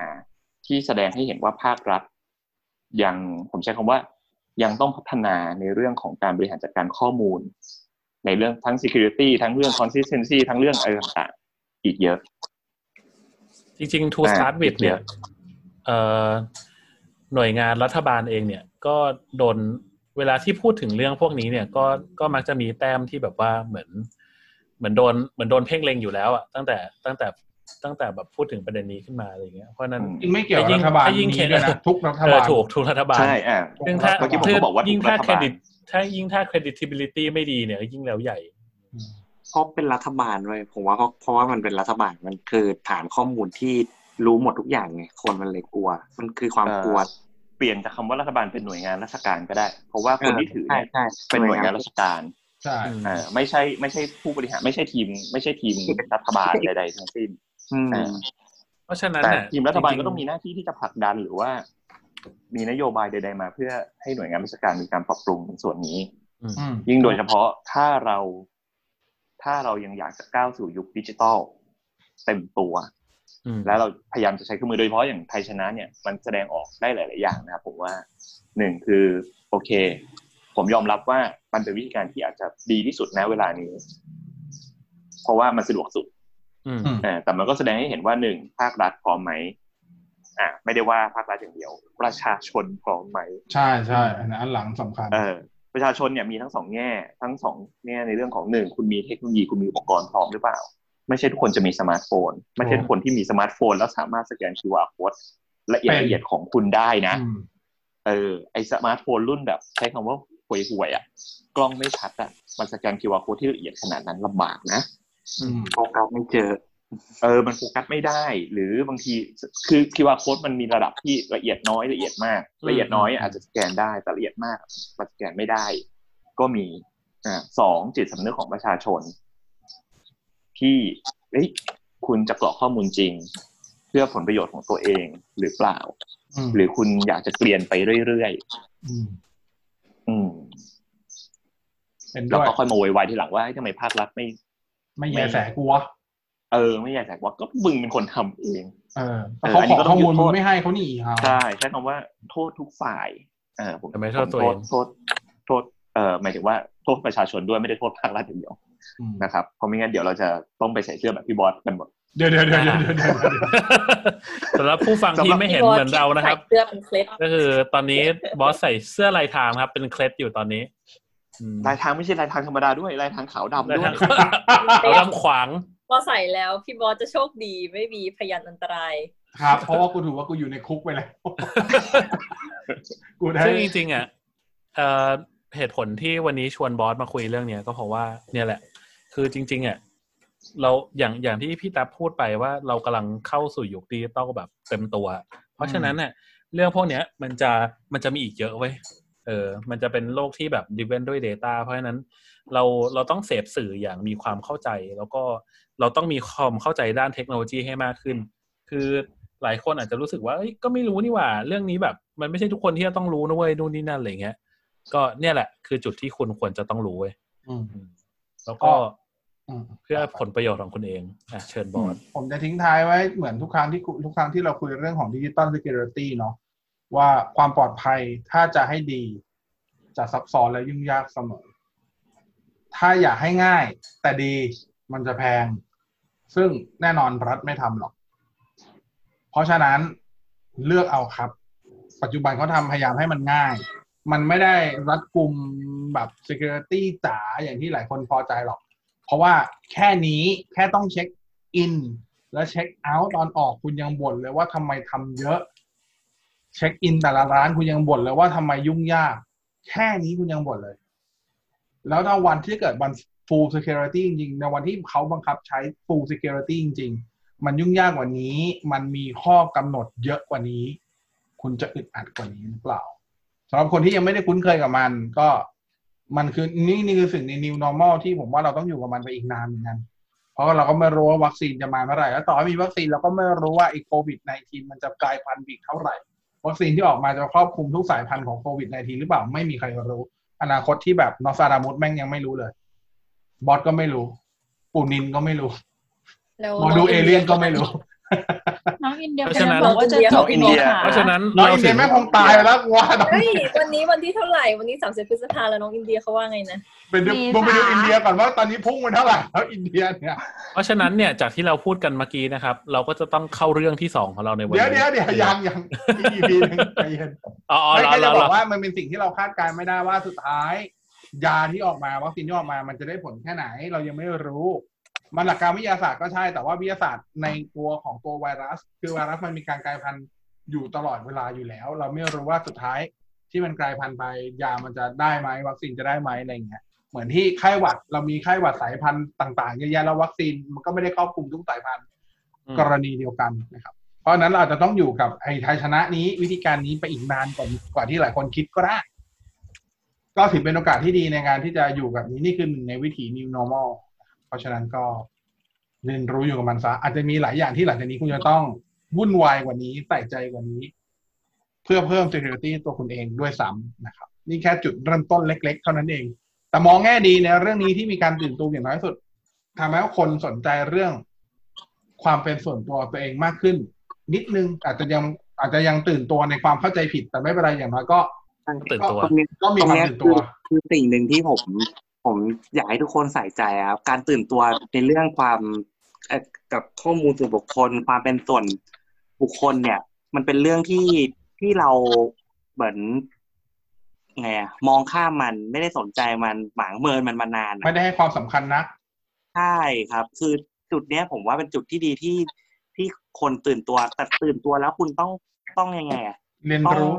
Speaker 4: ที่แสดงให้เห็นว่าภาครัฐ ยังผมใช้คำว่า ยังต้องพัฒนาในเรื่องของการบริหารจัดการข้อมูล ในเรื่องทั้ง Security ทั้งเรื่อง Consistency ทั้งเรื่องอะไรต่างๆอีกเยอะ
Speaker 3: จริงๆ To Start With เนี่ยเอ่อหน่วยงานรัฐบาลเองเนี่ย ก็โดนเวลาที่พูดถึงเรื่องพวกนี้เนี่ย ก็ก็มักจะมีแต้มที่แบบว่าเหมือน เหมือนโดนเหมือนโดนเพ่งเล็งอยู่แล้วอะตั้งแต่ตั้งแต่ตั้งแต่แบบพูดถึงประเด็นนี้ขึ้นมาอะไรอย่างเงี้ยเพราะฉะนั้น
Speaker 1: ยิ่งไม่เกี่ยวกับ
Speaker 3: ยิ่ง
Speaker 1: รัฐบาล
Speaker 3: ถ้ายิ่ง
Speaker 1: นี้
Speaker 3: เข็ด
Speaker 1: ด้วยนะ
Speaker 3: อะ
Speaker 1: ทุกรัฐ
Speaker 3: เอบ
Speaker 1: า
Speaker 3: อ
Speaker 1: ล
Speaker 3: ถูกถูกรัฐบาล
Speaker 4: ใช่อ่า
Speaker 3: ซึ่งถ้า
Speaker 4: เมื่อกี้ผมก็บอกว่าถูก
Speaker 3: ยิ่งถ้า
Speaker 4: รัฐบาล
Speaker 3: เครดิตถ้ายิ่งถ้า creditability ไม่ดีเนี่ยก็ยิ่งแล้วใหญ่
Speaker 6: เพราะเป็นรัฐบาลเลยผมว่าเพราะเพราะว่ามันเป็นรัฐบาลมันคือฐานข้อมูลที่รู้หมดทุกอย่างไงคนมันเลยกลัว มันคือความ
Speaker 4: เอ่อก
Speaker 6: ลัว
Speaker 4: เปลี่ยนจากคำว่ารัฐบาลเป็นหน่วยงานราชการก็ได้ เพราะว่าคนที่ถือ
Speaker 6: ใช่
Speaker 4: เนี่ย
Speaker 6: ใช่
Speaker 4: เป็นหน่วยงานราชการ
Speaker 1: ใช่
Speaker 4: อ่าไม่ใช่ไม่ใช่ผู้บริหารไม่ใช่ทีม ไม่ใช่ทีมรัฐบาลใดๆทั้งสิ้น
Speaker 6: อืม
Speaker 4: อ่า
Speaker 3: เพราะฉะนั้น
Speaker 4: แต่
Speaker 3: น่ะ
Speaker 4: ทีมรัฐบาล
Speaker 3: จ
Speaker 4: ก็
Speaker 3: ๆ
Speaker 4: ต้องมีหน้าที่ที่จะผลักดันหรือว่า มีนโยบายใด ๆ มาเพื่อให้หน่วยงานราชการมีการปรับปรุงในส่วนนี้
Speaker 3: อืม
Speaker 1: อืม
Speaker 4: ยิ่งโดยเฉพาะถ้าเรา ถ้าเรายังอยากจะก้าวสู่ยุคดิจิทัลเต็มตัว
Speaker 3: อืม
Speaker 4: แล้วเราพยายามจะใช้เครื่องมือโดยเฉพาะอย่างไทยชนะเนี่ยมันแสดงออกได้หลาย ๆ อย่างนะครับผมว่าหนึ่งคือโอเค ผมยอมรับว่ามันเป็นวิธีการที่อาจจะดีที่สุดนะเวลานี้ เพราะว่ามันสะดวกสุด
Speaker 3: อืม
Speaker 4: อ่าแต่มันก็แสดงให้เห็นว่าหนึ่งภาครัฐพร้อมไหมอ่าไม่ได้ว่าภาครัฐอย่างเดียว ประชาชนพร้อมไหม
Speaker 1: ใช่ใช่อันนั้นอันหลังสำคัญ
Speaker 4: เออประชาชนเนี่ยมีทั้งสองแง่ ทั้งสองแง่ในเรื่องของหนึ่งคุณมีเทคโนโลยีคุณมีอุปกรณ์พร้อมหรือเปล่า ไม่ใช่ทุกคนจะมีสมาร์ทโฟน ไม่ใช่ทุกคนที่มีสมาร์ทโฟน แล้วสามารถสแกน QR code ละเอียด
Speaker 1: เป็น
Speaker 4: ละเอียดของคุณได้นะ
Speaker 1: อืม
Speaker 4: เออไอสมาร์ทโฟนรุ่นแบบ ใช้คำว่าห่วยห่วยๆอะกล้องไม่ชัดอะมันสแกน QR code ที่ละเอียดขนาดนั้นลำบากนะ
Speaker 1: อืม
Speaker 6: โฟกัสไม่เจอ
Speaker 4: เออ มันโฟกัสไม่ได้ หรือบางที คือ QR code มันมีระดับที่ละเอียดน้อยละเอียดมาก
Speaker 3: อืม
Speaker 4: ละเอียดน้อยอาจจะสแกนได้แต่ละเอียดมากมันสแกนไม่ได้ ก็มี อ่าสองจิตสำนึกของประชาชน ที่เอ้ยคุณจะกรอกข้อมูลจริง เพื่อผลประโยชน์ของตัวเองหรือเปล่า
Speaker 1: อืม
Speaker 4: หรือคุณอยากจะเปลี่ยนไปเรื่อย
Speaker 1: ม
Speaker 4: ๆอืม
Speaker 1: เป็น
Speaker 4: แล้
Speaker 1: ด้
Speaker 4: ว
Speaker 1: วย
Speaker 4: ก็ค่อยมาโวยวายทีหลังว่าเอ้ยทำไมภาครัฐไม่
Speaker 1: ไม่
Speaker 4: ไม่
Speaker 1: แยแสกลัว
Speaker 4: เออ ไม่อยากแต่ว่าก็มึงเป็นคนทำเอง
Speaker 1: เออ
Speaker 4: เออ
Speaker 1: เขา
Speaker 4: อัน
Speaker 1: ข
Speaker 4: นี้
Speaker 1: อ
Speaker 4: ก็ต้
Speaker 1: ข้
Speaker 4: อ
Speaker 1: อง มูล
Speaker 4: ยกโท
Speaker 1: มึง
Speaker 4: ษ
Speaker 1: ไม่ให้เขาหนีเขา
Speaker 4: ใช่ใช้คำว่าโทษทุกฝ่าย เออผม
Speaker 3: แต่ไม่โทษตัว
Speaker 4: ผ
Speaker 3: เอง
Speaker 4: มโทษโทษเอ่อหมายถึงว่าโทษประชาชนด้วยไม่ได้โทษภาครัฐอย่างเดียว
Speaker 1: อืม
Speaker 4: นะครับเพราะไม่งั้นเดี๋ยวเราจะต้องไปใส่เสื้อแบบพี่บอสกันหมด
Speaker 1: เดี๋ยวเดี๋ยวเดี๋ยวเดี๋ยวเดี๋ยวเดี๋ยว
Speaker 3: สำหรับผู้ฟังที่ไม่เห็นเหมือนเรานะครับ
Speaker 5: ใส่เสื้อเป็นเคล็ด
Speaker 3: ก็คือตอนนี้บอสใส่เสื้อลายทางครับ เป็นเคล็ดอยู่ตอนนี้อืม
Speaker 4: ลายทางไม่ใช่ลายทางธรรมดาด้วยลายทางขาวดำ
Speaker 3: ลาย
Speaker 4: ด้ว
Speaker 3: ทาย งเอาลำขวาง
Speaker 5: พอใส่แล้วพี่บอสจะโชคดีไม่มีพยานอันตราย
Speaker 1: ครับเพราะว่ากูถือว่ากูอยู่ในคุกไปแล้วกูได้
Speaker 3: ซึ่งจริงๆอ่ะเอ่อเหตุผลที่วันนี้ชวนบอสมาคุยเรื่องเนี้ยก็เพราะว่าเนี่ยแหละ คือจริง ๆอ่ะเราอย่างอย่างที่พี่ตั๊บพูดไปว่าเรากำลังเข้าสู่ยุคดิจิตอลแบบเต็มตัว เพราะฉะนั้นเนี่ยเรื่องพวกเนี้ยมันจะมันจะมีอีกเยอะเว้ยเออ มันจะเป็นโลกที่แบบดิเวนด้วย Data เพราะฉะนั้นเราเราต้องเสพสื่ออย่างมีความเข้าใจ แล้วก็เราต้องมีความเข้าใจด้านเทคโนโลยีให้มากขึ้น คือหลายคนอาจจะรู้สึกว่าเอ้ยก็ไม่รู้นี่หว่า เรื่องนี้แบบ มันไม่ใช่ทุกคนที่จะต้องรู้นะเว้ยนู่นนี่นั่นอะไรเงี้ย ก็เนี่ยแหละคือจุดที่คุณควรจะต้องรู้เว้ย
Speaker 1: อืม
Speaker 3: แล้วก็
Speaker 1: ก็ อืม
Speaker 3: เพื่อผลประโยชน์ของคุณเองอ่ะเชิญบอส
Speaker 1: ผมจะทิ้งท้ายไว้เหมือนทุกครั้งที่กูทุกครั้งที่เราคุยเรื่องของดิจิตอล security เนาะว่าความปลอดภัยถ้าจะให้ดี จะซับซ้อนและยุ่งยากเสมอ ถ้าอยากให้ง่าย แต่ดีมันจะแพง ซึ่งแน่นอนรัฐไม่ทำหรอก เพราะฉะนั้นเลือกเอาครับ ปัจจุบันเขาทำพยายามให้มันง่าย มันไม่ได้รัดกุมแบบ security จ๋าอย่างที่หลายคนพอใจหรอก เพราะว่าแค่นี้แค่ต้องเช็คอิน และเช็คเอาท์ตอนออกคุณยังบ่นเลยว่าทำไมทำเยอะ เช็คอินแต่ละร้านคุณยังบ่นเลยว่าทำไมยุ่งยาก แค่นี้คุณยังบ่นเลย แล้วถ้าวันที่เกิดวัน full security จริงๆในวันที่เขาบังคับใช้ full security จริง ๆ มันยุ่งยากกว่านี้ มันมีข้อกำหนดเยอะกว่านี้ คุณจะอึดอัดกว่านี้หรือเปล่าสำหรับคนที่ยังไม่ได้คุ้นเคยกับมัน ก็มันคือนี่นี่คือสิ่งใน new normal ที่ผมว่าเราต้องอยู่กับมันไปอีกนานเหมือนกัน เพราะเราก็ไม่รู้ว่าวัคซีนจะมาเมื่อไหร่ แล้วต่อให้มีวัคซีนเราก็ไม่รู้ว่าไอ้โควิด -19 มันจะกลายพันธุ์อีกเท่าไหร่ วัคซีนที่ออกมาจะครอบคลุมทุกสายพันธุ์ของโควิด -19 หรือเปล่าไม่มีใครรู้ อนาคตที่แบบนอสซาดามุสแม่งยังไม่รู้เลย บอสก็ไม่รู้ ปูนินก็ไม่รู้
Speaker 5: แล้ว
Speaker 1: หมอดูเอเลี่ยนก็ไม่รู้
Speaker 2: น้องอินเดีย
Speaker 3: เพราะฉะนั้น
Speaker 2: บอกว่าจะจบ
Speaker 4: น้องอินเดีย
Speaker 2: ห
Speaker 3: เพราะฉะนั้น
Speaker 1: น้องอินเดียแม่งคงตายไปแล้วว่าน้อง
Speaker 5: เฮ้ยวันนี้วันที่เท่าไหร่ วันนี้สามสิบพฤษภาแล้วน้องอินเดียเขาว่าไงนะ
Speaker 1: เป็นดูมึงไปดูอินเดียก่อนว่าตอนนี้พุ่งไปเท่าไหร่แล้วอินเดียเนี่ย
Speaker 3: เพราะฉะนั้นเนี่ยจากที่เราพูดกันเมื่อกี้นะครับ เราก็จะต้องเข้าเรื่องที่สองของเราในวัน
Speaker 1: เดี๋ยว
Speaker 3: นี้
Speaker 1: เดี๋ยวเดี๋ยวยังยังอีกทีนึงใจเย็น
Speaker 3: อ๋ออ๋อ
Speaker 1: ไม่แค่
Speaker 3: เรา
Speaker 1: จะ
Speaker 3: เรา
Speaker 1: บอก
Speaker 3: เรา
Speaker 1: ว่ามันเป็นสิ่งที่เราคาดการณ์ไม่ได้ว่าสุดท้าย ยาที่ออกมาวัคซีนที่ออกมามันจะได้ผลแค่ไหน เรายังไม่รู้ มันหลักการวิทยาศาสตร์ก็ใช่ แต่ว่าวิทยาศาสตร์ในตัวของตัวไวรัส คือไวรัสมันมีการกลายพันธุ์อยู่ตลอดเวลาอยู่แล้ว เราไม่รู้ว่าสุดท้ายที่มันกลายพันธุ์ไปยามันจะได้ไหมวัคซีนจะได้ไหมอะไรอย่างเงี้ยเหมือนที่ไข้หวัดเรามีไข้หวัดสายพันธุ์ต่างๆเยอะแยะแล้ววัคซีนมันก็ไม่ได้ครอบคลุมทุกสายพันธุ์
Speaker 3: อืม
Speaker 1: กรณีเดียวกันนะครับ เพราะฉะนั้นเราอาจจะต้องอยู่กับไอ้ไทยชนะนี้วิธีการนี้ไปอีกนานกว่ากว่าที่หลายคนคิดก็ได้ ก็ถือเป็นโอกาสที่ดีในการที่จะอยู่แบบนี้นี่คือหนึ่งในวิถี new normal เพราะฉะนั้นก็เรียนรู้อยู่กับมันซะอาจจะมีหลายอย่างที่หลังจากนี้คุณจะต้องวุ่นวายกว่านี้ใส่ใจกว่านี้ เพื่อเพิ่ม security ตัวคุณเองด้วยซ้ำนะครับ นี่แค่จุดเริ่มต้นเล็ก ๆ เท่านั้นเอง แต่มองแง่ดีในเรื่องนี้ที่มีการตื่นตัวอย่างน้อยสุดทำให้คนสนใจเรื่องความเป็นส่วนตัวตัวเองมากขึ้น นิดนึงอาจจะยังอาจจะยังตื่นตัวในความเข้าใจผิด แต่ไม่เป็นไรอย่างน้อยก็
Speaker 3: ตื่นตัว
Speaker 1: ก็
Speaker 6: รงนี้
Speaker 1: ก็มีความตื่นตัว
Speaker 6: คือสิ่งหนึ่งที่ผมผมอยากให้ทุกคนใส่ใจอะครับการตื่นตัวในเรื่องความเอ่อกับข้อมูลส่วนบุคคล ความเป็นส่วนบุคคลเนี่ย มันเป็นเรื่องที่ที่เราเหมือนไงอะมองข้ามมันไม่ได้สนใจมันหมางเมินมันมานานอะ
Speaker 1: ไม่ได้ให้ความสำคัญนะ
Speaker 6: ใช่ครับ คือจุดเนี้ยผมว่าเป็นจุดที่ดีที่ที่คนตื่นตัวแต่ตื่นตัวแล้วคุณต้องต้องยังไงอะ
Speaker 1: เรียน
Speaker 6: ต้อง
Speaker 1: รู้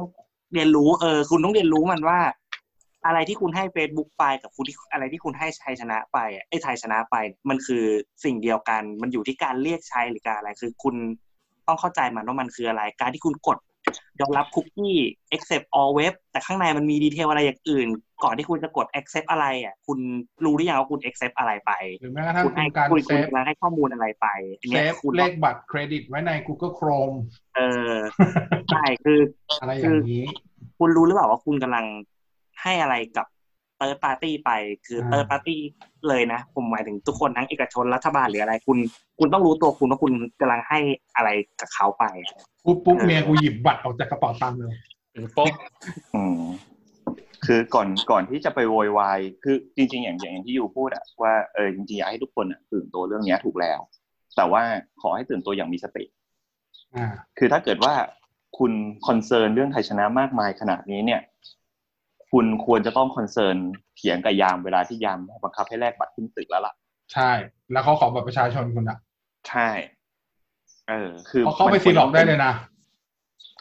Speaker 6: เรียนรู้เออ คุณต้องเรียนรู้มันว่า อะไรที่คุณให้ Facebook ไปกับคุณที่อะไรที่คุณให้ไทยชนะไปอะไอ้ไทยชนะไป มันคือสิ่งเดียวกัน มันอยู่ที่การเรียกใช้หรือการอะไร คือคุณต้องเข้าใจมันว่ามันคืออะไร การที่คุณกดยอมรับคุกกี้ accept all web แต่ข้างในมันมีดีเทลอะไรอย่างอื่น ก่อนที่คุณจะกด accept อะไรอ่ะ คุณรู้หรือยังว่าคุณ accept อะไรไป
Speaker 1: หรือแม้กระทั่ง
Speaker 6: คุณให้
Speaker 1: การ
Speaker 6: คุณ
Speaker 1: เซ
Speaker 6: คุณ
Speaker 1: ฟ
Speaker 6: กำลังให้ข้อมูลอะไรไปอัน
Speaker 1: เซ
Speaker 6: เนี้ย
Speaker 1: ฟ
Speaker 6: คุณ
Speaker 1: เลขบัตรเครดิตไว้ใน Google Chrome
Speaker 6: เอ อใช่คือ
Speaker 1: อะไรอย่างนี้
Speaker 6: คุณรู้หรือเปล่าว่าคุณกำลังให้อะไรกับเต i ร์ p าร์ตี้ไป คือเต i ร์
Speaker 1: อ่า
Speaker 6: p าร์ตี้เลยนะ ผมหมายถึงทุกคนทั้งเอกชนรัฐบาลหรืออะไร คุณ คุณต้องรู้ตัวคุณว่าคุณกำลังให้อะไรกับเขาไป
Speaker 1: ปุ๊บปุ๊บ
Speaker 6: เออ
Speaker 1: เมียกูหยิบบัตรออกจากกระเป๋าตังค์เลย
Speaker 3: ถึงโป๊ก
Speaker 4: อืมคือก่อนก่อนที่จะไปโวยวายคือจริง ๆ อย่างอย่างที่อยู่พูดอะว่าเออจริงๆอยากให้ทุกคนอะตื่นตัวเรื่องเนี้ยถูกแล้ว แต่ว่าขอให้ตื่นตัวอย่างมีสติ
Speaker 1: อ่า
Speaker 4: คือถ้าเกิดว่าคุณคอนเซิร์นเรื่องไทยชนะมากมายขนาดนี้เนี่ย คุณควรจะต้องคอนเซิร์นเถียงกับยามเวลาที่ยามบังคับให้แลกบัตรขึ้นตึกแล้วล่ะ
Speaker 1: ใช่ แล้วเขาขอบัตรประชาชนคุณอ่ะ
Speaker 4: ใช่เออ คือ
Speaker 1: เขาเข้าไปซีหลอกได้เลยนะ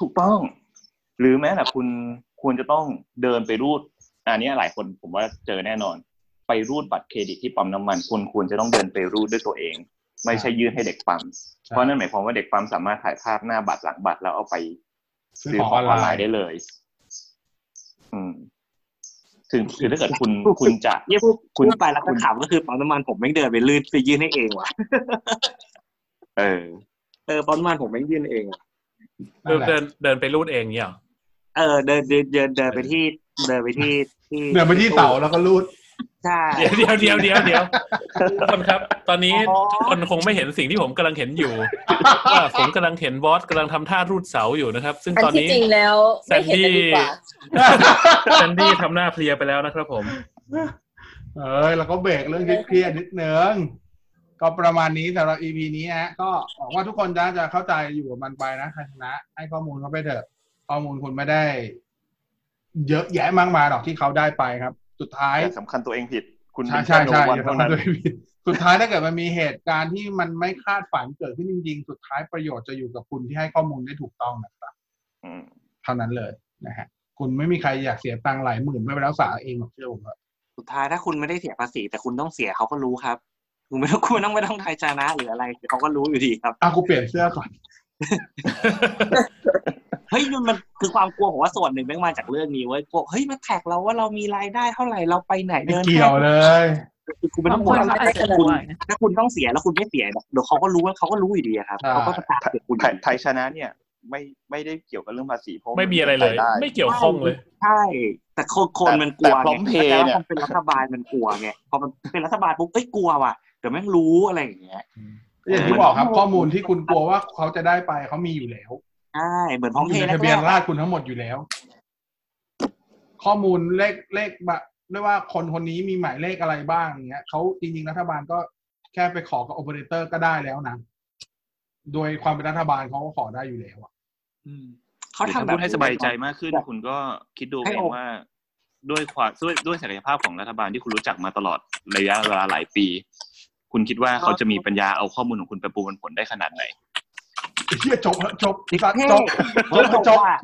Speaker 4: ถูกต้อง หรือแม้แต่คุณควรจะต้องเดินไปรูดอันเนี้ยหลายคนผมว่าเจอแน่นอน ไปรูดบัตรเครดิตที่ปั๊มน้ำมันคุณควรจะต้องเดินไปรูดด้วยตัวเอง ไม่ใช่ยื่นให้เด็กปั๊ม
Speaker 1: ใช่
Speaker 4: เพราะนั่นหมายความว่าเด็กปั๊มสามารถถ่ายภาพหน้าบัตรหลังบัตรแล้วเอาไป
Speaker 1: ซื้อของออนไลน์
Speaker 4: ได้เลย อืมถึงคือถ้าเกิดคุณ คุณจะ
Speaker 6: เนี่ยพูด
Speaker 4: คุ
Speaker 6: คุณ ณไปแล้วก็ขำก็คือปั๊มน้ำมันผมไม่งเดินไปลื่นไปยื่นให้เองว่ะ
Speaker 4: เออ
Speaker 6: เออปั๊มน้ำมันผมไม่งยื่นเองว่ะ
Speaker 1: นั่นแหละ
Speaker 3: เดินเดินไปรูดเองเนี่ยเหรอ
Speaker 6: เออเดินเดินเดินเดินไปที่เดินไปที่ที่
Speaker 1: เดินไปที่เสาแล้วก็รูด
Speaker 6: ใช่
Speaker 3: เดี๋ยวเดี๋ยวเดี๋ยวเดี๋ยวเดี๋ยวทุกคนครับ ตอนนี้
Speaker 6: อ๋อ
Speaker 3: ทุกคนคงไม่เห็นสิ่งที่ผมกำลังเห็นอยู่ว่าผมกำลังเห็นบอสกำลังทำท่ารูดเสาอยู่นะครับ ซึ่ง
Speaker 5: อัน
Speaker 3: ตอน
Speaker 5: ที่
Speaker 3: นี้
Speaker 5: จริงแล้วไม่เห็นเลยดีกว่า
Speaker 3: แซนดี้ทำหน้าเพลียไปแล้วนะครับผม
Speaker 1: เอ้ยแล้วก็เบรกเรื่องเครียดๆนิดนึงก็ประมาณนี้สำหรับ EP นี้ฮะ ก็หวังว่าทุกคนจะจะเข้าใจอยู่กับมันไปนะคณะ ให้ข้อมูลเขาไปเถอะ ข้อมูลคุณไม่ได้ เยอะแยะมากมายหรอกที่เขาได้ไปครับ สุดท้าย
Speaker 4: อย่าสำคัญตัวเองผิด คุณ
Speaker 1: ใช่
Speaker 4: เป็น
Speaker 1: ใช่
Speaker 4: แค่โน
Speaker 1: ใช่
Speaker 4: วัน
Speaker 1: อย่า
Speaker 4: เท่า
Speaker 1: ทำ
Speaker 4: นั้
Speaker 1: ให้
Speaker 4: น
Speaker 1: ตัวเองผิดสุดท้ายถ้าเกิดมันมีเหตุการณ์ที่มันไม่คาดฝันเกิดขึ้นจริงๆ สุดท้ายประโยชน์จะอยู่กับคุณที่ให้ข้อมูลได้ถูกต้องนะครับ
Speaker 4: อืม
Speaker 1: เท่านั้นเลยนะฮะคุณไม่มีใครอยากเสียตังค์หลายหมื่นไม่ไปรักษาเองหรอกเชื่อผมเถอะ
Speaker 6: สุดท้ายถ้าคุณไม่ได้เสียภาษี แต่คุณต้องเสียเขาก็รู้ครับคุณไม่ต้องคุณไม่ต้องไม่ต้องไทยชนะหรืออะไรเดี๋ยวเขาก็รู้อยู่ดีครับ
Speaker 1: อ่ะกูเปลี่ยนเสื้อก่อน
Speaker 6: เฮ้ยมันมันคือความกลัวผมว่าส่วนหนึ่งแม่งมาจากเรื่องนี้เว้ยกลัวเฮ้ยมันแท็กเราว่าเรามีรายได้เท่าไหร่เราไปไหน
Speaker 1: ไม่
Speaker 6: เดิน
Speaker 1: เกี่ยวเลย
Speaker 6: คือคุณไม่ต้องกลัว
Speaker 2: บางคน
Speaker 6: หรอก
Speaker 2: เขาอาจจะ
Speaker 6: คุณ
Speaker 2: บ่อยนะ
Speaker 6: ถ้าคุณต้องเสียแล้วคุณไม่เสียเดี๋ยวเขาก็รู้ว่าเขาก็รู้อยู่ดีอะครับ
Speaker 1: ใช่
Speaker 6: เขาก็ประกาศเสียคุณ
Speaker 4: ไทยไทยชนะเนี่ย ไม่ไม่ได้เกี่ยวกับเรื่องภาษีเพราะน
Speaker 3: ไม่มีอะไรเลย
Speaker 4: ด้
Speaker 3: ไม่เกี่ยวข้องเลย
Speaker 6: ใช่ แต่คนคนมันกลัว
Speaker 4: แต่
Speaker 6: ไง
Speaker 4: prompt pay
Speaker 6: แต่ว่า
Speaker 4: เนี่ย
Speaker 6: มันเป็นรัฐบาลมันกลัวไงพอมันเป็นรัฐบาลปุ๊บเอ้ยกลัวว่ะเดี๋ยวแม่งรู้อะไรอย่างเงี้ย
Speaker 1: อย่างที่บอกครับข้อมูลที่คุณกลัวว่าเขาจะได้ไปเขามีอยู่แล้ว
Speaker 6: ใช่เหมือนพร้อม
Speaker 1: อ
Speaker 6: เพ
Speaker 1: ยู่
Speaker 6: ย์
Speaker 1: ในทะเบียนราษฎรคุณทั้งหมดอยู่แล้ว ข้อมูลเลขเลขบะเรียกว่าคนคนนี้มีหมายเลขอะไรบ้างอย่างเงี้ยเขาจริงๆรัฐบาลก็แค่ไปขอกับโอเปอเรเตอร์ก็ได้แล้วนะโดยความเป็นรัฐบาลเขาก็ขอได้อยู่แล้วอะ
Speaker 6: เขา
Speaker 4: หรือ
Speaker 6: ทำแบ
Speaker 4: ถ้าพู
Speaker 6: บ
Speaker 4: ดให้สบายใจมากขึ้น คุณก็คิดดู
Speaker 6: ให้
Speaker 4: เอ
Speaker 6: องอก
Speaker 4: ว่าด้วยความด้วยด้วยศักยภาพของรัฐบาลที่คุณรู้จักมาตลอดระยะเวลาหลายปี คุณคิดว่าเขาจะมีปัญญาเอาข้อมูลของคุณไปประมวลผลได้ขนาดไหน
Speaker 1: เฮียจบแล้วจบ
Speaker 6: ดิ
Speaker 1: สัตว์
Speaker 6: เท่
Speaker 1: จบ
Speaker 6: เฮ้ยผมว่า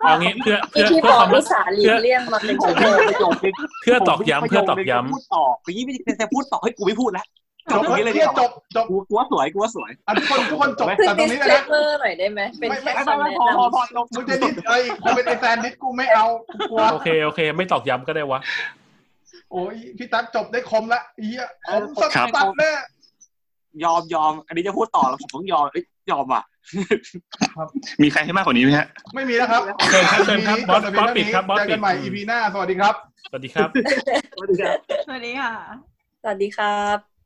Speaker 3: เอางี้เพื่อเพื่อ
Speaker 5: ที่ที่
Speaker 3: เพื่
Speaker 5: บ
Speaker 3: อ
Speaker 5: อก
Speaker 3: ความ
Speaker 5: ลูกสาหลีกเลี่ยงมาเป็น
Speaker 6: ผ
Speaker 5: ชั่
Speaker 6: ม
Speaker 5: วโม
Speaker 6: ว่าง ประโยคนึง
Speaker 3: เพื่อตอกย้ำเพื่อตอกย้
Speaker 6: ผมว่าประโคนึงพูดต่อไปยี่ไม่ได้จะพูดต่อให้ยกูไม่พูดแล้วจ
Speaker 1: จ
Speaker 6: บบ ตรงนี้เลยดี
Speaker 1: เฮีย
Speaker 6: กว่า
Speaker 1: จบจบ
Speaker 6: กูกูว่าสวยกูว่าสวย
Speaker 1: อันทุกคนทุกคนจบ
Speaker 5: ขึ้น
Speaker 1: แต่ตรงนี้เลยนะ
Speaker 5: disclaimer หน่อยได้ไหมเป็น
Speaker 1: ไม่
Speaker 5: แค่
Speaker 1: ไม่
Speaker 5: คำแนะ
Speaker 6: พอพอนพอ
Speaker 5: ำ
Speaker 6: ลง
Speaker 1: มึงจะดิสไอ้กูเป็นไอแซนดิสกูไม่เอากูกลัว
Speaker 3: ำโอเคโอเค ไม่ตอกย้ำก็ได้วะ
Speaker 1: โอ้ยพี่ตั๊กจบได้คมละเฮียคมสั
Speaker 4: ครับ
Speaker 1: สๆแน่
Speaker 6: ยอมยอมอันนี้จะพูดต่อแล้วผมต้องยอมเอ้ยยอมว่ะ
Speaker 4: มีใครให้มากกว่านี้ไหมฮะ
Speaker 1: ไม่มีแล้วครับ
Speaker 3: เชิญครับเชิญครับบอส
Speaker 1: วัน
Speaker 3: บอ
Speaker 1: นี้
Speaker 3: ส
Speaker 1: จ
Speaker 3: ปิดครับบอส
Speaker 1: เจอ
Speaker 3: ปิด
Speaker 1: กันใหม่ EP หน้า สวัสดีครับ
Speaker 3: สวัสดีครับ
Speaker 2: สวัสดีค่ะ
Speaker 5: สวัสดีครับ